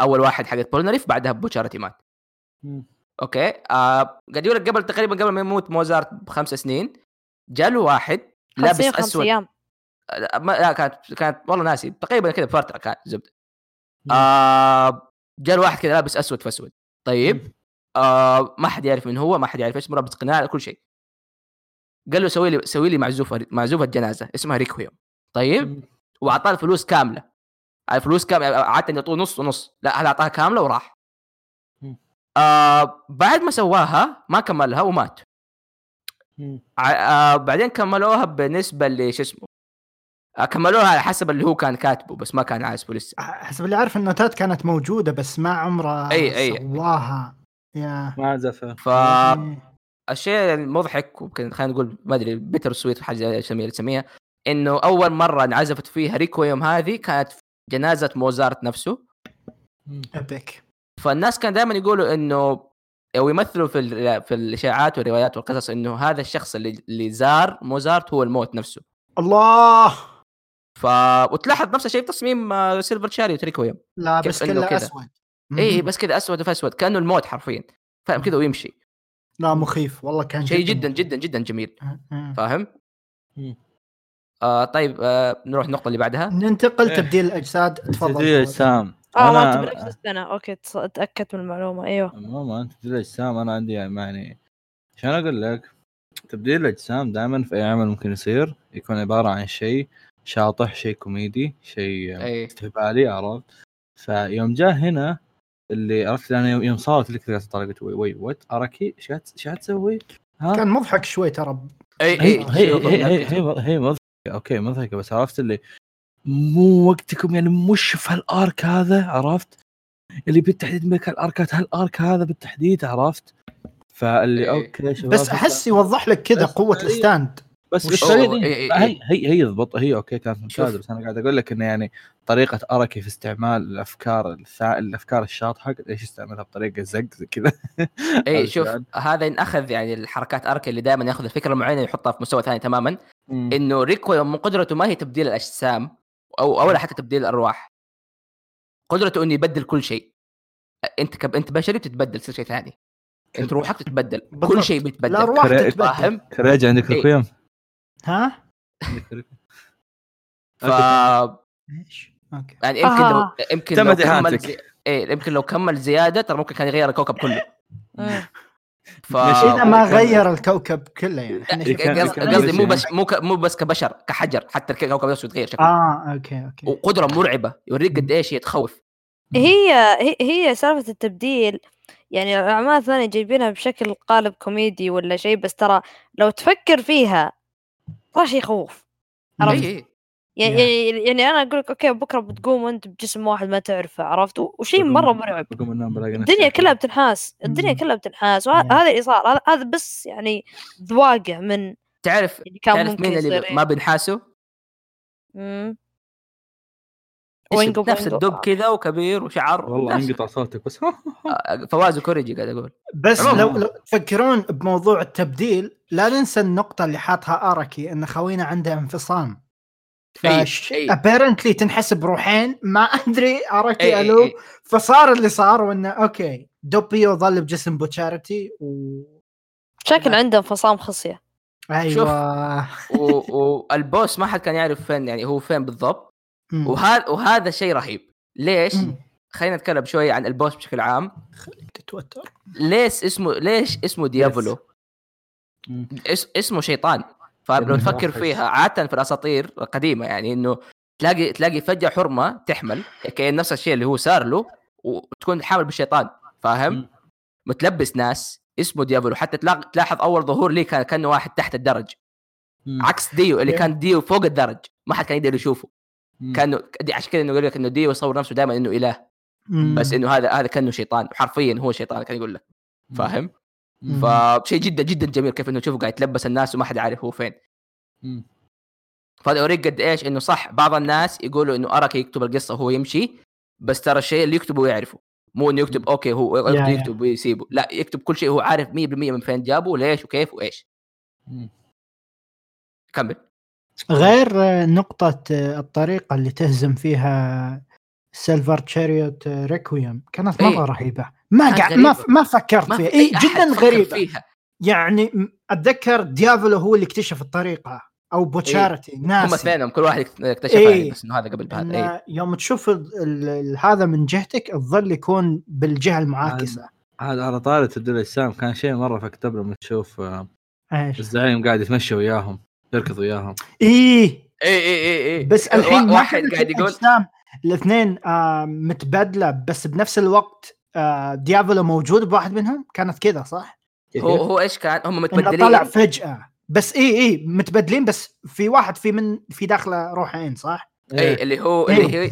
اول واحد حق بولنريف بعدها بوتشارتي مات مم. اوكي آه قد يقول لك قبل تقريبا قبل ما يموت موزارت بخمس سنين جاله واحد لابس لابس خمس اسود ايام لا, ما لا كانت كانت والله ناسي تقريبا كذا بفتره كانت زبده آه جاء واحد كذا لابس اسود فاسود طيب آه ما حد يعرف من هو ما حد يعرف ايش مربط قناع كل شيء قال له سوي لي سوي لي معزوفه معزوفه جنازه اسمها ريكويوم طيب واعطاه الفلوس كامله الفلوس كامله عاده يعني يعطوه نص ونص لا هذا اعطاها كامله وراح مم. آه بعد ما سواها ما كملها ومات مم. ع- آه بعدين كملوها بالنسبه لش اسمه آه، كملوها على حسب اللي هو كان كاتبه بس ما كان عازبه لسه حسب اللي اعرف النوتات كانت موجوده بس ما عمره أي- أي. سواها يا ما عزفها فالشيء المضحك ويمكن يعني خلينا نقول ما ادري بيتر سويت حاجه زي- سميه تسميها انه اول مره انعزفت فيها ريكويوم هذه كانت في جنازه موزارت نفسه ابيك فالناس كان دائما يقولوا انه او يمثلوا في ال- في الاشاعات والروايات والقصص انه هذا الشخص اللي اللي زار موزارت هو الموت نفسه الله ف وتلاحظ نفس الشيء في تصميم آه، سيلفر شاري تريكويوم لابس كيف إنه كله كذا؟ اسود اي مم. إيه، بس كذا اسود في اسود كانه الموت حرفيا فاهم كذا ويمشي لا مخيف والله كان آه، شيء جدا جدا جدا جميل مم. فاهم؟ مم. آه طيب آه نروح النقطه اللي بعدها ننتقل إيه. تبديل الاجساد تدري تفضل اجسام اه ما أنا- انت بنفس السنه اوكي تص- اتاكدت من المعلومه ايوه عموما انت تبديل الاجسام انا عندي يعني شلون اقول لك؟ تبديل الاجسام دائما في اي عمل ممكن يصير يكون عباره عن شيء شاطح، شيء كوميدي، شيء اي استهبالي عرفت؟ فيوم جاء هنا اللي عرفت انا يوم- يوم صارت لك ثلاث طلقت وي وي وات اراكي ايش قاعد ايش قاعد تسوي؟ ها؟ كان مضحك شوي ترى اي هي اي هي هي- هي هي هي مضحكه اوكي مضحكه بس عرفت اللي مو وقتكم يعني مش في هالارك هذا عرفت؟ اللي بالتحديد ملك الاركات هالارك هذا بالتحديد عرفت؟ فاللي إيه. اوكي شباب بس احس يوضح لك كذا بس إيه. قوه تقريباً. الستاند بس وش بس هي هو؟ إيه- إيه- هي هي هي ضبط هي اوكي كانت ممتازه شوف. بس انا قاعد اقول لك انه يعني طريقه اركي في استعمال الافكار الثا... الافكار الشاطحه قد ايش يستعملها بطريقه زق زي كذا اي عرفت إيه، شوف شلون؟ هذا ان اخذ يعني الحركات ارك اللي دائما ياخذ الفكره المعينه يحطها في مستوى ثاني تماما (laughs) انه ريكويوم من قدرته ما هي تبديل الاجسام او او لا حتى تبديل الارواح قدرته انه يبدل كل شيء انت كب... انت بشري بتتبدل تصير شيء ثاني انت روحك تتبدل كل بالضبط. شيء بيتبدل الارواح كرا- تتبدل فاهم؟ كريج عندك إيه. (laughs) رقيم ها ف ايش اوكي يعني يمكن لو آه. يمكن لو تمت كمل اهانتك زي... ايه يمكن لو كمل زياده ترى ممكن كان يغير الكوكب كله مم. ف مش اذا ما أوكي. غير الكوكب كله يعني احنا إيه، كان- قص- كان- آه، قصدي مو بس مو ك... مو بس كبشر كحجر حتى الكوكب نفسه يتغير آه. شكله اه اوكي اوكي وقدره مرعبه يوريك قد ايش هي تخوف هي هي- هي سالفه التبديل يعني الاعمال الثانيه جايبينها بشكل قالب كوميدي ولا شيء بس ترى لو تفكر فيها ترى شيء يخوف عرفت؟ اي إي. يعني Yeah. يعني يعني انا اقول لك اوكي بكره بتقوم انت بجسم واحد ما تعرفه عرفت و- وشيء مره مرعب بقوم النوم بلاقي نفسي الدنيا كلها بتنحاس الدنيا Mm. كلها بتنحاس وهذا Yeah. هذا اللي صار هذا- هذا بس يعني ذواقع من تعرف اللي كان تعرف ممكن مين يصير إيه. يعني. اللي ما بنحاسه؟ مم. اسم وينجو نفس بوينجو. الدب كذا وكبير وشعر والله نفس- انقطع (laughs) صوتك بس آه، فواز كوريجي قاعد اقول بس عموماً. لو لو تفكرون بموضوع التبديل لا ننسى النقطه اللي حاطها اركي ان خوينا عنده انفصام آه، إي، فش إي. ابيرنتلي تنحسب روحين ما ادري إي، اركي إي، الو إي. فصار اللي صار وانه اوكي دوبيو ظل بجسم بوتشارتي و نعم. شكل عنده انفصام خصيه ايوه و- والبوس ما حد كان يعرف فين يعني هو فين بالضبط مم. وهذا وهذا شيء رهيب ليش؟ مم. خلينا نتكلم شوي عن البوس بشكل عام تتوتر ليش اسمه ليش اسمه ديابولو؟ مم. اس اسمه شيطان فلو لأنه نفكر موحش. فيها عاده في الاساطير القديمه يعني انه تلاقي تلاقي فجاه حرمه تحمل كأن نفس الشيء اللي هو صار له وتكون حامل بالشيطان فاهم؟ مم. متلبس ناس اسمه ديابولو حتى تلاق- تلاحظ اول ظهور لي كان كانه واحد تحت الدرج عكس ديو اللي كان ديو فوق الدرج ما حد كان يقدر يشوفه كانه دي- عشان كذا انه يقول لك انه ديو يصور نفسه دائما انه اله بس انه هذا هذا كانه شيطان حرفيا هو شيطان كان يقول لك فاهم؟ مم. فشيء جدا جدا جميل كيف انه تشوفه قاعد يتلبس الناس وما حد عارف هو فين مم. فهذا يوريك قد ايش انه صح بعض الناس يقولوا انه اراك يكتب القصه وهو يمشي بس ترى الشيء اللي يكتبه يعرفه مو انه يكتب اوكي هو يكتب, يا. يكتب ويسيبه لا يكتب كل شيء هو عارف 100% من فين جابه وليش وكيف وايش مم. كمل غير آه، نقطة آه، الطريقة اللي تهزم فيها سيلفر تشاريوت ريكويوم كانت مرة إيه. رهيبة ما كانت قع... ما, غريبة. ف... ما فكرت ما فيها في إيه أي أحد جدا فكر غريبة فيها يعني م- اتذكر ديافلو هو اللي اكتشف الطريقه او بوتشارتي إيه. هم ناس اثنينهم كل واحد اكتشف إيه. يعني بس انه هذا قبل بهذا إيه. يوم تشوف ال- ال- ال- هذا من جهتك الظل يكون بالجهه المعاكسه عاد على طاري تبديل الاجسام كان شيء مره فكتب لما تشوف آه، ايش الزعيم قاعد يتمشى وياهم يركض وياهم ايه اي اي اي اي (laughs) بس الحين واحد قاعد يقول الاجسام الاثنين آه متبادله بس بنفس الوقت آه ديافلو موجود بواحد منهم كانت كذا صح؟ هو هو ايش كان هم انه طلع متبدلين فجاه بس اي اي متبادلين بس في واحد في من في داخله روحين صح؟ اي اللي هو إيه. اللي هي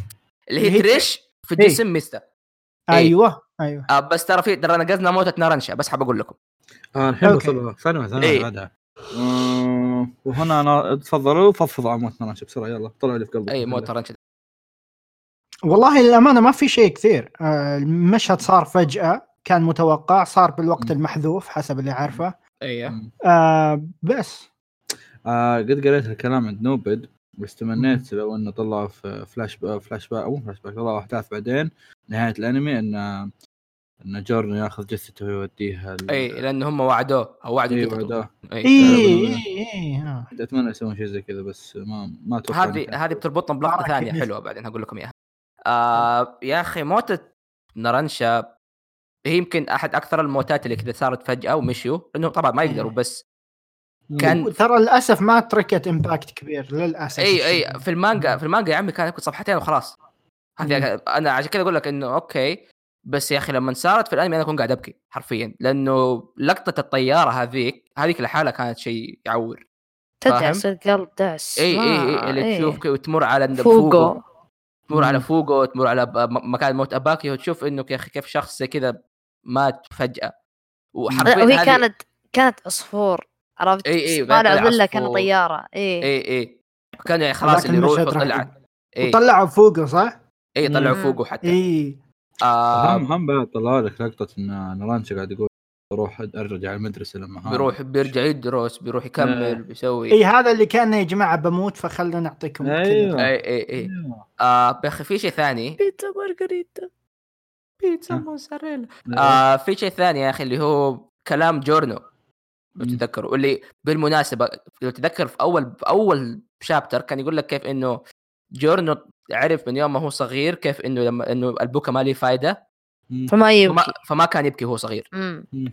اللي هي اللي هي تريش في إيه. جسم ميستا إيه. إيه. ايوه ايوه آه، بس ترى في ترى نقزنا موتة نارنشا بس حاب اقول لكم آه الحين أوكي. بوصل لها. ثانية ثانية إيه. بعدها آه، وهنا انا تفضلوا فضفضوا على موت نراشي بسرعة يلا طلعوا لي في قلبي اي موتة نارنشا والله للامانه ما في شيء كثير آه المشهد صار فجاه كان متوقع صار بالوقت مم. المحذوف حسب اللي عارفه ايوه آه بس آه قد قريت الكلام عند نوبد بس تمنيت لو انه طلعوا في فلاش باك فلاش باك او مو فلاش باك طلعوا احداث بعدين نهاية الانمي انه انه جورن ياخذ جثته ويوديها ال- اي لان هم وعدوه او وعدوا إيه، الدكتور. وعدوه. اي إي. اي آه، اي آه. اتمنى يسوون شيء زي كذا بس ما ما اتوقع إنه- هذه هذه بتربطنا بلقطه معركة ثانيه نزل. حلوه بعدين هقول لكم اياها آه يا اخي موتة نارنشا هي يمكن احد اكثر الموتات اللي كذا صارت فجاه ومشوا لانه طبعا ما يقدروا بس كان إيه، ترى للاسف ما تركت امباكت كبير للاسف اي اي في المانجا في المانجا يا عمي كان يكون صفحتين وخلاص هذه انا عشان كذا اقول لك انه اوكي بس يا اخي لما صارت في الانمي انا اكون قاعد ابكي حرفيا لانه لقطه الطياره هذيك هذيك لحالها كانت شيء يعور تدعس القلب دعس اي ما- اي اي إيه، اللي تشوف كي- وتمر على آه، إيه. فوقه تمر على فوقه تمر على ب- م- مكان موت اباكي وتشوف انه يا اخي كيف شخص زي كذا مات فجاه لا، وحرفيا وهي هذه- إيه، كانت كانت عصفور عرفت إي إي، طالع طلع ظله كان عصفور. طياره اي اي اي كان يعني خلاص لكن اللي المشهد روحه راح طلع اي وطلعوا فوقه صح؟ اي طلعوا مم. فوقه حتى اي آه هم هم بعد طلع لك لقطة ان نرانشا قاعد يقول بروح ارجع على المدرسة لما ها- بيروح بيرجع يدرس بيروح يكمل بيسوي اي إيه، هذا اللي كان يا جماعه بموت فخلنا نعطيكم كذا. أيوة. اي اي اي أيوة. إيه، آه يا اخي في شيء ثاني بيتزا مارغريتا بيتزا ها. موزاريلا آه في شيء ثاني يا اخي اللي هو كلام جورنو لو مم. تتذكروا واللي بالمناسبه لو تتذكر في اول في اول شابتر كان يقول لك كيف انه جورنو عرف من يوم ما هو صغير كيف انه لما انه البكا ما ليه فايده مم. فما يبكي فما, فما كان يبكي وهو صغير مم. كان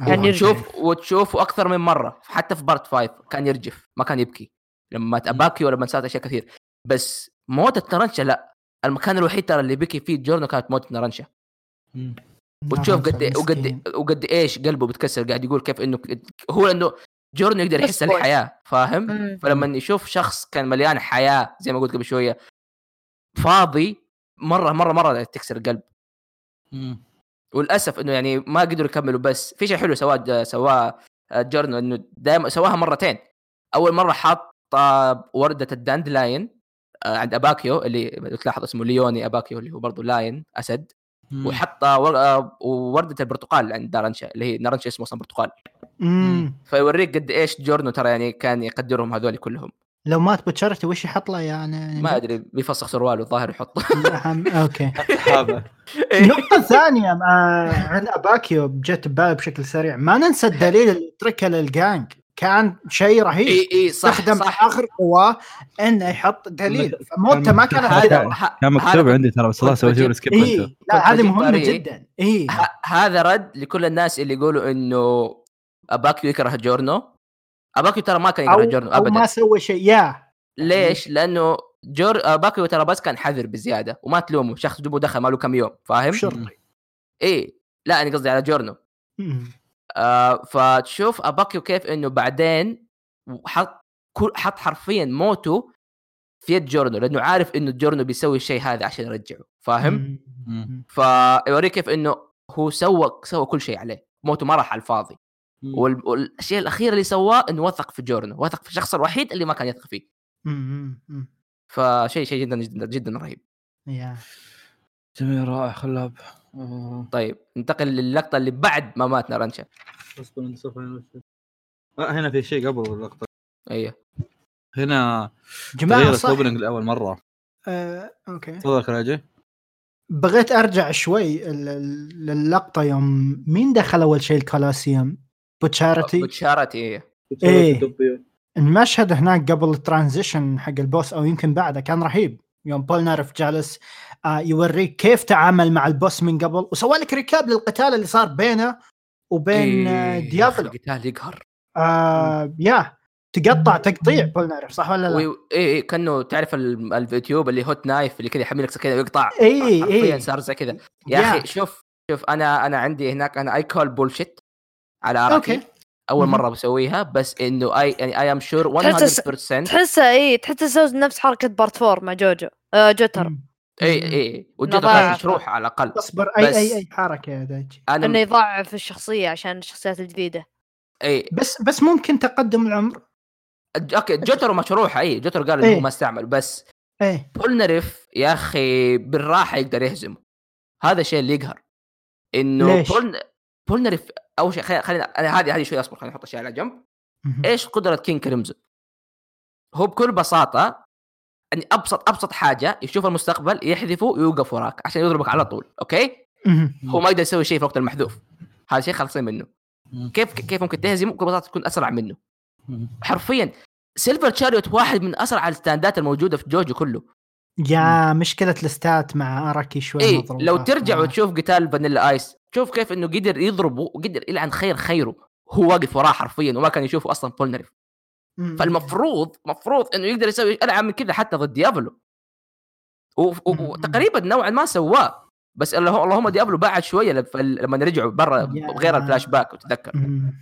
الله. يرجع. وتشوف وتشوفه اكثر من مره حتى في بارت 5 كان يرجف ما كان يبكي لما مات اباكي ولما صارت اشياء كثير بس موت الترنشا لا المكان الوحيد ترى اللي بكي فيه جورنو كانت موت الترنشا مم. وتشوف نعم، قد إيه- مسكين. وقد وقد ايش قلبه بتكسر قاعد يقول كيف انه هو لانه جورن يقدر يحس بوي. الحياه فاهم؟ مم. فلما يشوف شخص كان مليان حياه زي ما قلت قبل شويه فاضي مره مره مره تكسر القلب مم. وللاسف انه يعني ما قدروا يكملوا بس في شيء حلو سواه سواه آه، جورن انه دائما سواها مرتين اول مره حط آه، ورده الداندلاين آه، عند اباكيو اللي تلاحظ اسمه ليوني اباكيو اللي هو برضه لاين اسد مم. وحط ور- وردة البرتقال عند دارنشا اللي هي نارنشا اسمه اصلا برتقال مم. فيوريك قد ايش جورنو ترى يعني كان يقدرهم هذول كلهم لو مات بتشارتي وش يحط له يعني ما (laughs) ادري بيفسخ سرواله الظاهر يحطه أهم- (laughs) اوكي هذا النقطة الثانية مع آه، عن اباكيو جت ببالي بشكل سريع ما ننسى الدليل اللي تركه للجانج كان شيء رهيب اي اي إيه، صح استخدم صح اخر قواه انه (laughs) يحط دليل فموته كان ما كانت مكتوب. كذا ه- (laughs) كان مكتوب هذا- عندي ترى بس خلاص سويت له سكيب انت اي لا هذه كنت مهمة إيه. بجيب جدا اي ه- هذا رد لكل الناس اللي يقولوا انه اباكيو يكره جورنو اباكيو ترى ما كان او, يكره جورنو أو ما ابدا سوى شيء يا ليش؟ لانه جور اباكيو ترى بس كان حذر بزياده وما تلومه شخص جبه دخل ما له كم يوم فاهم؟ شرطي اي لا انا قصدي على جورنو مم. آه فتشوف اباكيو كيف انه بعدين حط كل- حط حرفيا موته في يد جورنو لانه عارف انه جورنو بيسوي الشيء هذا عشان يرجعه فاهم؟ مم. فيوريك كيف انه هو سوى سوى كل شيء عليه موته ما راح على الفاضي وال- والشيء الاخير اللي سواه انه وثق في جورنو وثق في الشخص الوحيد اللي ما كان يثق فيه مم. مم. فشيء شيء جدا جدا جدا رهيب يا جميل رائع خلاب آه. طيب ننتقل للقطه اللي بعد ما مات نارنشا اصبر انت سوف ينوشك. آه، هنا في شيء قبل اللقطة ايوه هنا جماعة تغيير صح السوبرنج لأول مرة آه، اوكي تفضل كراجي بغيت ارجع شوي ال- ال- للقطه يوم مين دخل اول شيء الكولوسيوم؟ Oh, وتشاريتي وتشارتي إيه. المشهد هناك قبل الترانزيشن حق البوس او يمكن بعده كان رهيب يوم بول نارف جالس آه، يوريك كيف تعامل مع البوس من قبل وسوى لك ريكاب للقتال اللي صار بينه وبين آه، ديابلو إيه. القتال يقهر آه يا تقطع تقطيع بول نارف صح ولا لا؟ وي- اي اي كانه تعرف ال- اليوتيوب اللي هوت نايف اللي كذا يحملك كذا ويقطع اي حرفيا اي صار زي كذا يا يا. اخي شوف شوف انا انا عندي هناك انا اي كول بولشيت على اوكي اوكي اول مهم. مره بسويها بس انه اي يعني اي ام شور 100% تحس- تحسها اي إيه، تحس تسوي نفس حركه بارت 4 مع جوجو آه جوتر اي اي وجدت نضاعف. إيه. مشروح على الاقل اصبر اي بس- آه. اي اي حركه يا دايتشي انه انا يضعف الشخصيه عشان الشخصيات الجديده اي بس بس ممكن تقدم العمر اوكي جوترو مشروح اي جوترو قال انه إيه. ما استعمل بس ايه بولنريف يا اخي بالراحه يقدر يهزمه هذا الشيء اللي يقهر انه ليش؟ بولن... بولنريف اول شيء خلينا خلينا انا هذه هذه شوي اصبر خلينا نحط اشياء على جنب ايش قدره كين كريمزو هو بكل بساطه يعني ابسط ابسط حاجه يشوف المستقبل يحذفه ويوقف وراك عشان يضربك على طول اوكي هو ما يقدر يسوي شيء في الوقت المحذوف هذا شيء خالصين منه مم. كيف كيف ممكن تهزمه بكل بساطه تكون اسرع منه حرفيا سيلفر تشاريوت واحد من اسرع الستاندات الموجوده في جوجو كله يا مشكله الستات مع اراكي شوي اي مضروبة. إيه، لو ترجع آه. وتشوف قتال فانيلا ايس تشوف كيف انه قدر يضربه وقدر يلعن خير خيره هو واقف وراه حرفيا وما كان يشوفه اصلا بولنري مم. فالمفروض مفروض انه يقدر يسوي العب من كذا حتى ضد ديابلو و- و- مم. وتقريبا نوعا ما سواه بس الله- اللهم ديابلو بعد شويه لف- لما رجعوا برا يا. غير الفلاش باك وتذكر مم.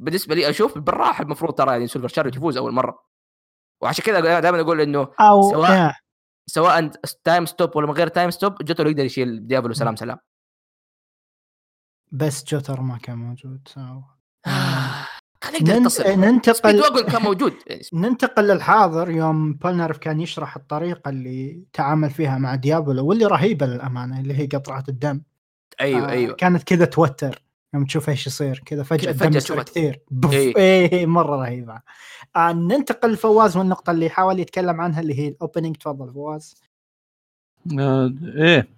بالنسبه لي اشوف بالراحه المفروض ترى يعني سيلفر شاريوت يفوز اول مره وعشان كذا دائما اقول انه او سواء- يا. سواء تايم ستوب ولا من غير تايم ستوب جوتو يقدر يشيل ديابلو سلام سلام بس جوتر ما كان موجود سو آه. كان يقدر يتصل سبيد ننتقل واجون كان (laughs) موجود يعني ننتقل للحاضر يوم بولنارف كان يشرح الطريقه اللي تعامل فيها مع ديابولو واللي رهيبه للامانه اللي هي قطرات الدم ايوه آه، ايوه كانت كذا توتر يوم تشوف ايش يصير كذا فجاه كذا الدم فجأة يصير شفت. كثير بف إيه. ايه مره رهيبه آه ننتقل لفواز والنقطه اللي حاول يتكلم عنها اللي هي الاوبننج تفضل فواز آه، ايه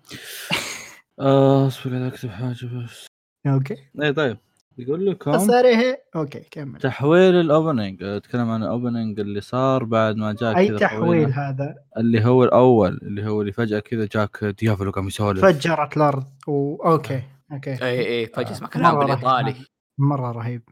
آه، اصبر قاعد اكتب حاجه بس اوكي ايه طيب يقول لكم تصريح اوكي كمل تحويل الاوبننج اتكلم عن الاوبننج اللي صار بعد ما جاء اي كذا تحويل طويلة. هذا اللي هو الاول اللي هو اللي فجاه كذا جاك ديافلو قام يسولف فجرت الارض و... اوكي اوكي اي (laughs) اي فجاه اسمع مرة كلام رهيب. بالايطالي مره رهيب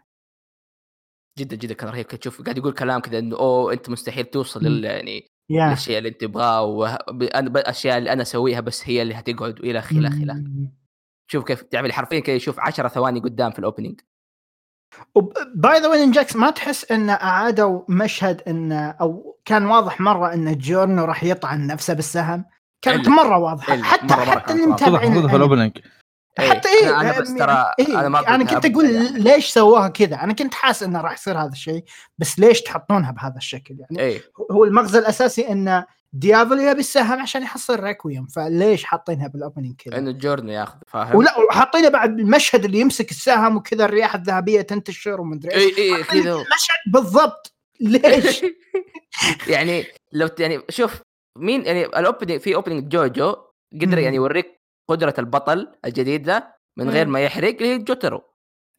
جدا جدا كان رهيب كنت تشوف قاعد يقول كلام كذا انه اوه انت مستحيل توصل لل يعني يا الاشياء اللي انت تبغاه والاشياء اللي انا اسويها بس هي اللي هتقعد والى اخره الى اخره إلى آخره. مم. شوف كيف تعمل حرفيا كذا يشوف 10 ثواني قدام في الاوبننج باي ذا وين جاكس ما تحس انه اعادوا مشهد انه او كان واضح مره ان جورنو راح يطعن نفسه بالسهم كانت إلا- مره واضحه إلا، حتى إيه. مرة- مرة حتى كانت اللي واضحة. متابعين تضح تضح في الأنمي. الاوبننج إيه، حتى ايه أنا- أنا بس ترى إيه أنا ما انا كنت كنت أبغى اقول يعني. ليش سواها كذا انا كنت حاسس انه راح يصير هذا الشيء بس ليش تحطونها بهذا الشكل يعني اي هو المغزى الاساسي ان ديافل يبي السهم عشان يحصل ريكويم فليش حاطينها بالاوبننج كذا انه جورنو ياخذ فاهم ولا وحاطينه بعد المشهد اللي يمسك السهم وكذا الرياح الذهبيه تنتشر ومدري ايش اي اي كذا مشهد بالضبط (laughs) ليش؟ يعني لو ت- يعني شوف مين يعني الاوبننج في اوبننج جوجو قدر مم. يعني يوريك قدره البطل الجديده من غير مم. ما يحرق اللي هي جوترو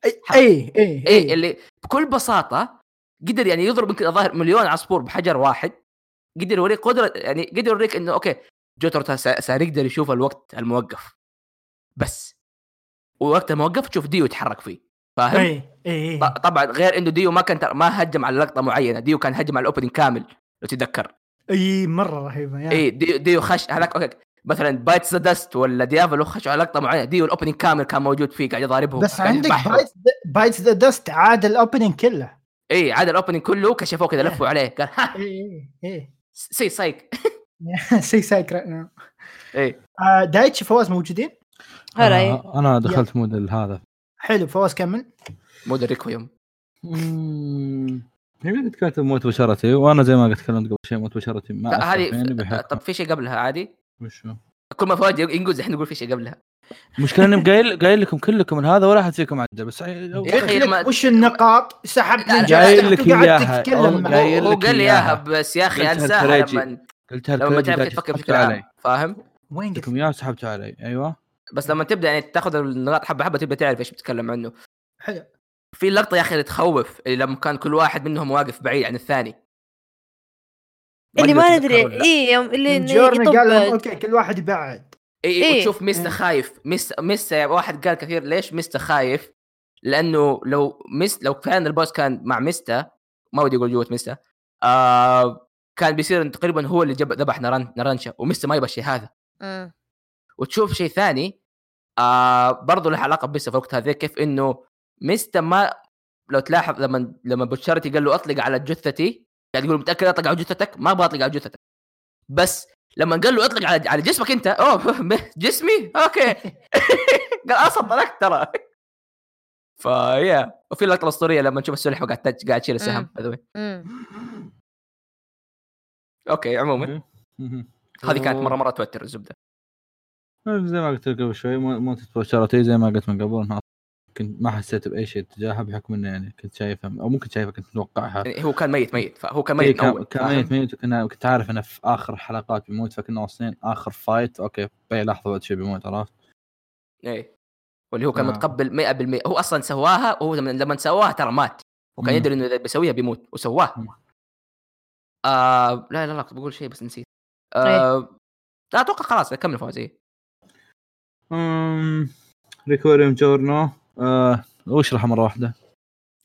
اي اي اي, اي اللي بكل بساطه قدر يعني يضرب يمكن الظاهر مليون عصفور بحجر واحد قدر يوريك قدره يعني قدر يوريك انه اوكي جوترو ترى سا- سيقدر يشوف الوقت الموقف بس ووقت الموقف تشوف ديو يتحرك فيه فاهم؟ اي اي ط- طبعا غير انه ديو ما كان تر- ما هجم على لقطه معينه ديو كان هجم على الاوبننج كامل لو تتذكر اي مره رهيبه يا اي إيه، ديو, ديو خش هذاك اوكي مثلا بايت ذا دست ولا ديافلو خشوا على لقطه معينه ديو الاوبننج كامل كان موجود فيه قاعد يضاربهم بس كان عندك يذبحهم. بايت بايت ذا دست عاد الاوبننج كله اي عاد الاوبننج إيه، كله كشفوه كذا لفوا عليه قال ها اي (laughs) اي سي سايك سي سايكرا اي آه دايتشي فواز موجودين؟ هلا آه، أنا- إيه. انا دخلت مود هذا حلو فواز كمل مود الريكويوم هي يعني كانت موت بشرتي وانا زي ما قلت تكلمت قبل شيء موت بشرتي ما لا، أثر هذه- فيني بحكم- طب في شيء قبلها عادي وشو؟ كل ما فواز ينقز احنا نقول في شيء قبلها المشكله اني قايل قايل لكم كلكم من هذا ولا احد فيكم عدى بس يا أخي قلت لك لما- وش النقاط؟ سحبت لا، لا، قايل لك إياها. تتكلم والله قايل معه. هو هو لك قال لي إياها. اياها بس يا اخي قلتها انساها الكريجي. لما قلتها لما تعرف تفكر بشكل عام فاهم وين قلت قلت؟ لكم يا سحبت علي ايوه بس لما تبدا يعني تاخذ النقاط حبه حبه تبدا تعرف ايش بتتكلم عنه حلو في لقطه يا اخي اللي تخوف اللي لما كان كل واحد منهم واقف بعيد عن الثاني ما اللي ما أدري إذا ندري تذكروا ولا لا. اي يوم اللي إنه جورنا يطب- قال لهم اوكي كل واحد يبعد اي إيه. إيه؟ وتشوف ميستا خايف ميستا ميستا واحد قال كثير ليش ميستا خايف؟ لانه لو ميس لو فعلا البوس كان مع ميستا ما ودي اقول جوه ميستا آه كان بيصير إن تقريبا هو اللي جب ذبح نران نرانشا وميستا ما يبغى الشيء هذا مم. وتشوف شيء ثاني آه برضه له علاقه بميستا في الوقت هذا كيف انه ميستا ما لو تلاحظ لما لما بوتشارتي قال له اطلق على جثتي قاعد يقول متاكد اطلق على جثتك ما ابغى اطلق على جثتك بس لما قال له اطلق على على جسمك انت (laughs) اوه م- جسمي اوكي (laughs) قال اصلا طلقت ترى فيا وفي لقطه اسطوريه لما نشوف السلحفاه قاعد تج- قاعد تشيل السهم إيه. by the way. مم. اوكي عموما هذه كانت مره مره توتر الزبده زي ما قلت لك قبل شوي مو مو تتوترتي زي ما قلت من قبل أنا كنت ما حسيت باي شيء تجاهها بحكم اني يعني كنت شايفها او ممكن شايفها كنت متوقعها يعني هو كان ميت ميت فهو كان إيه، ميت من كان اول كان فاهم؟ ميت ميت وكنا كنت عارف انه في اخر حلقات بيموت فكنا واصلين اخر فايت اوكي باي لحظه بعد شيء بيموت عرفت؟ ايه واللي هو كان آه. متقبل 100% هو اصلا سواها وهو لما- لما سواها ترى مات وكان مم. يدري انه اذا بيسويها بيموت وسواها مم. آه لا لا لا كنت بقول شيء بس نسيت آه لا اتوقع خلاص كمل إيه. فوزي أمم، ريكوريوم جورنو آه واشرح مره واحده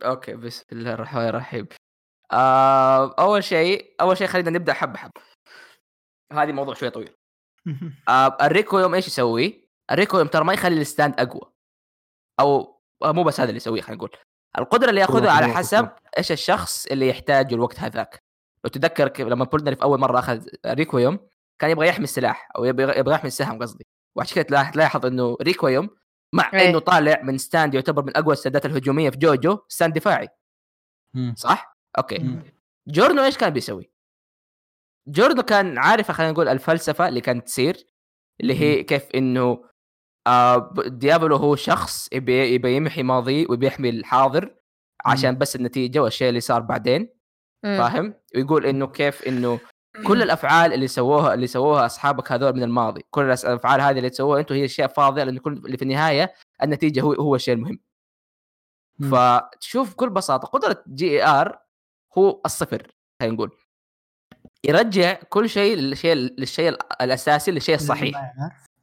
اوكي بسم الله الرحمن الرحيم آه اول شيء اول شيء خلينا نبدا حبه حبه هذه موضوع شوي طويل (laughs) آه الريكو يوم ايش يسوي؟ الريكو يوم ترى ما يخلي الستاند اقوى او آه، مو بس هذا اللي يسويه خلينا نقول القدره اللي ياخذها على قوة، حسب قوة. ايش الشخص اللي يحتاجه الوقت هذاك لو تتذكر كيف- لما بولنر في اول مره اخذ ريكويوم كان يبغى يحمي السلاح او يبغى يبغى يحمي السهم قصدي وعشان كذا تلاح- تلاحظ انه ريكويوم مع إيه. انه طالع من ستاند يعتبر من اقوى السندات الهجوميه في جوجو ستاند دفاعي مم. صح؟ اوكي مم. جورنو ايش كان بيسوي؟ جورنو كان عارف خلينا نقول الفلسفه اللي كانت تصير اللي هي كيف انه آه ب- ديابلو هو شخص يبي يبي يمحي ماضيه وبيحمي الحاضر عشان بس النتيجه والشيء اللي صار بعدين مم. فاهم؟ ويقول انه كيف انه كل الافعال اللي سووها اللي سووها اصحابك هذول من الماضي، كل الأس- الافعال هذه اللي تسووها انتم هي اشياء فاضيه لانه كل اللي في النهايه النتيجه هو هو الشيء المهم. مم. فتشوف بكل بساطه قدره جي اي ار هو الصفر خلينا نقول يرجع كل شيء للشيء للشيء ال- الاساسي للشيء الصحيح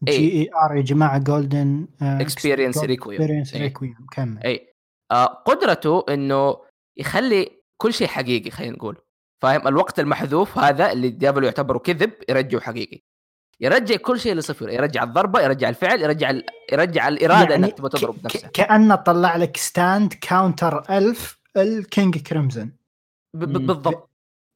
إيه. جي اي ار يا جماعه جولدن Experience Requiem. اكسبيرينس إيه. ريكويم كمل اي آه، قدرته انه يخلي كل شيء حقيقي خلينا نقول فاهم الوقت المحذوف هذا اللي ديابلو يعتبره كذب يرجعه حقيقي يرجع كل شيء لصفر يرجع الضربه يرجع الفعل يرجع ال... يرجع الاراده انك تبغى ك- تضرب يعني ك- نفسك كانه طلع لك ستاند كاونتر ألف الكينج كريمزن ب... مم. ب... بالضبط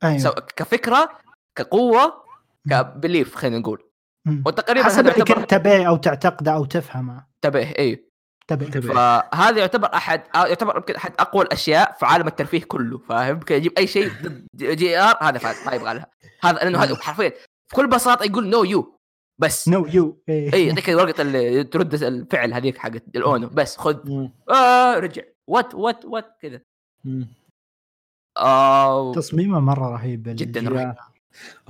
ايوه سو... كفكره كقوه كبليف خلينا نقول مم. وتقريبا حسب هذا اللي يعتبر كنت تبيه او تعتقده او تفهمه انتبه ايوه تبيه فهذا يعتبر احد يعتبر يمكن احد اقوى الاشياء في عالم الترفيه كله فاهم يمكن يجيب اي شيء ضد جي ار هذا فاز ما يبغى لها هذا لانه نعم. هذا حرفيا بكل بساطه يقول نو يو بس نو يو اي يعطيك ورقه ال- ترد الفعل هذيك حقت الاونو بس خذ مم. آه رجع وات وات وات كذا مم. آه (laughs) تصميمه مره رهيب جدا الجي- رهيب.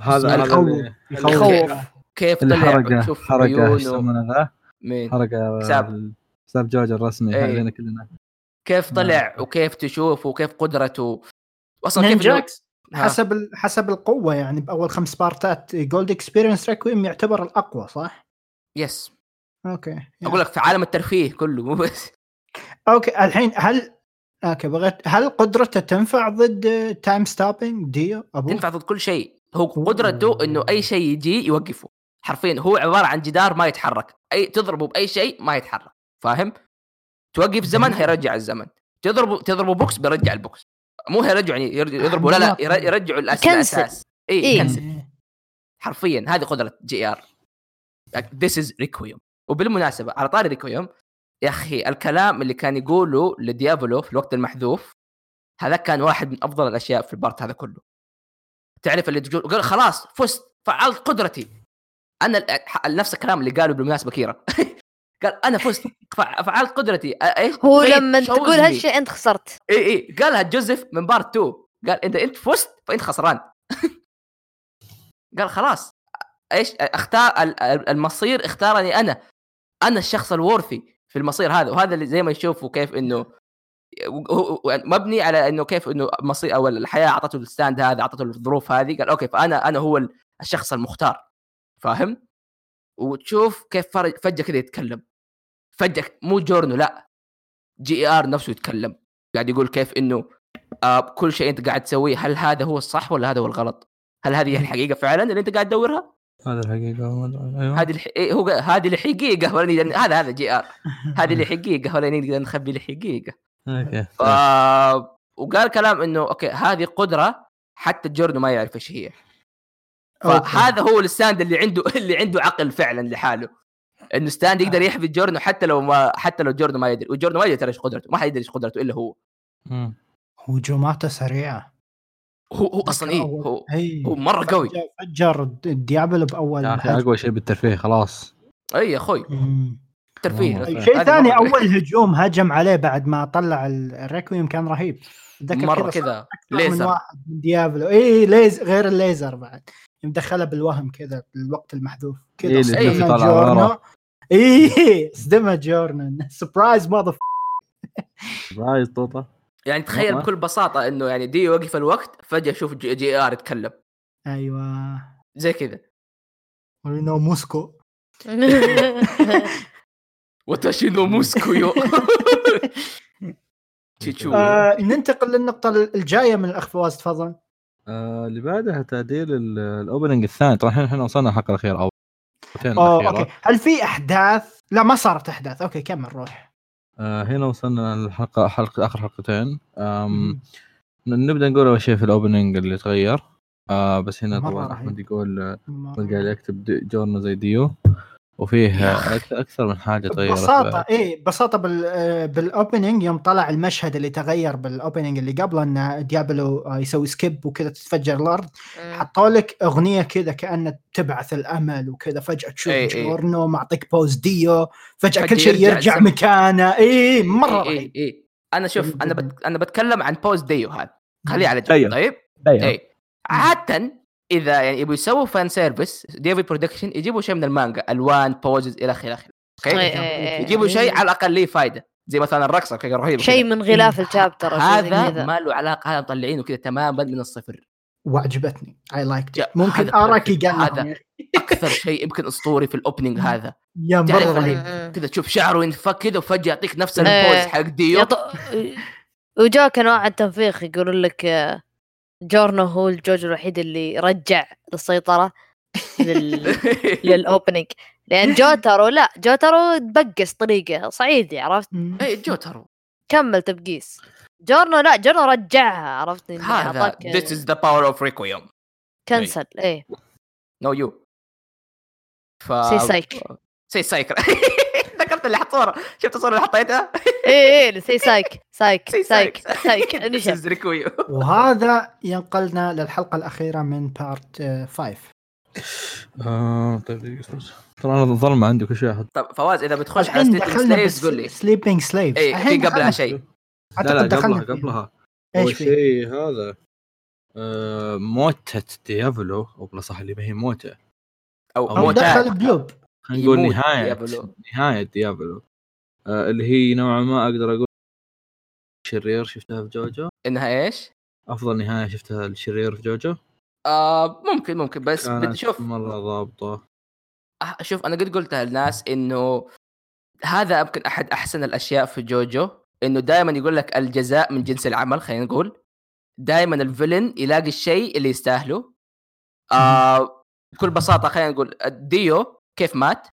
هذا هذا يخوف. اللي- يخوف يخوف. كيف اللي طلع حرقه تشوف حرقه ايش عيونه يسمونه ذا؟ مين حرقه ساب. ساب جوج الرسمي إيه. علينا كلنا كيف طلع نعم. وكيف تشوف وكيف قدرته اصلا كيف إنه- نينجاكس ها. حسب ال- حسب القوه يعني باول خمس بارتات جولد اكسبيرينس ريكويم يعتبر الاقوى صح؟ يس اوكي اقول لك في عالم الترفيه كله مو بس اوكي الحين هل اوكي بغيت هل قدرته تنفع ضد تايم ستوبينج ديو ابو تنفع ضد كل شيء هو قدرته انه اي شيء يجي يوقفه حرفيا هو عباره عن جدار ما يتحرك اي تضربه باي شيء ما يتحرك فاهم توقف زمن هيرجع الزمن تضربه تضربه بوكس بيرجع البوكس مو هيرجعوا يعني يرج- يضربوا لا لا ير- يرجعوا الأس- كنسل. الاساس اي إيه. كنسل حرفيا هذه قدره جي ار ذيس از ريكويوم وبالمناسبه على طاري ريكويوم يا اخي الكلام اللي كان يقوله لديابولو في الوقت المحذوف هذا كان واحد من افضل الاشياء في البارت هذا كله تعرف اللي تقول قال خلاص فزت فعلت قدرتي انا ال- ح- نفس الكلام اللي قاله بالمناسبه كيرا (laughs) قال انا فزت فع- فعلت قدرتي أ- إيه؟ هو fate لما chose تقول me. هالشيء انت خسرت اي اي قالها جوزيف إيه. من بارت 2 قال اذا انت فزت فانت خسران (laughs) قال خلاص ايش اختار ال- ال- المصير اختارني انا انا الشخص الورثي في المصير هذا وهذا اللي زي ما يشوفوا كيف انه هو- هو- مبني على انه كيف انه مصير او الحياه اعطته الستاند هذا اعطته الظروف هذه قال اوكي فانا انا هو الشخص المختار فاهم؟ وتشوف كيف فرج فجاه كذا يتكلم فجاه مو جورنو لا جي ار نفسه يتكلم قاعد يقول كيف انه آه كل شيء انت قاعد تسويه هل هذا هو الصح ولا هذا هو الغلط؟ هل هذه هي الحقيقه فعلا اللي انت قاعد تدورها؟ هذا الحقيقه ايوه هذه الح... إيه هو قا- هذه الحقيقه ولا نقدر- هذا هذا جي ار هذه الحقيقه ولا نقدر نخبي الحقيقه اوكي ف... وقال كلام انه اوكي هذه قدره حتى جوردن ما يعرف ايش هي فهذا هو الستاند اللي عنده (laughs) اللي عنده عقل فعلا لحاله انه ستاند يقدر يحفي جوردن حتى لو ما حتى لو جوردن ما يدري وجوردن ما يدري ترى ايش قدرته ما حد يدري ايش قدرته الا هو مم. هجوماته سريعه هو هو اصلا ايه هو إيه. هو مره قوي فجر- فجر الديابلو باول يا اخي هجمة. اقوى شيء بالترفيه خلاص اي إيه، يا اخوي مم. ترفيه والله. إيه. طيب، شيء هذه ثاني مرة- اول هجوم هجم عليه بعد ما طلع الريكويم كان رهيب أتذكر مره صار كذا أكثر من ليزر واحد من ديابلو اي ليز غير الليزر بعد مدخله بالوهم كذا بالوقت المحذوف إيه، كذا اللي تحسه صدمة طالع جورنو ورا. اي صدمه جورنو سبرايز ماذر رايز طوطه يعني تخيل مرة. بكل بساطه انه يعني دي وقف الوقت فجاه شوف جي, جي ار يتكلم ايوه زي كذا ورينو موسكو وتشينو (laughs) موسكويو تشيتشو آه ننتقل للنقطه الجايه من الاخ فواز تفضل آه، اللي بعدها تعديل ال- الاوبننج الثاني طبعا الحين احنا وصلنا الحلقه الاخيره او أوه، اوكي هل في احداث لا ما صارت احداث اوكي كمل روح آه هنا وصلنا للحلقه حلقه اخر حلقتين آم نبدا نقول اول شيء في الاوبننج اللي تغير آه بس هنا مرة طبعا رهيب. احمد يقول آه، قاعد مرة. يكتب دي- جورنو زي ديو وفيه آه، أك- اكثر من حاجه طيب، تغيرت ببساطة بعد. ايه ببساطة بال آه، بالاوبننج يوم طلع المشهد اللي تغير بالاوبننج اللي قبله ان ديابلو آه، يسوي سكيب وكذا تتفجر الارض حطوا لك اغنية كذا كأنها تبعث الامل وكذا فجأة تشوف إيه، ايه إيه. جورنو معطيك بوز ديو فجأة فجأة كل شيء يرجع إيه، يرجع الزمن. مكانه ايه مرة اي رهيب إي- اي انا شوف انا بت... انا بتكلم عن بوز ديو هذا خليه على ديو. جنب طيب إيه. اي عادة اذا يعني يبغوا يسووا فان سيرفيس ديفي برودكشن يجيبوا شيء من المانجا الوان بوزز الى اخره الى اخره اوكي أيوة. يجيبوا (laughs) شيء على الاقل ليه فايده زي مثلا الرقصه كذا رهيبه شيء كذا. من غلاف الشابتر أو شيء زي هذا كذا. ما له علاقه هذا مطلعينه كذا تماما من الصفر وعجبتني اي لايك يا، ممكن هذا اراكي قال هذا. لهم يا أخي. اكثر شيء يمكن اسطوري في الاوبننج هذا يا مرة تعرف رهيب مم. كذا تشوف شعره ينفك كذا وفجاه يعطيك نفس إيه. البوز حق ديو (laughs) يط- وجاك نوع التنفيخ يقولون لك آه، جورنو هو الجوج الوحيد اللي رجع السيطرة (laughs) (laughs) لل... للأوبننج لأن جوترو لا جوترو تبقس طريقه صعيدي عرفت مم. اي إيه، جوترو كمل تبقيس جورنو لا جورنو رجعها عرفت إنه هذا أعطاك this is the power of requiem كنسل ايه no you ف سي سايك سي سايك (laughs) ذكرت اللي حط صوره شفت الصوره اللي حطيتها (laughs) ايه ايه سي سايك سايك سي سايك (laughs) سايك سايك this انشف is requiem وهذا ينقلنا للحلقة الأخيرة من بارت 5 آه طيب دقيقة استنى. ترى انا ظلمه عندي كل شيء احط طب فواز اذا بتخش على سليفز قول لي سليبنج سليف اي في قبلها شيء لا لا أعتقد قبلها دخلنا فيه. قبلها ايش اول في؟ شيء هذا آه موتة ديافلو او بلا صح اللي ما هي موتة او أو أو موتات دخل بلوب خلينا نقول يموت نهاية ديافلو. نهاية ديافلو آه اللي هي نوعا ما اقدر اقول شرير شفتها في جوجو انها ايش؟ افضل نهاية شفتها الشرير في جوجو آه ممكن ممكن بس بدي كانت شوف مرة ضابطة أح- شوف انا قد قلتها للناس انه هذا يمكن احد احسن الاشياء في جوجو انه دائما يقول لك الجزاء من جنس العمل خلينا نقول دائما الفيلن يلاقي الشيء اللي يستاهله آه بكل بساطه خلينا نقول ديو كيف مات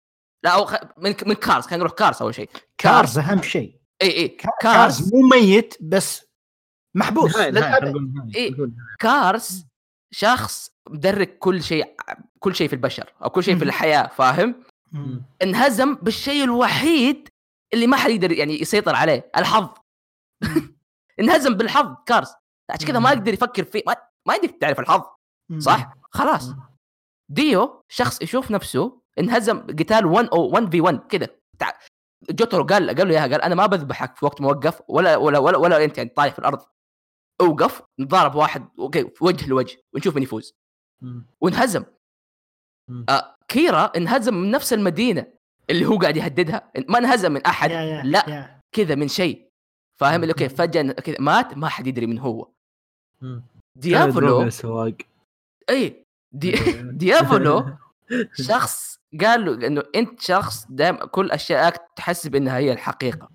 لا أو خ... من من كارز خلينا نروح كارز اول شيء كارز أهم شيء اي اي كارز كارز مو ميت بس محبوس نهاية نهاية للأبد خلينا نقول نهاية، إيه. خلينا نقول نهاية. كارز شخص مدرك كل شيء كل شيء في البشر او كل شيء في مم. الحياه فاهم مم. انهزم بالشيء الوحيد اللي ما حد يقدر يعني يسيطر عليه الحظ (laughs) انهزم بالحظ كارس عشان كذا ما مم. يقدر يفكر فيه ما, ما يقدر تعرف الحظ مم. صح خلاص ديو شخص يشوف نفسه انهزم قتال 1 او 1 في 1 كذا تع- جوترو قال قال له اياها قال انا ما بذبحك في وقت موقف ولا ولا ولا, ولا انت يعني طايح في الارض اوقف نضارب واحد اوكي وجه لوجه ونشوف من يفوز مم. وانهزم مم. آه كيرا انهزم من نفس المدينه اللي هو قاعد يهددها ما انهزم من احد يا- يا- لا يا. كذا من شيء فاهم اللي اوكي فجاه كذا مات ما حد يدري من هو مم. ديابولو سواق اي إيه، دي (laughs) ديابولو شخص قال له انه انت شخص دائم كل اشيائك تحسب انها هي الحقيقه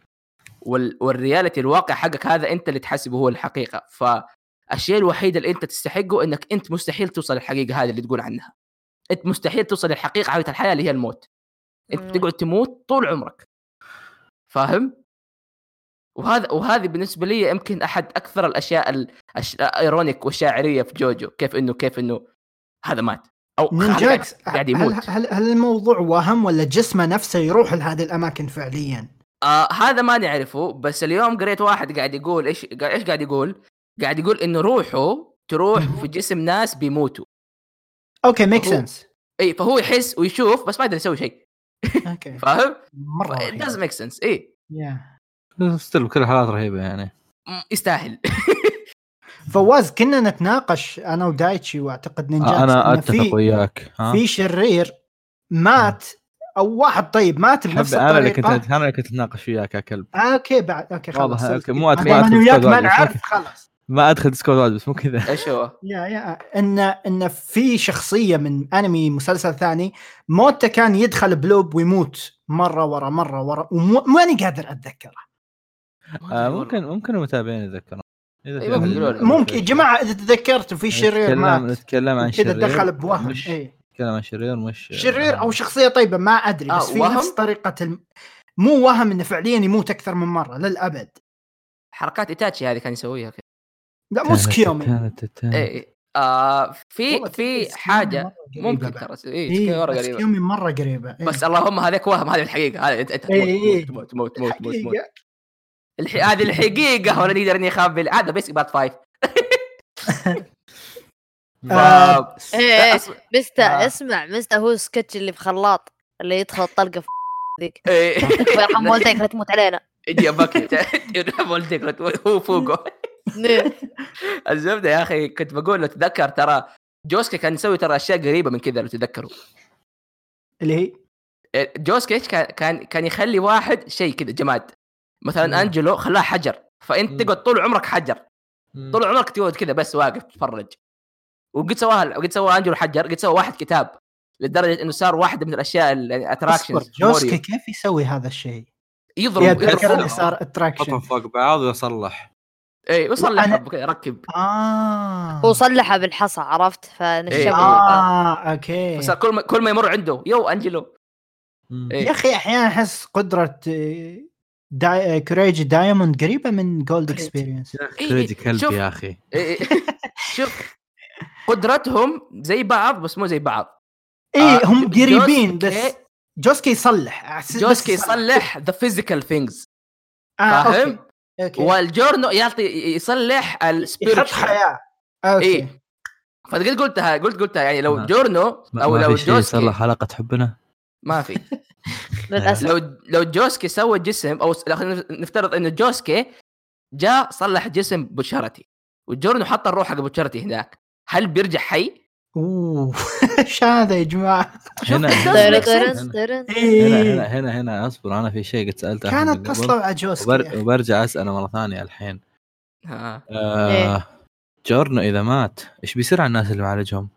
وال... والرياليتي الواقع حقك هذا انت اللي تحسبه هو الحقيقه فالشيء الوحيد اللي انت تستحقه انك انت مستحيل توصل للحقيقه هذه اللي تقول عنها انت مستحيل توصل للحقيقه حقت الحياه اللي هي الموت انت مم. بتقعد تموت طول عمرك فاهم وهذا وهذه بالنسبه لي يمكن احد اكثر الاشياء ال... الأش... الايرونيك والشاعريه في جوجو كيف انه كيف انه هذا مات او من هذا جد قاعد- قاعد هل, يموت هل, هل الموضوع وهم ولا جسمه نفسه يروح لهذه الاماكن فعليا؟ آه هذا ما نعرفه بس اليوم قريت واحد قاعد يقول ايش قا- ايش قاعد يقول؟ قاعد يقول انه روحه (laughs) تروح في جسم ناس بيموتوا اوكي ميك هو- سنس اي فهو يحس ويشوف بس ما يقدر يسوي شيء (laughs) اوكي (laughs) فاهم؟ مره داز رهيب. ميك سنس اي Yeah. ستيل كل حالات رهيبه يعني م- (laughs) يستاهل فواز كنا نتناقش انا ودايتشي واعتقد نينجا انا اتفق وياك ها في شرير مات او واحد طيب مات حب بنفس انا اللي كنت الطريقه انا اللي كنت اتناقش وياك يا كلب اوكي بعد اوكي واضح خلاص اوكي مو أت- ما دام ما ادخل انا وياك ما ديسكورد واحد، نعرف خلاص ما ادخل ديسكورد واحد، بس مو (laughs) كذا ايش هو؟ يا يا ان ان في شخصيه من انمي مسلسل ثاني موته كان يدخل بلوب ويموت مره ورا مره ورا وماني قادر اتذكره آه، ممكن ممكن المتابعين يتذكرون إذا في إيه، ممكن أحد يقولوا لنا. أيوة، ممكن يا جماعه اذا تذكرت في شرير نتكلم مات نتكلم عن كذا شرير دخل إيه. بوهم مش اي نتكلم عن شرير مش شرير او شخصيه طيبه ما ادري آه، بس في وهم؟ نفس طريقه الم... مو وهم انه فعليا يموت اكثر من مره للابد حركات ايتاتشي هذه كان يسويها كذا لا مو سكيومي اي إي. آه في إيه. والله في تسكيومي حاجه مرة قريبة ممكن بعد. ترى اي إيه، مره قريبه سكيومي مره قريبه إيه. بس اللهم هذاك وهم هذه الحقيقه هذا انت انت إيه، إيه. تموت تموت تموت تموت تموت تموت حقيقة. الح... هذه الحقيقه ولا نقدر نخبي هذا بيسك بارت 5 آه، (laughs) إيه، إيه. أص- مستا آه. اسمع مستا هو السكتش اللي بخلاط اللي يدخل (laughs) الطلقه في ذيك إيه. (laughs) الله يرحم (laughs) والديك لا تموت علينا اجي ابكي يرحم (laughs) والديك هو فوقه آه. الزبده يا اخي كنت بقول لو تتذكر ترى جوسكي كان يسوي ترى اشياء قريبه من كذا لو تتذكروا اللي هي جوسكي إيش كان كان كان يخلي واحد شيء كذا جماد مم. مثلا انجلو خلاه حجر فانت مم. تقعد طول عمرك حجر طول عمرك تقعد كذا بس واقف تتفرج وقد سواها قد سواها انجلو حجر قد سوى واحد كتاب لدرجه انه صار واحده من يعني الاشياء اصبر الاتراكشنز جوسكي كيف يسوي هذا الشيء؟ يضرب يا يضرب اتذكر اللي فوق. صار اتراكشن حطهم فوق بعض ويصلح اي إيه، وصل أنا- لحب كذا ركب اه هو صلحها بالحصى عرفت آه. إيه. فنشبه اه اوكي فصار كل ما كل ما يمر عنده يو انجلو إيه. يا اخي احيانا احس قدره آه، داي... كريج دايموند قريبه من جولد كريج. اكسبيرينس إيه، كريدي إيه، شوف. كلب يا اخي (laughs) إيه، إيه. شوف قدرتهم زي بعض بس مو زي بعض ايه آه، هم جو- قريبين جوسكي- بس جوسكي يصلح أحس- بس جوسكي يصلح ذا فيزيكال ثينجز آه، أوكي، فاهم؟ أوكي. والجورنو يعطي يصلح يحط السبيريتشوال حياه اوكي إيه. فقد قلتها قلت قلتها يعني لو ما- جورنو ما- او ما لو في شيء صار له جوسكي حلقه حبنا ما في للاسف لو لو جوسكي سوى جسم او س- خلينا نفترض انه جوسكي جاء صلح جسم بوتشارتي وجورنو حط الروح حق بوتشارتي هناك هل بيرجع حي؟ (laughs) اوه ايش هذا يا جماعه؟ هنا طيرن، هنا طيرن، طيرن. هنا ايه هنا هنا اصبر انا في شيء قد سالته أحمد كانت قبل، تصلع على جوسكي يا وبر... أخي. وبرجع اساله مره ثانيه الحين ها. آه... إيه. جورنو اذا مات ايش بيصير على الناس اللي معالجهم؟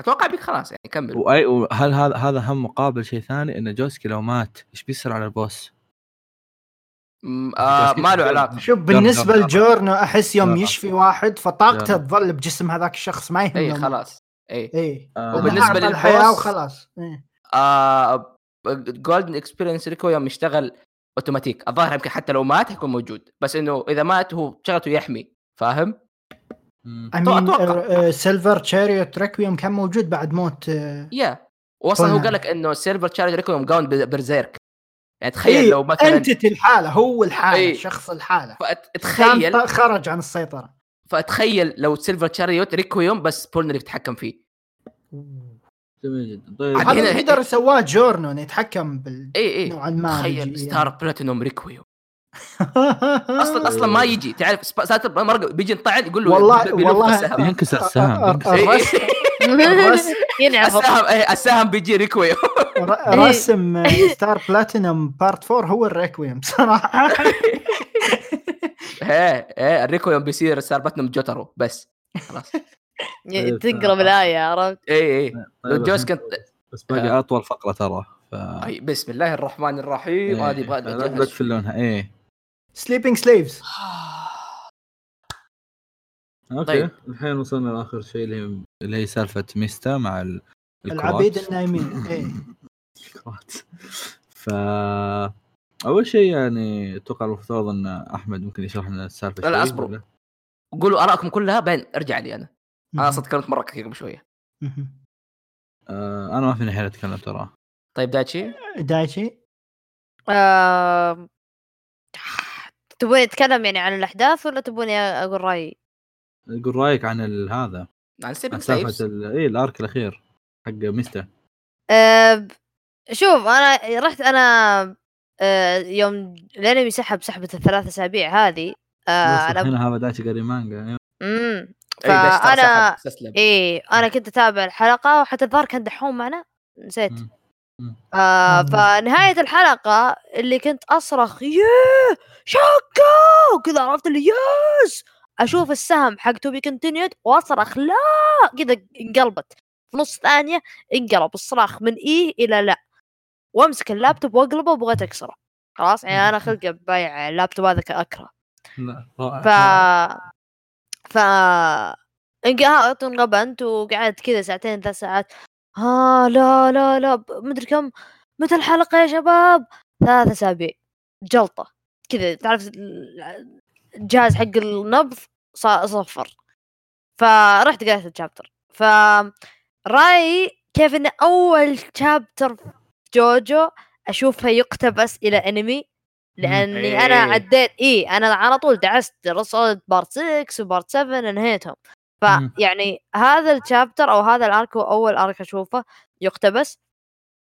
اتوقع بيك خلاص يعني كمل واي وهل هذا هذا هم مقابل شيء ثاني ان جوسكي لو مات ايش بيصير على البوس؟ م- آه ما له علاقه شوف بالنسبه جرب. لجورنو احس يوم جرب. يشفي واحد فطاقته جرب. تظل بجسم هذاك الشخص ما يهمه إيه. اي إيه، خلاص إيه. اي اي آه، وبالنسبة وبالنسبه للبوس- للحياه وخلاص إيه. آه جولدن اكسبيرينس ريكو يوم يشتغل اوتوماتيك الظاهر يمكن حتى لو مات حيكون موجود بس انه اذا مات هو شغلته يحمي فاهم؟ مم. I mean, أتوقع. آه، آه، سيلفر تشاريوت ريكويوم كان موجود بعد موت آه، يا واصلا هو قلنا. قال لك انه سيرفر تشارج ريكو يوم قاون ب- برزيرك يعني إيه، تخيل لو مثلا انتتي الحاله هو الحاله إيه. أي. شخص الحاله فتخيل كان خرج عن السيطره فتخيل لو سيلفر تشاريوت ريكو يوم بس بولنر يتحكم فيه جميل جدا طيب عاد هذا هنا- اللي يقدر سواه جورنو انه يتحكم بال اي اي نوعا ما إيه. يعني. تخيل بالجي- (laughs) ستار بلاتينوم ريكو يوم اصلا اصلا اصلا ما يجي تعرف سب- ساتر مرق بيجي ينطعن يقول له والله- بيلف والله- السهم. بينكسر السهم بينكسر- إي، إي. (laughs) الرسم (laughs) الرسم (laughs) (laughs) ينعرف السهم إيه، السهم بيجي ريكو (laughs) يوم ر- آه، (laughs) رسم ستار بلاتينم بارت 4 هو الريكويم بصراحه ايه ايه الريكو يوم بيصير سالفتهم جوترو بس (laughs) خلاص إيه، ي- تقرا بالايه عرفت اي اي آه. جوز كنت طيب، بس باقي اطول فقره ترى ف أي، طيب، بسم الله الرحمن الرحيم هذه إيه، يبغى (sighs) لا بتفلونها ايه سليبنج سليفز اوكي طيب. طيب. الحين وصلنا لاخر شيء اللي هي- اللي هي سالفه ميستا مع ال... الكروات. العبيد النايمين ايه الكروات (laughs) ف اول شيء يعني اتوقع المفترض ان احمد ممكن يشرح لنا السالفه لا، لا، شوي، أصبروا. ولا؟ قولوا ارائكم كلها بعدين ارجع لي انا انا صرت كلمت مره كثير قبل شويه مهم. آه انا ما فيني حيل اتكلم ترى طيب دايتشي دايتشي آه. آم، تبوني اتكلم يعني عن الاحداث ولا تبوني اقول رايي؟ قول رايك عن ال- هذا عن طيب. عن سيبك سالفه سيفز ال... ايه الارك الاخير حق ميستا أب- آه، شوف انا رحت انا أه، يوم الانمي سحب سحبه الثلاث اسابيع هذه أه، بس انا هنا هذا دايتشي قاري مانجا أيوة. امم إيه، فأنا- فانا طيب. استسلم ايه انا كنت اتابع الحلقه وحتى الظاهر كان دحوم معنا نسيت مم. مم. آه مم. فنهايه الحلقه اللي كنت اصرخ ياه شاكا وكذا عرفت اللي يس اشوف السهم حق توبي كونتينيود واصرخ لا كذا انقلبت في نص ثانيه انقلب الصراخ من اي الى لا وامسك اللابتوب واقلبه وبغيت اكسره خلاص يعني انا خلقه بايع اللابتوب هذا اكره لا، رائع. ف ف انقهرت وانغبنت وقعدت كذا ساعتين ثلاث ساعات ها آه لا لا لا ب- مدري كم متى الحلقة يا شباب ثلاث أسابيع جلطة كذا تعرف ال- الجهاز حق النبض صا- صفر فرحت قريت الشابتر ف رأيي كيف ان اول شابتر في جوجو اشوفها يقتبس الى انمي لاني انا إيه. عديت اي انا على طول دعست رصد بارت 6 وبارت 7 انهيتهم مم. فيعني هذا الشابتر او هذا الارك هو اول ارك اشوفه يقتبس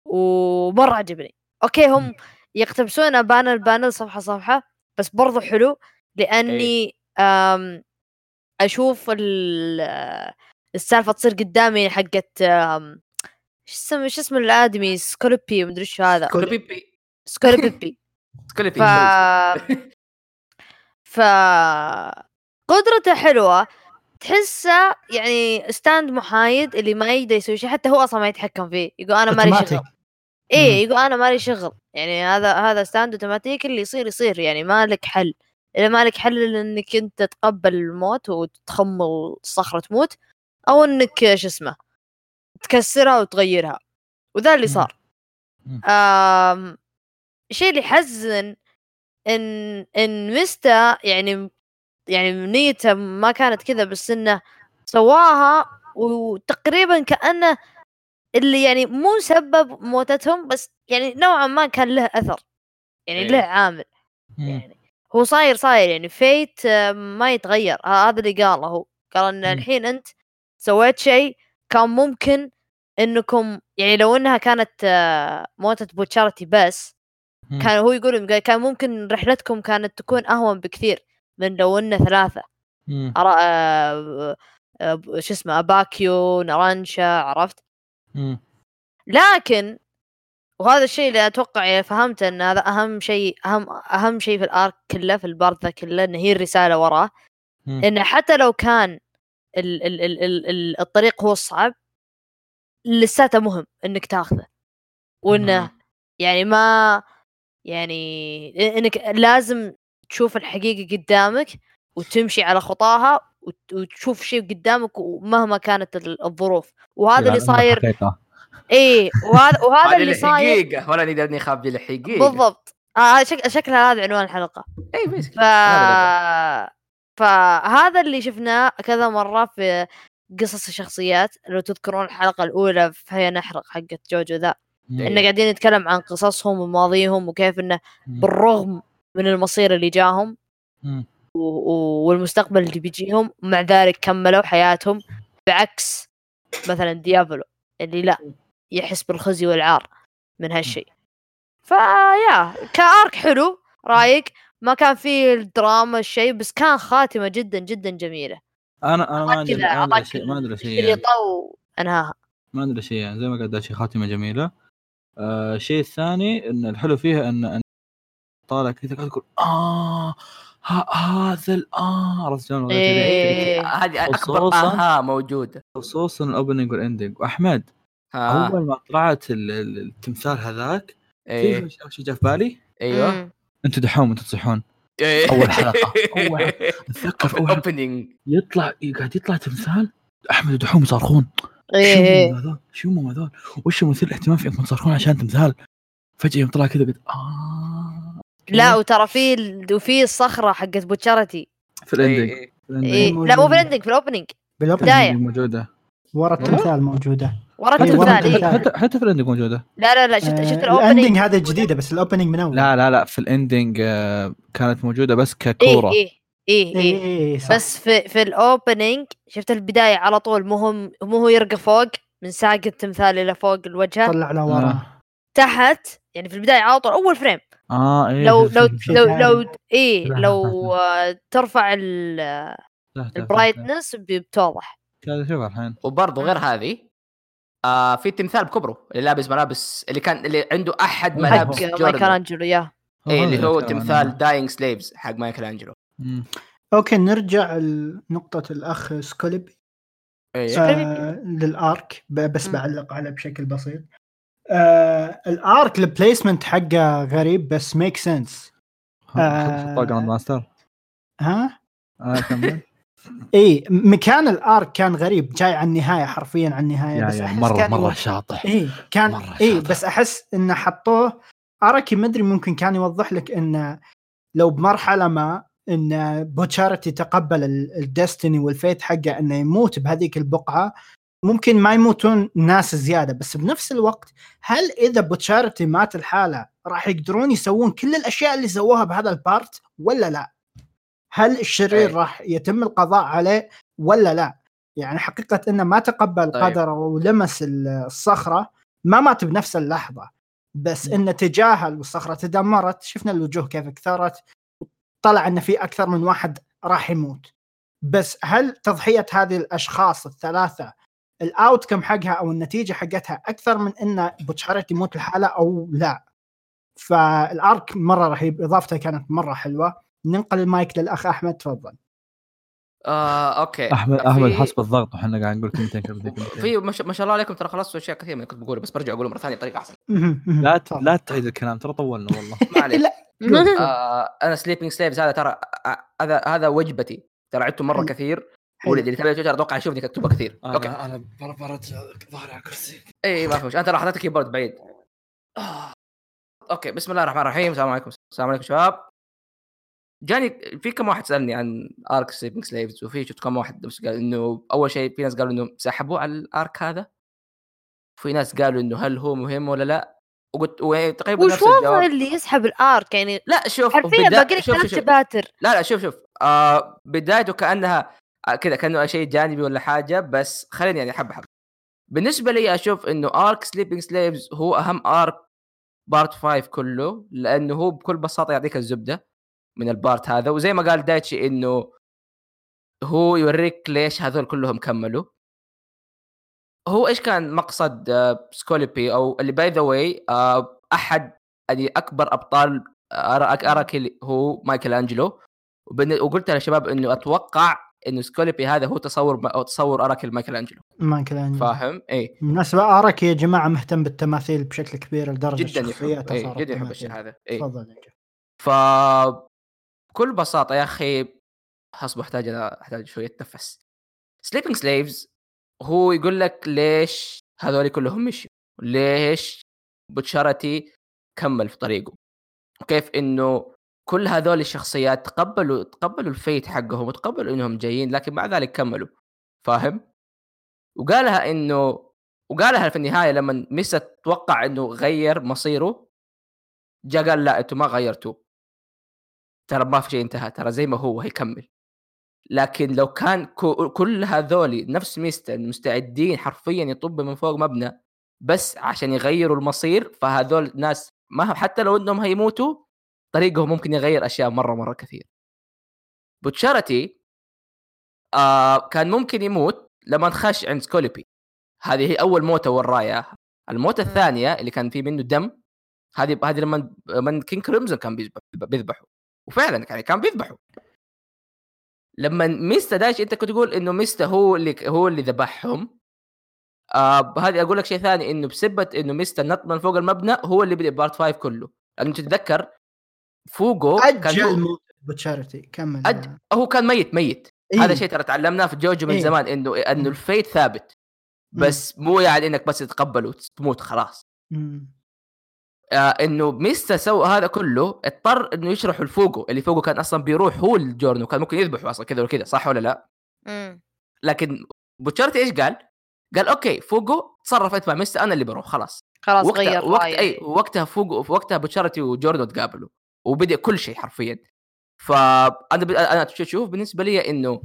ومره عجبني اوكي هم يقتبسونه بانل بانل صفحه صفحه بس برضو حلو لاني أم، اشوف ال- السالفه تصير قدامي حقت أم، شو اسمه شو اسمه الادمي سكولبي مدري شو هذا سكول- سكولبي سكولبي سكولبي ف ف قدرته حلوه تحسه يعني ستاند محايد اللي ما يقدر يسوي شيء حتى هو اصلا ما يتحكم فيه يقول انا مالي Automatic. شغل ايه يقول انا مالي شغل يعني هذا هذا ستاند اوتوماتيك اللي يصير يصير يعني ما لك حل اذا ما لك حل إلا انك انت تتقبل الموت وتخمل الصخره تموت او انك شو اسمه تكسرها وتغيرها وذا اللي مم. صار مم. آم، الشيء اللي يحزن ان ان ميستا يعني يعني نيته ما كانت كذا بس انه سواها وتقريبا كانه اللي يعني مو سبب موتتهم بس يعني نوعا ما كان له اثر يعني إيه. له عامل مم. يعني هو صاير صاير يعني فيت آه، ما يتغير آه، هذا اللي قاله هو قال ان مم. الحين انت سويت شيء كان ممكن انكم يعني لو انها كانت آه، موتة بوتشارتي بس مم. كان هو يقول قال كان ممكن رحلتكم كانت تكون اهون بكثير من لو انه ثلاثة مم. أرا... آه، آه، ب- شو اسمه اباكيو نارانشا عرفت مم. لكن وهذا الشيء اللي اتوقع يعني فهمته ان هذا اهم شيء اهم اهم شيء في الارك كله في البارت ذا كله ان هي الرساله وراه مم. ان حتى لو كان ال ال ال ال ال الطريق هو الصعب لساته مهم انك تاخذه وانه يعني ما يعني إ- انك لازم تشوف الحقيقه قدامك وتمشي على خطاها وت- وتشوف شيء قدامك ومهما كانت ال- الظروف وهذا اللي إلى أن صاير الحقيقة. ايه وهذا وهذا اللي إيه، صاير الحقيقه ولا نقدر نخبي الحقيقه بالضبط آه، هذا شك... شكلها هذا عنوان الحلقه اي بس ف فهذا اللي شفناه كذا مره في قصص الشخصيات لو تذكرون الحلقه الاولى في هيا نحرق حقت جوجو ذا مم. إيه. انه قاعدين نتكلم عن قصصهم وماضيهم وكيف انه مم. بالرغم من المصير اللي جاهم مم. و- و- والمستقبل اللي بيجيهم مع ذلك كملوا حياتهم بعكس مثلا ديابلو اللي لا يحس بالخزي والعار من هالشيء فيا كارك حلو رايق ما كان فيه الدراما الشيء بس كان خاتمه جدا جدا جميله انا انا ما أعطاك ادري كذا، ما ادري أعطاك شيء ما ادري شيء اللي يعني. طو انهاها ما ادري شيء يعني زي ما قال داشي خاتمه جميله آه، الشيء الثاني ان الحلو فيها ان ان طالع كذا قاعد تقول اه ه- هذا الان عرفت شلون؟ إيه. هذه اكبر خصوصاً- اها موجوده خصوصا الاوبننج والاندنج واحمد آه. ها اول ما طلعت ال- ال- التمثال هذاك ايوه إيه. ايش جاء في بالي؟ ايوه (laughs) مم. انتوا دحوم انتوا تصيحون إيه. أول حلقة، أول (laughs) حلقة. اتذكر في اول حلقة اوبننج يطلع قاعد يطلع تمثال احمد ودحوم يصرخون إيه، شو إيه. هم هذول؟ شو هم هذول؟ وش مثير الاهتمام في انكم تصرخون عشان تمثال؟ فجاه يوم طلع كذا قلت اه لا وترى في ال- وفي الصخره حقت بوتشارتي في الاندنج في إيه. الاندنج لا مو في الاندنج في الاوبننج بالاوبننج بداية. الاندنج موجوده ورا التمثال موجوده ورا إيه، حتى- ورا التمثال التمثال. إيه. حتى حتى في الاندنج موجوده لا لا لا شفت آه، شفت الاندنج الاوبننج هذه جديده بس الاوبننج من اول لا لا لا في الاندنج آه، كانت موجوده بس ككوره ايه ايه إيه، ايه إيه، إيه، صح. بس في في الاوبننج شفت البدايه على طول مو هم مو هو يرقى فوق من ساق التمثال الى فوق الوجه طلع لورا تحت يعني في البدايه على طول اول فريم اه ايه لو شفت- لو شفت- شفت. لو شيء لو ثاني. ايه لا، لا، لو آه، ترفع ال- لا، لا، لا. البرايتنس ب- بتوضح لا، شوف الحين وبرضه غير هذه آه في تمثال بكبره اللي لابس ملابس اللي كان اللي عنده احد Oh حق ملابس حق مايكل جوردن انجلو ياه إيه اللي هو هذا تمثال أنا- داينج سليفز حق مايكل انجلو مم. اوكي نرجع لنقطه الاخ سكوليب ايه سكوليب. آه للارك ب- بس مم. بعلق عليه بشكل بسيط آه الارك البليسمنت حقه غريب بس ميك سنس آه. خذ- خذ طاقة جراند ماستر ها آه، (laughs) كمل. اي إيه، مكان الارك كان غريب جاي على النهايه حرفيا على النهايه يا بس يا احس مره كان مره شاطح إيه. اي إيه، كان مرة اي شاطح. بس احس انه حطوه اراكي ما ادري ممكن كان يوضح لك انه لو بمرحله ما ان بوتشارتي تقبل الدستني والفيت حقه انه يموت بهذيك البقعه ممكن ما يموتون ناس زياده بس بنفس الوقت هل اذا بوتشارتي مات الحاله راح يقدرون يسوون كل الاشياء اللي سووها بهذا البارت ولا لا؟ هل الشرير أي. راح يتم القضاء عليه ولا لا؟ يعني حقيقة انه ما تقبل طيب. قدره ولمس الصخرة ما مات بنفس اللحظة بس انه تجاهل والصخرة تدمرت شفنا الوجوه كيف كثرت طلع ان في اكثر من واحد راح يموت بس هل تضحية هذه الاشخاص الثلاثة الاوتكم حقها او النتيجة حقتها اكثر من ان بوتشارت يموت الحالة او لا فالارك مرة رهيب اضافته كانت مرة حلوة ننقل المايك للاخ احمد تفضل آه اوكي احمد في- احمد حسب الضغط وحنا قاعد نقول كلمتين كلمتين كلمتين في ما شاء ما شاء الله عليكم ترى خلصت اشياء كثير من اللي كنت بقوله بس برجع اقوله مره ثانيه بطريقه (laughs) احسن لا ت- لا تعيد الكلام ترى طولنا والله إيه، ما عليك (laughs) Good. آه انا سليبنج سليفز هذا ترى آه، هذا هذا وجبتي ترى عدته مره حلو. كثير حلو. ولد اللي تابع تويتر اتوقع يشوفني اكتبها كثير اوكي انا بربرت ظهري على الكرسي اي إيه، ما في مشكله انت راح حطيت الكيبورد بعيد آه. اوكي بسم الله الرحمن الرحيم السلام عليكم السلام عليكم شباب جاني في كم واحد سالني عن ارك سليبنج سليفز وفي شفت كم واحد بس قال انه اول شيء في ناس قالوا انه سحبوا على الارك هذا وفي ناس قالوا انه هل هو مهم ولا لا وقلت وتقريبا وش نفس وضع الجواب اللي يسحب الارك يعني لا شوف حرفيا بدا- باقي لك شوف- ثلاث شوف. شباتر لا لا شوف شوف آه بدايته كانها آه، كذا كانه شيء جانبي ولا حاجه بس خليني يعني حبه حبه بالنسبه لي اشوف انه ارك سليبنج سليفز هو اهم ارك بارت 5 كله لانه هو بكل بساطه يعطيك الزبده من البارت هذا وزي ما قال دايتشي انه هو يوريك ليش هذول كلهم كملوا هو ايش كان مقصد آه، سكوليبي او اللي باي ذا واي احد آه، يعني آه، اكبر ابطال أرا- اراكي هو مايكل انجلو وبن- وقلت للشباب انه اتوقع انه سكوليبي هذا هو تصور ما- أو تصور اراكل مايكل انجلو ما كلام فاهم؟ إيه. اي بالمناسبة أراك يا جماعة مهتم بالتماثيل بشكل كبير لدرجة جدا يحب الشخصيات إيه صارت جدا يحب تماثيل. الشيء هذا إيه. اي تفضل يا جماعة. ف بكل بساطه يا اخي اصبح احتاج انا احتاج شويه اتنفس سليبنج سليفز هو يقول لك ليش هذول كلهم مشوا ليش بوتشارتي كمل في طريقه وكيف انه كل هذول الشخصيات تقبلوا تقبلوا الفيت حقهم وتقبلوا انهم جايين لكن مع ذلك كملوا فاهم وقالها انه وقالها في النهايه لما ميسا توقع انه غير مصيره جا قال لا انتم ما غيرتوه ترى ما في شيء انتهى ترى زي ما هو هيكمل لكن لو كان كو- كل هذولي نفس ميستن مستعدين حرفيا يطب من فوق مبنى بس عشان يغيروا المصير فهذول ناس ما حتى لو انهم هيموتوا طريقهم ممكن يغير اشياء مره مره كثير بوتشارتي آه كان ممكن يموت لما انخش عند سكوليبي هذه هي اول موته وراه إياها. الموته الثانيه اللي كان في منه دم هذه هذه لما من كينج كريمزون كان بيذبح- بيذبحوا وفعلا يعني كان بيذبحوا لما ميستا داش انت كنت تقول انه ميستا هو اللي هو اللي ذبحهم آه هذه اقول لك شيء ثاني انه بسبه انه ميستا نط من فوق المبنى هو اللي بدا بارت 5 كله لانه تتذكر فوقه كان اجل هو, موت بتشاريتي كمل أج- هو كان ميت ميت إيه. هذا شيء ترى تعلمناه في جوجو من إيه. زمان انه انه الفيت ثابت بس مو يعني انك بس تتقبله وتموت خلاص مم. آه انه ميستا سوى هذا كله اضطر انه يشرحوا لفوقه اللي فوقه كان اصلا بيروح هو الجورنو كان ممكن يذبحه اصلا كذا وكذا صح ولا لا مم. لكن بوتشارتي ايش قال؟ قال اوكي فوقه تصرف انت مع ميستا انا اللي بروح خلاص خلاص وقتها غير إيه، وقت إيه. رأيه. اي وقتها فوقه في وقتها بوتشارتي وجوردو تقابلوا وبدا كل شيء حرفيا فانا ب... انا شوف بالنسبه لي انه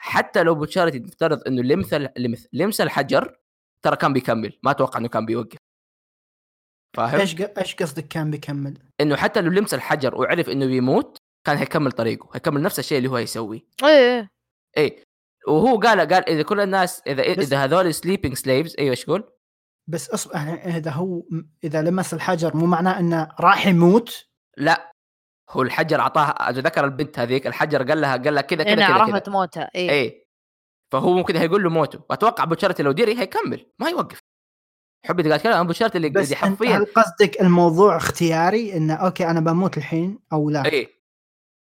حتى لو بوتشارتي نفترض انه لمس ال- لمس لمس الحجر ترى كان بيكمل ما اتوقع انه كان بيوقف فاهم؟ ايش ق- ايش قصدك كان بيكمل؟ انه حتى لو لمس الحجر وعرف انه بيموت كان هيكمل طريقه هيكمل نفس الشيء اللي هو يسويه اي اي اي وهو قال قال اذا كل الناس اذا بس- اذا هذول سليبنج سليفز ايوه ايش يقول؟ بس اصبح اذا هو اذا لمس الحجر مو معناه انه راح يموت هو الحجر اعطاها ذكر البنت هذيك الحجر قال لها قال لها كذا كذا لأن كذا كذا إيه، نعم، عرفت موتها إيه. اي إيه. اي إيه. فهو ممكن هيقول له موته واتوقع بوتشارتي لو ديري هيكمل ما يوقف حبي تقال كلام بوتشارتي اللي بس اللي أنت- حرفيا هل قصدك الموضوع اختياري انه اوكي انا بموت الحين او لا اي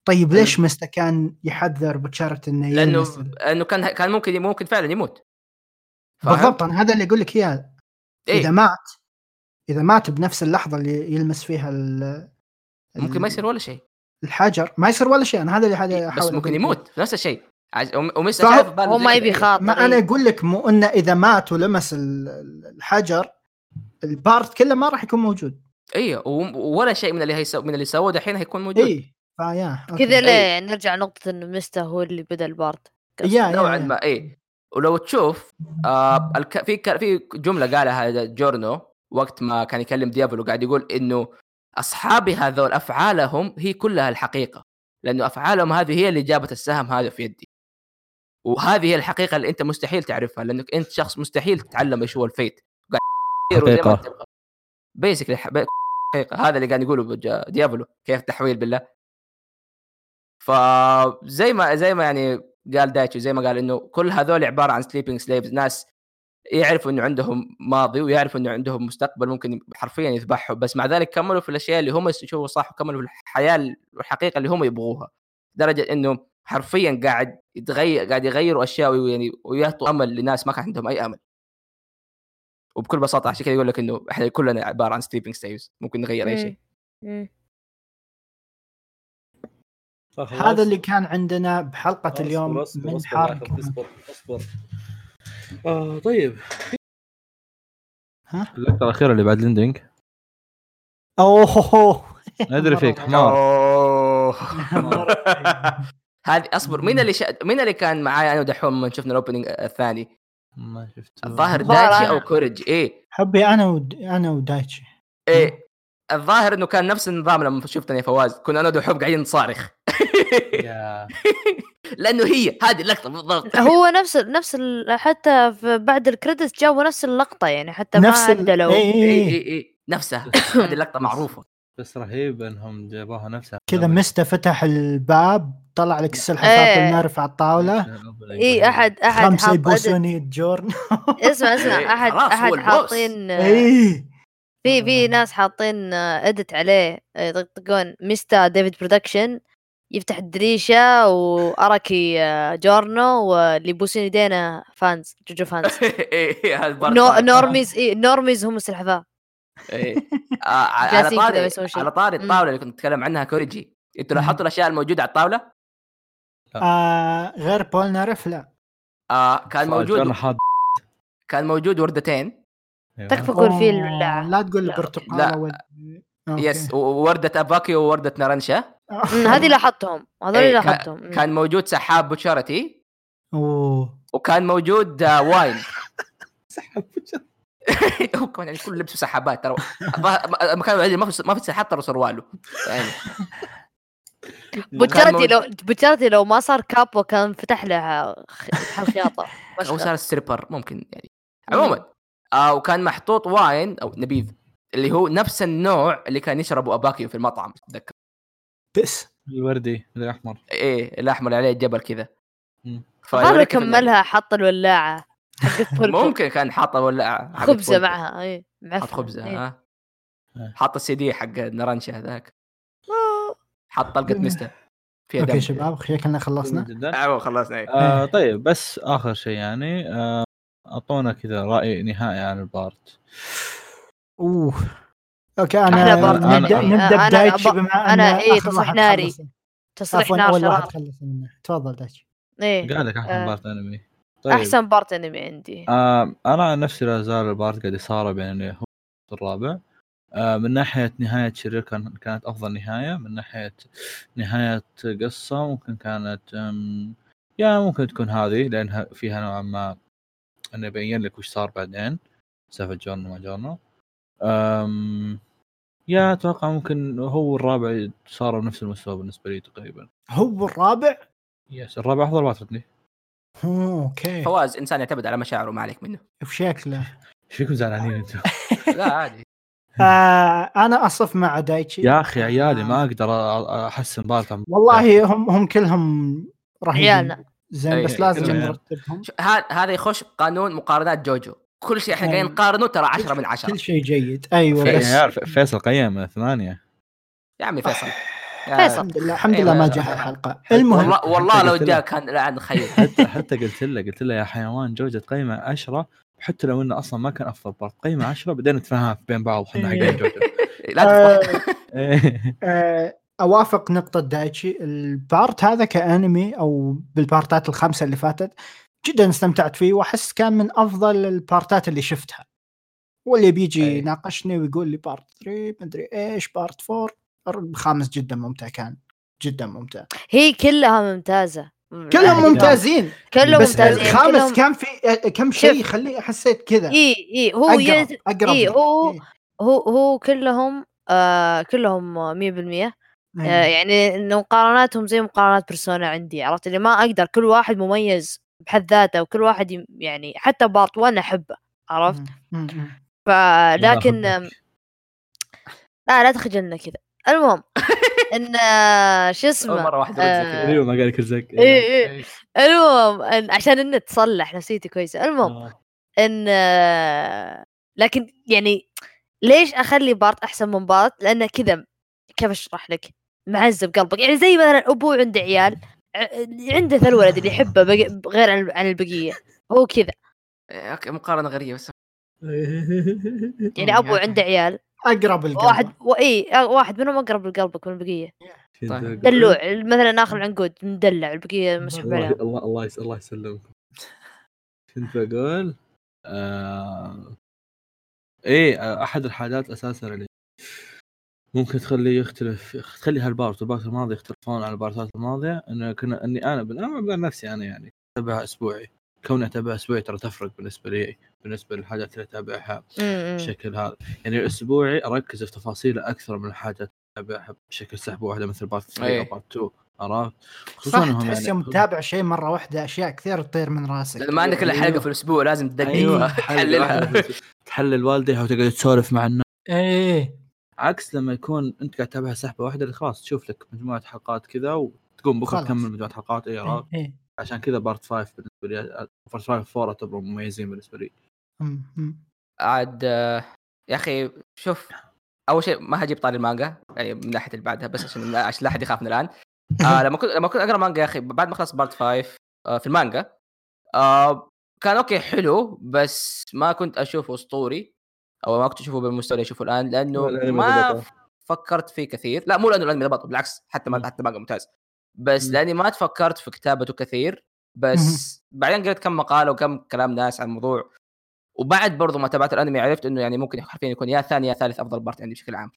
طيب إيه. ليش مستا كان يحذر بتشارت انه لانه يلمس ال- لانه كان كان ممكن ممكن فعلا يموت فاهم؟ بالضبط انا هذا اللي اقول لك اياه إيه. اذا مات اذا مات بنفس اللحظه اللي يلمس فيها ال- ممكن ما يصير ولا شيء الحجر ما يصير ولا شيء انا هذا اللي حاجة بس ممكن يموت في نفس الشيء عج- وم- وميسا فهو- شايف إيه. في باله هو زي ما كده. يبي خاطر ما انا اقول لك مو انه اذا مات ولمس ال- ال- الحجر البارت كله ما راح يكون موجود ايوه وم- ولا شيء من اللي هيسو من اللي سووه دحين هيكون موجود اي فيا إيه. أوكي. كذا إيه. ليه نرجع نقطة انه ميستا هو اللي بدا البارد يا نوعا يا- ما اي ولو تشوف آه الك... في ك... في جمله قالها جورنو وقت ما كان يكلم ديابلو قاعد يقول انه اصحابي هذول افعالهم هي كلها الحقيقه لانه افعالهم هذه هي اللي جابت السهم هذا في يدي وهذه هي الحقيقه اللي انت مستحيل تعرفها لانك انت شخص مستحيل تتعلم ايش هو الفيت حقيقة. بيسكلي حقيقه هذا اللي قاعد يقوله بج- ديابلو كيف تحويل بالله فزي ما زي ما يعني قال دايتشو زي ما قال انه كل هذول عباره عن سليبنج سليفز ناس يعرفوا انه عندهم ماضي ويعرفوا انه عندهم مستقبل ممكن حرفيا يذبحهم بس مع ذلك كملوا في الاشياء اللي هم يشوفوا صح وكملوا في الحياه والحقيقه اللي هم يبغوها لدرجه انه حرفيا قاعد يتغير قاعد يغيروا اشياء ويعني ويعطوا امل لناس ما كان عندهم اي امل وبكل بساطه عشان كذا يقول لك انه احنا كلنا عباره عن سليبنج سليفز ممكن نغير اي شيء هذا اللي كان عندنا بحلقه أصبر- اليوم أصبر- من أصبر حرق يعقوب، اصبر اصبر آه طيب ها؟ اللقطه الاخيره اللي بعد الاندنج اوه هو (laughs) هو. ادري فيك نعم. حمار أوه. هذه اصبر مين اللي شا... مين اللي كان معاي انا ودحوم لما شفنا الاوبننج الثاني ما شفت الظاهر الظاهر دايتشي أنا. او كوريج ايه حبي انا ود... انا ودايتشي ايه الظاهر انه كان نفس النظام لما شفتني يا فواز كنا انا ودحوم قاعدين (laughs) نصارخ يا- لانه هي هذه اللقطه بالضبط هو نفس نفس ال- حتى في بعد الكريدت جابوا نفس اللقطة يعني حتى ما نفس ال... عدلوا إيه، إيه، اي إيه. اي اي نفسها هذه اللقطه معروفه بس رهيب انهم جابوها نفسها كذا مستا فتح الباب طلع لك السلحفاه إيه. المعرف على الطاوله اي احد احد خمسه حاط أدل- يبوسوني جورن اسمع إيه، اسمع احد خلاص، هو احد البوس. حاطين اي في في ناس حاطين ادت عليه آه، يطقطقون ميستا ديفيد برودكشن يفتح الدريشة واراكي آه، جورنو واللي يبوسون يدينا فانز جوجو فانز (laughs) (laughs) إيه، إيه، هذا برضه نو طالع. نورميز إيه نورميز هم السلحفاة (laughs) إيه. آه، على جالسين كذا طاري بيسوون شيء. على طاري مم. الطاوله اللي كنت اتكلم عنها كوريجي انتوا مم. لاحظتوا الاشياء الموجوده على الطاوله؟ آه غير بول نعرف لا آه كان موجود انا حاط كان موجود وردتين أيوة. تكفى قول فيه الولاعة. لا تقول لا. البرتقاله لا. وال... أوكي. (laughs) يس ووردة اباكي ووردة نارنشا أمم، هذه لاحظتهم هذول إيه، كا- لاحظتهم أمم. كان موجود سحاب بوتشارتي اوه وكان موجود آه، واين (laughs) هو كمان يعني كل لبسه سحابات ترى الظاهر- المكان الوحيد اللي ما في ما في سحاب ترى سرواله يعني كان بوتشارتي موجود- لو بوتشارتي لو ما صار كابو كان فتح له خ- حل (laughs) خياطة او مشغل. صار ستريبر ممكن يعني آه. مم. عموما آه وكان محطوط واين او نبيذ اللي هو نفس النوع اللي كان يشربه اباكي في المطعم اتذكر بس الوردي الاحمر ايه الاحمر إيه، عليه الجبل كذا يعني؟ مم. الظاهر كملها حط الولاعه (laughs) حق الفرفر. ممكن كان حاط ولا خبزه معها اي معفن حط آه. إي. خبزه ها إيه. حط السي دي حق نرنشه هذاك حط طلقه مستر فيها دم اوكي شباب شكلنا خلصنا جدا ايوه خلصنا إيه. آه طيب بس اخر شيء يعني آه، اعطونا كذا راي نهائي عن البارت اوه اوكي أحلى انا برضه. نبدا أنا- نبدا يعني أنا- بدايتشي أنا- بما أنا إن إيه، آخر تصريح واحد ناري. خلص. تصريح عفوا نار اول واحد شرار خلص منه تفضل دايتشي ايه قال لك احسن آه. بارت انمي طيب احسن بارت انمي عندي آه انا عن نفسي لا زال البارت قاعد يصارع بين اللي هو الرابع آه من ناحيه نهايه شرير كان كانت افضل نهايه من ناحيه نهايه قصه ممكن كانت أم، يا ممكن تكون هذه لانها فيها نوعا ما انه يبين لك وش صار بعدين سالفه جورنو ما جورنو أم، يا اتوقع ممكن هو الرابع صاروا نفس المستوى بالنسبه لي تقريبا هو الرابع يس الرابع افضل بارت عندي (laughs) أوه، (laughs) اوكي فواز انسان يعتمد على مشاعره ما عليك منه (laughs) بشكله ايش فيكم زعلانين انتم؟ لا عادي آه انا اصف مع دايتشي يا اخي عيالي آه، ما اقدر أ- أ- احسن بارت عن والله هم هم كلهم رهيبين عيالنا. زين إيه، بس لازم كلهم عيال. نرتبهم شو- ها- هذا يخش قانون مقارنات جوجو كل شيء احنا أيوة. قاعدين نقارنه ترى 10 من 10 كل شيء جيد ايوه في- يعني بس عارف فيصل قيم ثمانية يا عمي (laughs) فيصل يا- فيصل. الحمد لله الحمد أيوة. لله ما جاء الحلقه المهم والله والله لو (laughs) قلت لك. جاك كان لعن خير حتى حتى قلت له قلت له يا حيوان جوجة قيمة عشرة حتى لو انه اصلا ما كان افضل بارت قيمة عشرة بعدين نتفاهم بين بعض احنا حقين جوجة لا تفضح. إيه. آه، اوافق نقطة دايتشي البارت هذا كانمي او بالبارتات الخمسة اللي فاتت جدا استمتعت فيه واحس كان من افضل البارتات اللي شفتها واللي بيجي أي. يناقشني ويقول لي بارت 3 مدري ايش بارت 4 الخامس جدا ممتع كان جدا ممتع هي كلها ممتازه كلهم يعني ممتازين كلهم بس ممتازين الخامس يعني، كلهم- كان في كم شيء شوف. يخلي حسيت كذا اي اي هو اقرب يلز- اقرب إيه، لك. هو- إيه. هو هو كلهم آه كلهم آه، 100% آه أيوة. إيه. يعني انه مقارناتهم زي مقارنات بيرسونا عندي عرفت اللي ما اقدر كل واحد مميز بحد ذاته وكل واحد يم- يعني حتى بارت 1 احبه عرفت مم. مم. (laughs) فلكن الله آم، يحبك. لا لا تخجلنا كذا المهم (laughs) ان آه، شو أول اسمه آه، مره واحده قلت آه. زي كذا أيوة، ايوه ما قال لك رزق اي اي إيه. المهم إن- عشان النت تصلح نفسيتي كويسه المهم ان آه، لكن يعني ليش اخلي بارت احسن من بارت لانه كذا كيف اشرح لك معذب قلبك يعني زي مثلا ابوه عنده عيال (laughs) ع- آه، عنده ذا الولد اللي يحبه بق- غير عن عن البقيه هو كذا إيه، اوكي مقارنه غريبه بس يعني ابوه عنده عيال اقرب القلب واحد واي واحد منهم اقرب لقلبك من البقيه طيب. دلوع مثلا اخر العنقود مدلع البقيه مسحوب الله عليهم الله الله يس- الله (laughs) يسلمكم كنت بقول آه... ايه آه، احد الحاجات اساسا اللي ممكن تخليه يختلف تخلي هالبارت والبارت الماضي يختلفون عن البارتات الماضيه انه كنا اني انا بال- انا بال نفسي انا يعني اتابعها اسبوعي كوني اتابعها اسبوعي ترى تفرق بالنسبه لي بالنسبه للحاجات اللي اتابعها أمم. بشكل هذا يعني اسبوعي اركز في تفاصيله اكثر من الحاجات اللي اتابعها بشكل سحبه واحده مثل بارت 3 إيه. او بارت 2 عرفت؟ خصوصا صح انهم تحس يعني- يوم تتابع شيء مره واحده اشياء كثير تطير من راسك لان ما عندك الا حلقه في الاسبوع لازم تدقق ايوه أيوه. تحللها حللها تحلل والديها وتقعد تسولف مع الناس ايه عكس لما يكون انت قاعد تتابعها سحبه واحده اللي خلاص تشوف لك مجموعه حلقات كذا وتقوم بكره خلاص. تكمل مجموعه حلقات اي عرفت؟ إيه. عشان كذا بارت 5 بالنسبه لي آه، بارت 5 4 اعتبرهم مميزين بالنسبه لي أمم، أمم. عاد آه، يا اخي شوف اول شيء ما هجيب طاري المانجا يعني من ناحيه اللي بعدها بس عشان لا عشان لا احد يخاف من الان (laughs) آه لما كنت لما كنت اقرا مانجا يا اخي بعد ما خلصت بارت 5 آه في المانجا آه كان اوكي حلو بس ما كنت اشوفه اسطوري او ما كنت اشوفه بالمستوى اللي اشوفه الان لانه والأنمي ما ضبطه. فكرت فيه كثير لا مو لانه الانمي ضبط بالعكس حتى ما مم. حتى مانجا ممتاز بس مم. لاني ما تفكرت في كتابته كثير بس بعدين قريت كم مقاله وكم كلام ناس عن الموضوع وبعد برضو ما تابعت الانمي عرفت انه يعني ممكن حرفيا يكون يا ثاني يا ثالث افضل بارت عندي بشكل عام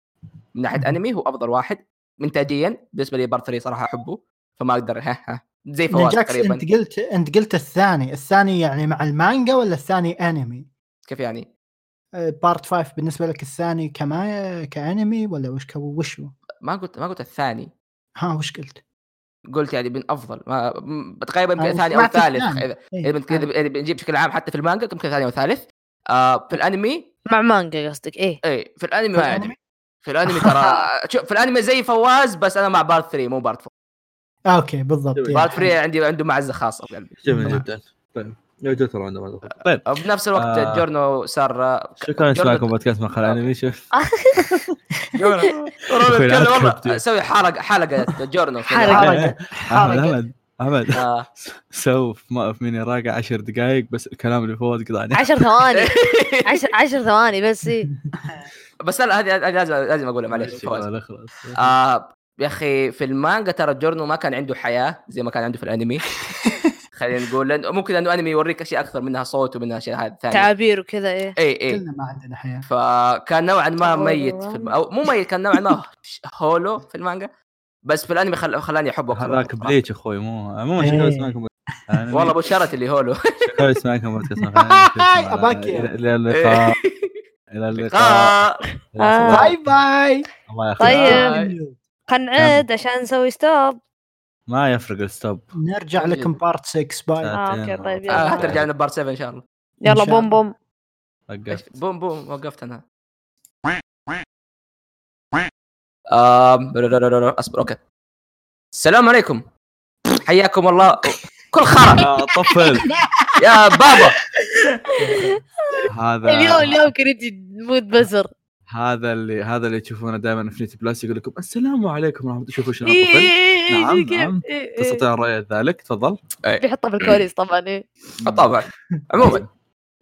من ناحيه مهم. انمي هو افضل واحد انتاجيا بالنسبه لي بارت 3 صراحه احبه فما اقدر ها ها زي فواز نجاكس تقريبا انت قلت انت قلت الثاني الثاني يعني مع المانجا ولا الثاني آه، انمي كيف يعني بارت 5 بالنسبه لك الثاني كما كانمي ولا وش كو- وش هو؟ ما قلت ما قلت الثاني ها وش قلت قلت يعني من افضل ما م- تقريبا يمكن أنا ثاني او سمعت ثالث الثاني. اذا إيه، إذا بنت- ثاني. إذا بنجيب بشكل عام حتى في المانجا يمكن ثاني او ثالث آه في الانمي مع مانجا قصدك (laughs) ايه اي في الانمي في ما الأنمي؟ ادري في الانمي ترى شوف في الانمي زي فواز بس انا مع بارت 3 مو بارت آه، اوكي بالضبط جميل. يعني. (laughs) فري عندي عنده معزه خاصه في قلبي جميل جدا طيب يا جوتر عنده ما أدري. طيب وبنفس الوقت آه. آه. جورنو صار آه، شكرا جوردن- لكم بودكاست من خلال انمي شوف (laughs) جورنو أخوي نتكلم العكس والله كبدي. سوي حلقه حلقه جورنو كذا. حلقة. احمد حركة. احمد احمد (laughs) آه. سو في ما في ميني راقع 10 دقائق بس الكلام اللي فوق قطعني عشر ثواني عشر عشر ثواني بس إيه. يعني بس لا هذه هذه لازم لازم اقولها معليش فواز. لا، خلاص. آه يا اخي في المانجا ترى جورنو ما كان عنده حياه زي ما كان عنده في الانمي خلينا نقول لانه ممكن لانه انمي يوريك اشياء اكثر منها صوت ومنها اشياء هذه ثانيه تعابير وكذا ايه اي اي كلنا ما عندنا حياه فكان نوعا ما ميت في الم... او مو ميت كان نوعا ما (laughs) هولو في المانجا بس في الانمي خل... خلاني احبه أكثر. هذاك بليتش اخوي مو عموما إيه. شكرا لسماعكم أنا- والله بشرت اللي هولو شكرا لسماعكم بودكاست (laughs) من خلال أنمي. شكراً. أباك يا. الى إلى اللقاء الى اللقاء آه. آه. باي باي الله يخليك. طيب باي. خلينا نعيد عشان نسوي ستوب ما يفرق الستوب نرجع لكم بارت 6 باي آه، أوكي، ساعتين. طيب، يلا. آه، حترجع لنا بارت 7 ان شاء الله يلا إن شاء بوم بوم وقفت. بوم بوم وقفت انا آم، رو- رو- رو- رو- اصبر اوكي السلام عليكم حياكم الله كل خرا آه، طفل يا بابا هذا (laughs) اليوم اليوم كريتي موت بزر هذا اللي هذا اللي تشوفونه دائما في نيتي بلاس يقول لكم السلام عليكم ورحمه الله شوفوا شنو إيه، طفل إيه، إيه، نعم، زي كذا. نعم. إيه، إيه. تستطيع رؤيه ذلك تفضل بيحطها بالكواليس طبعا ايه طبعا عموما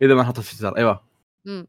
اذا ما حطيت في الجدار ايوه مم.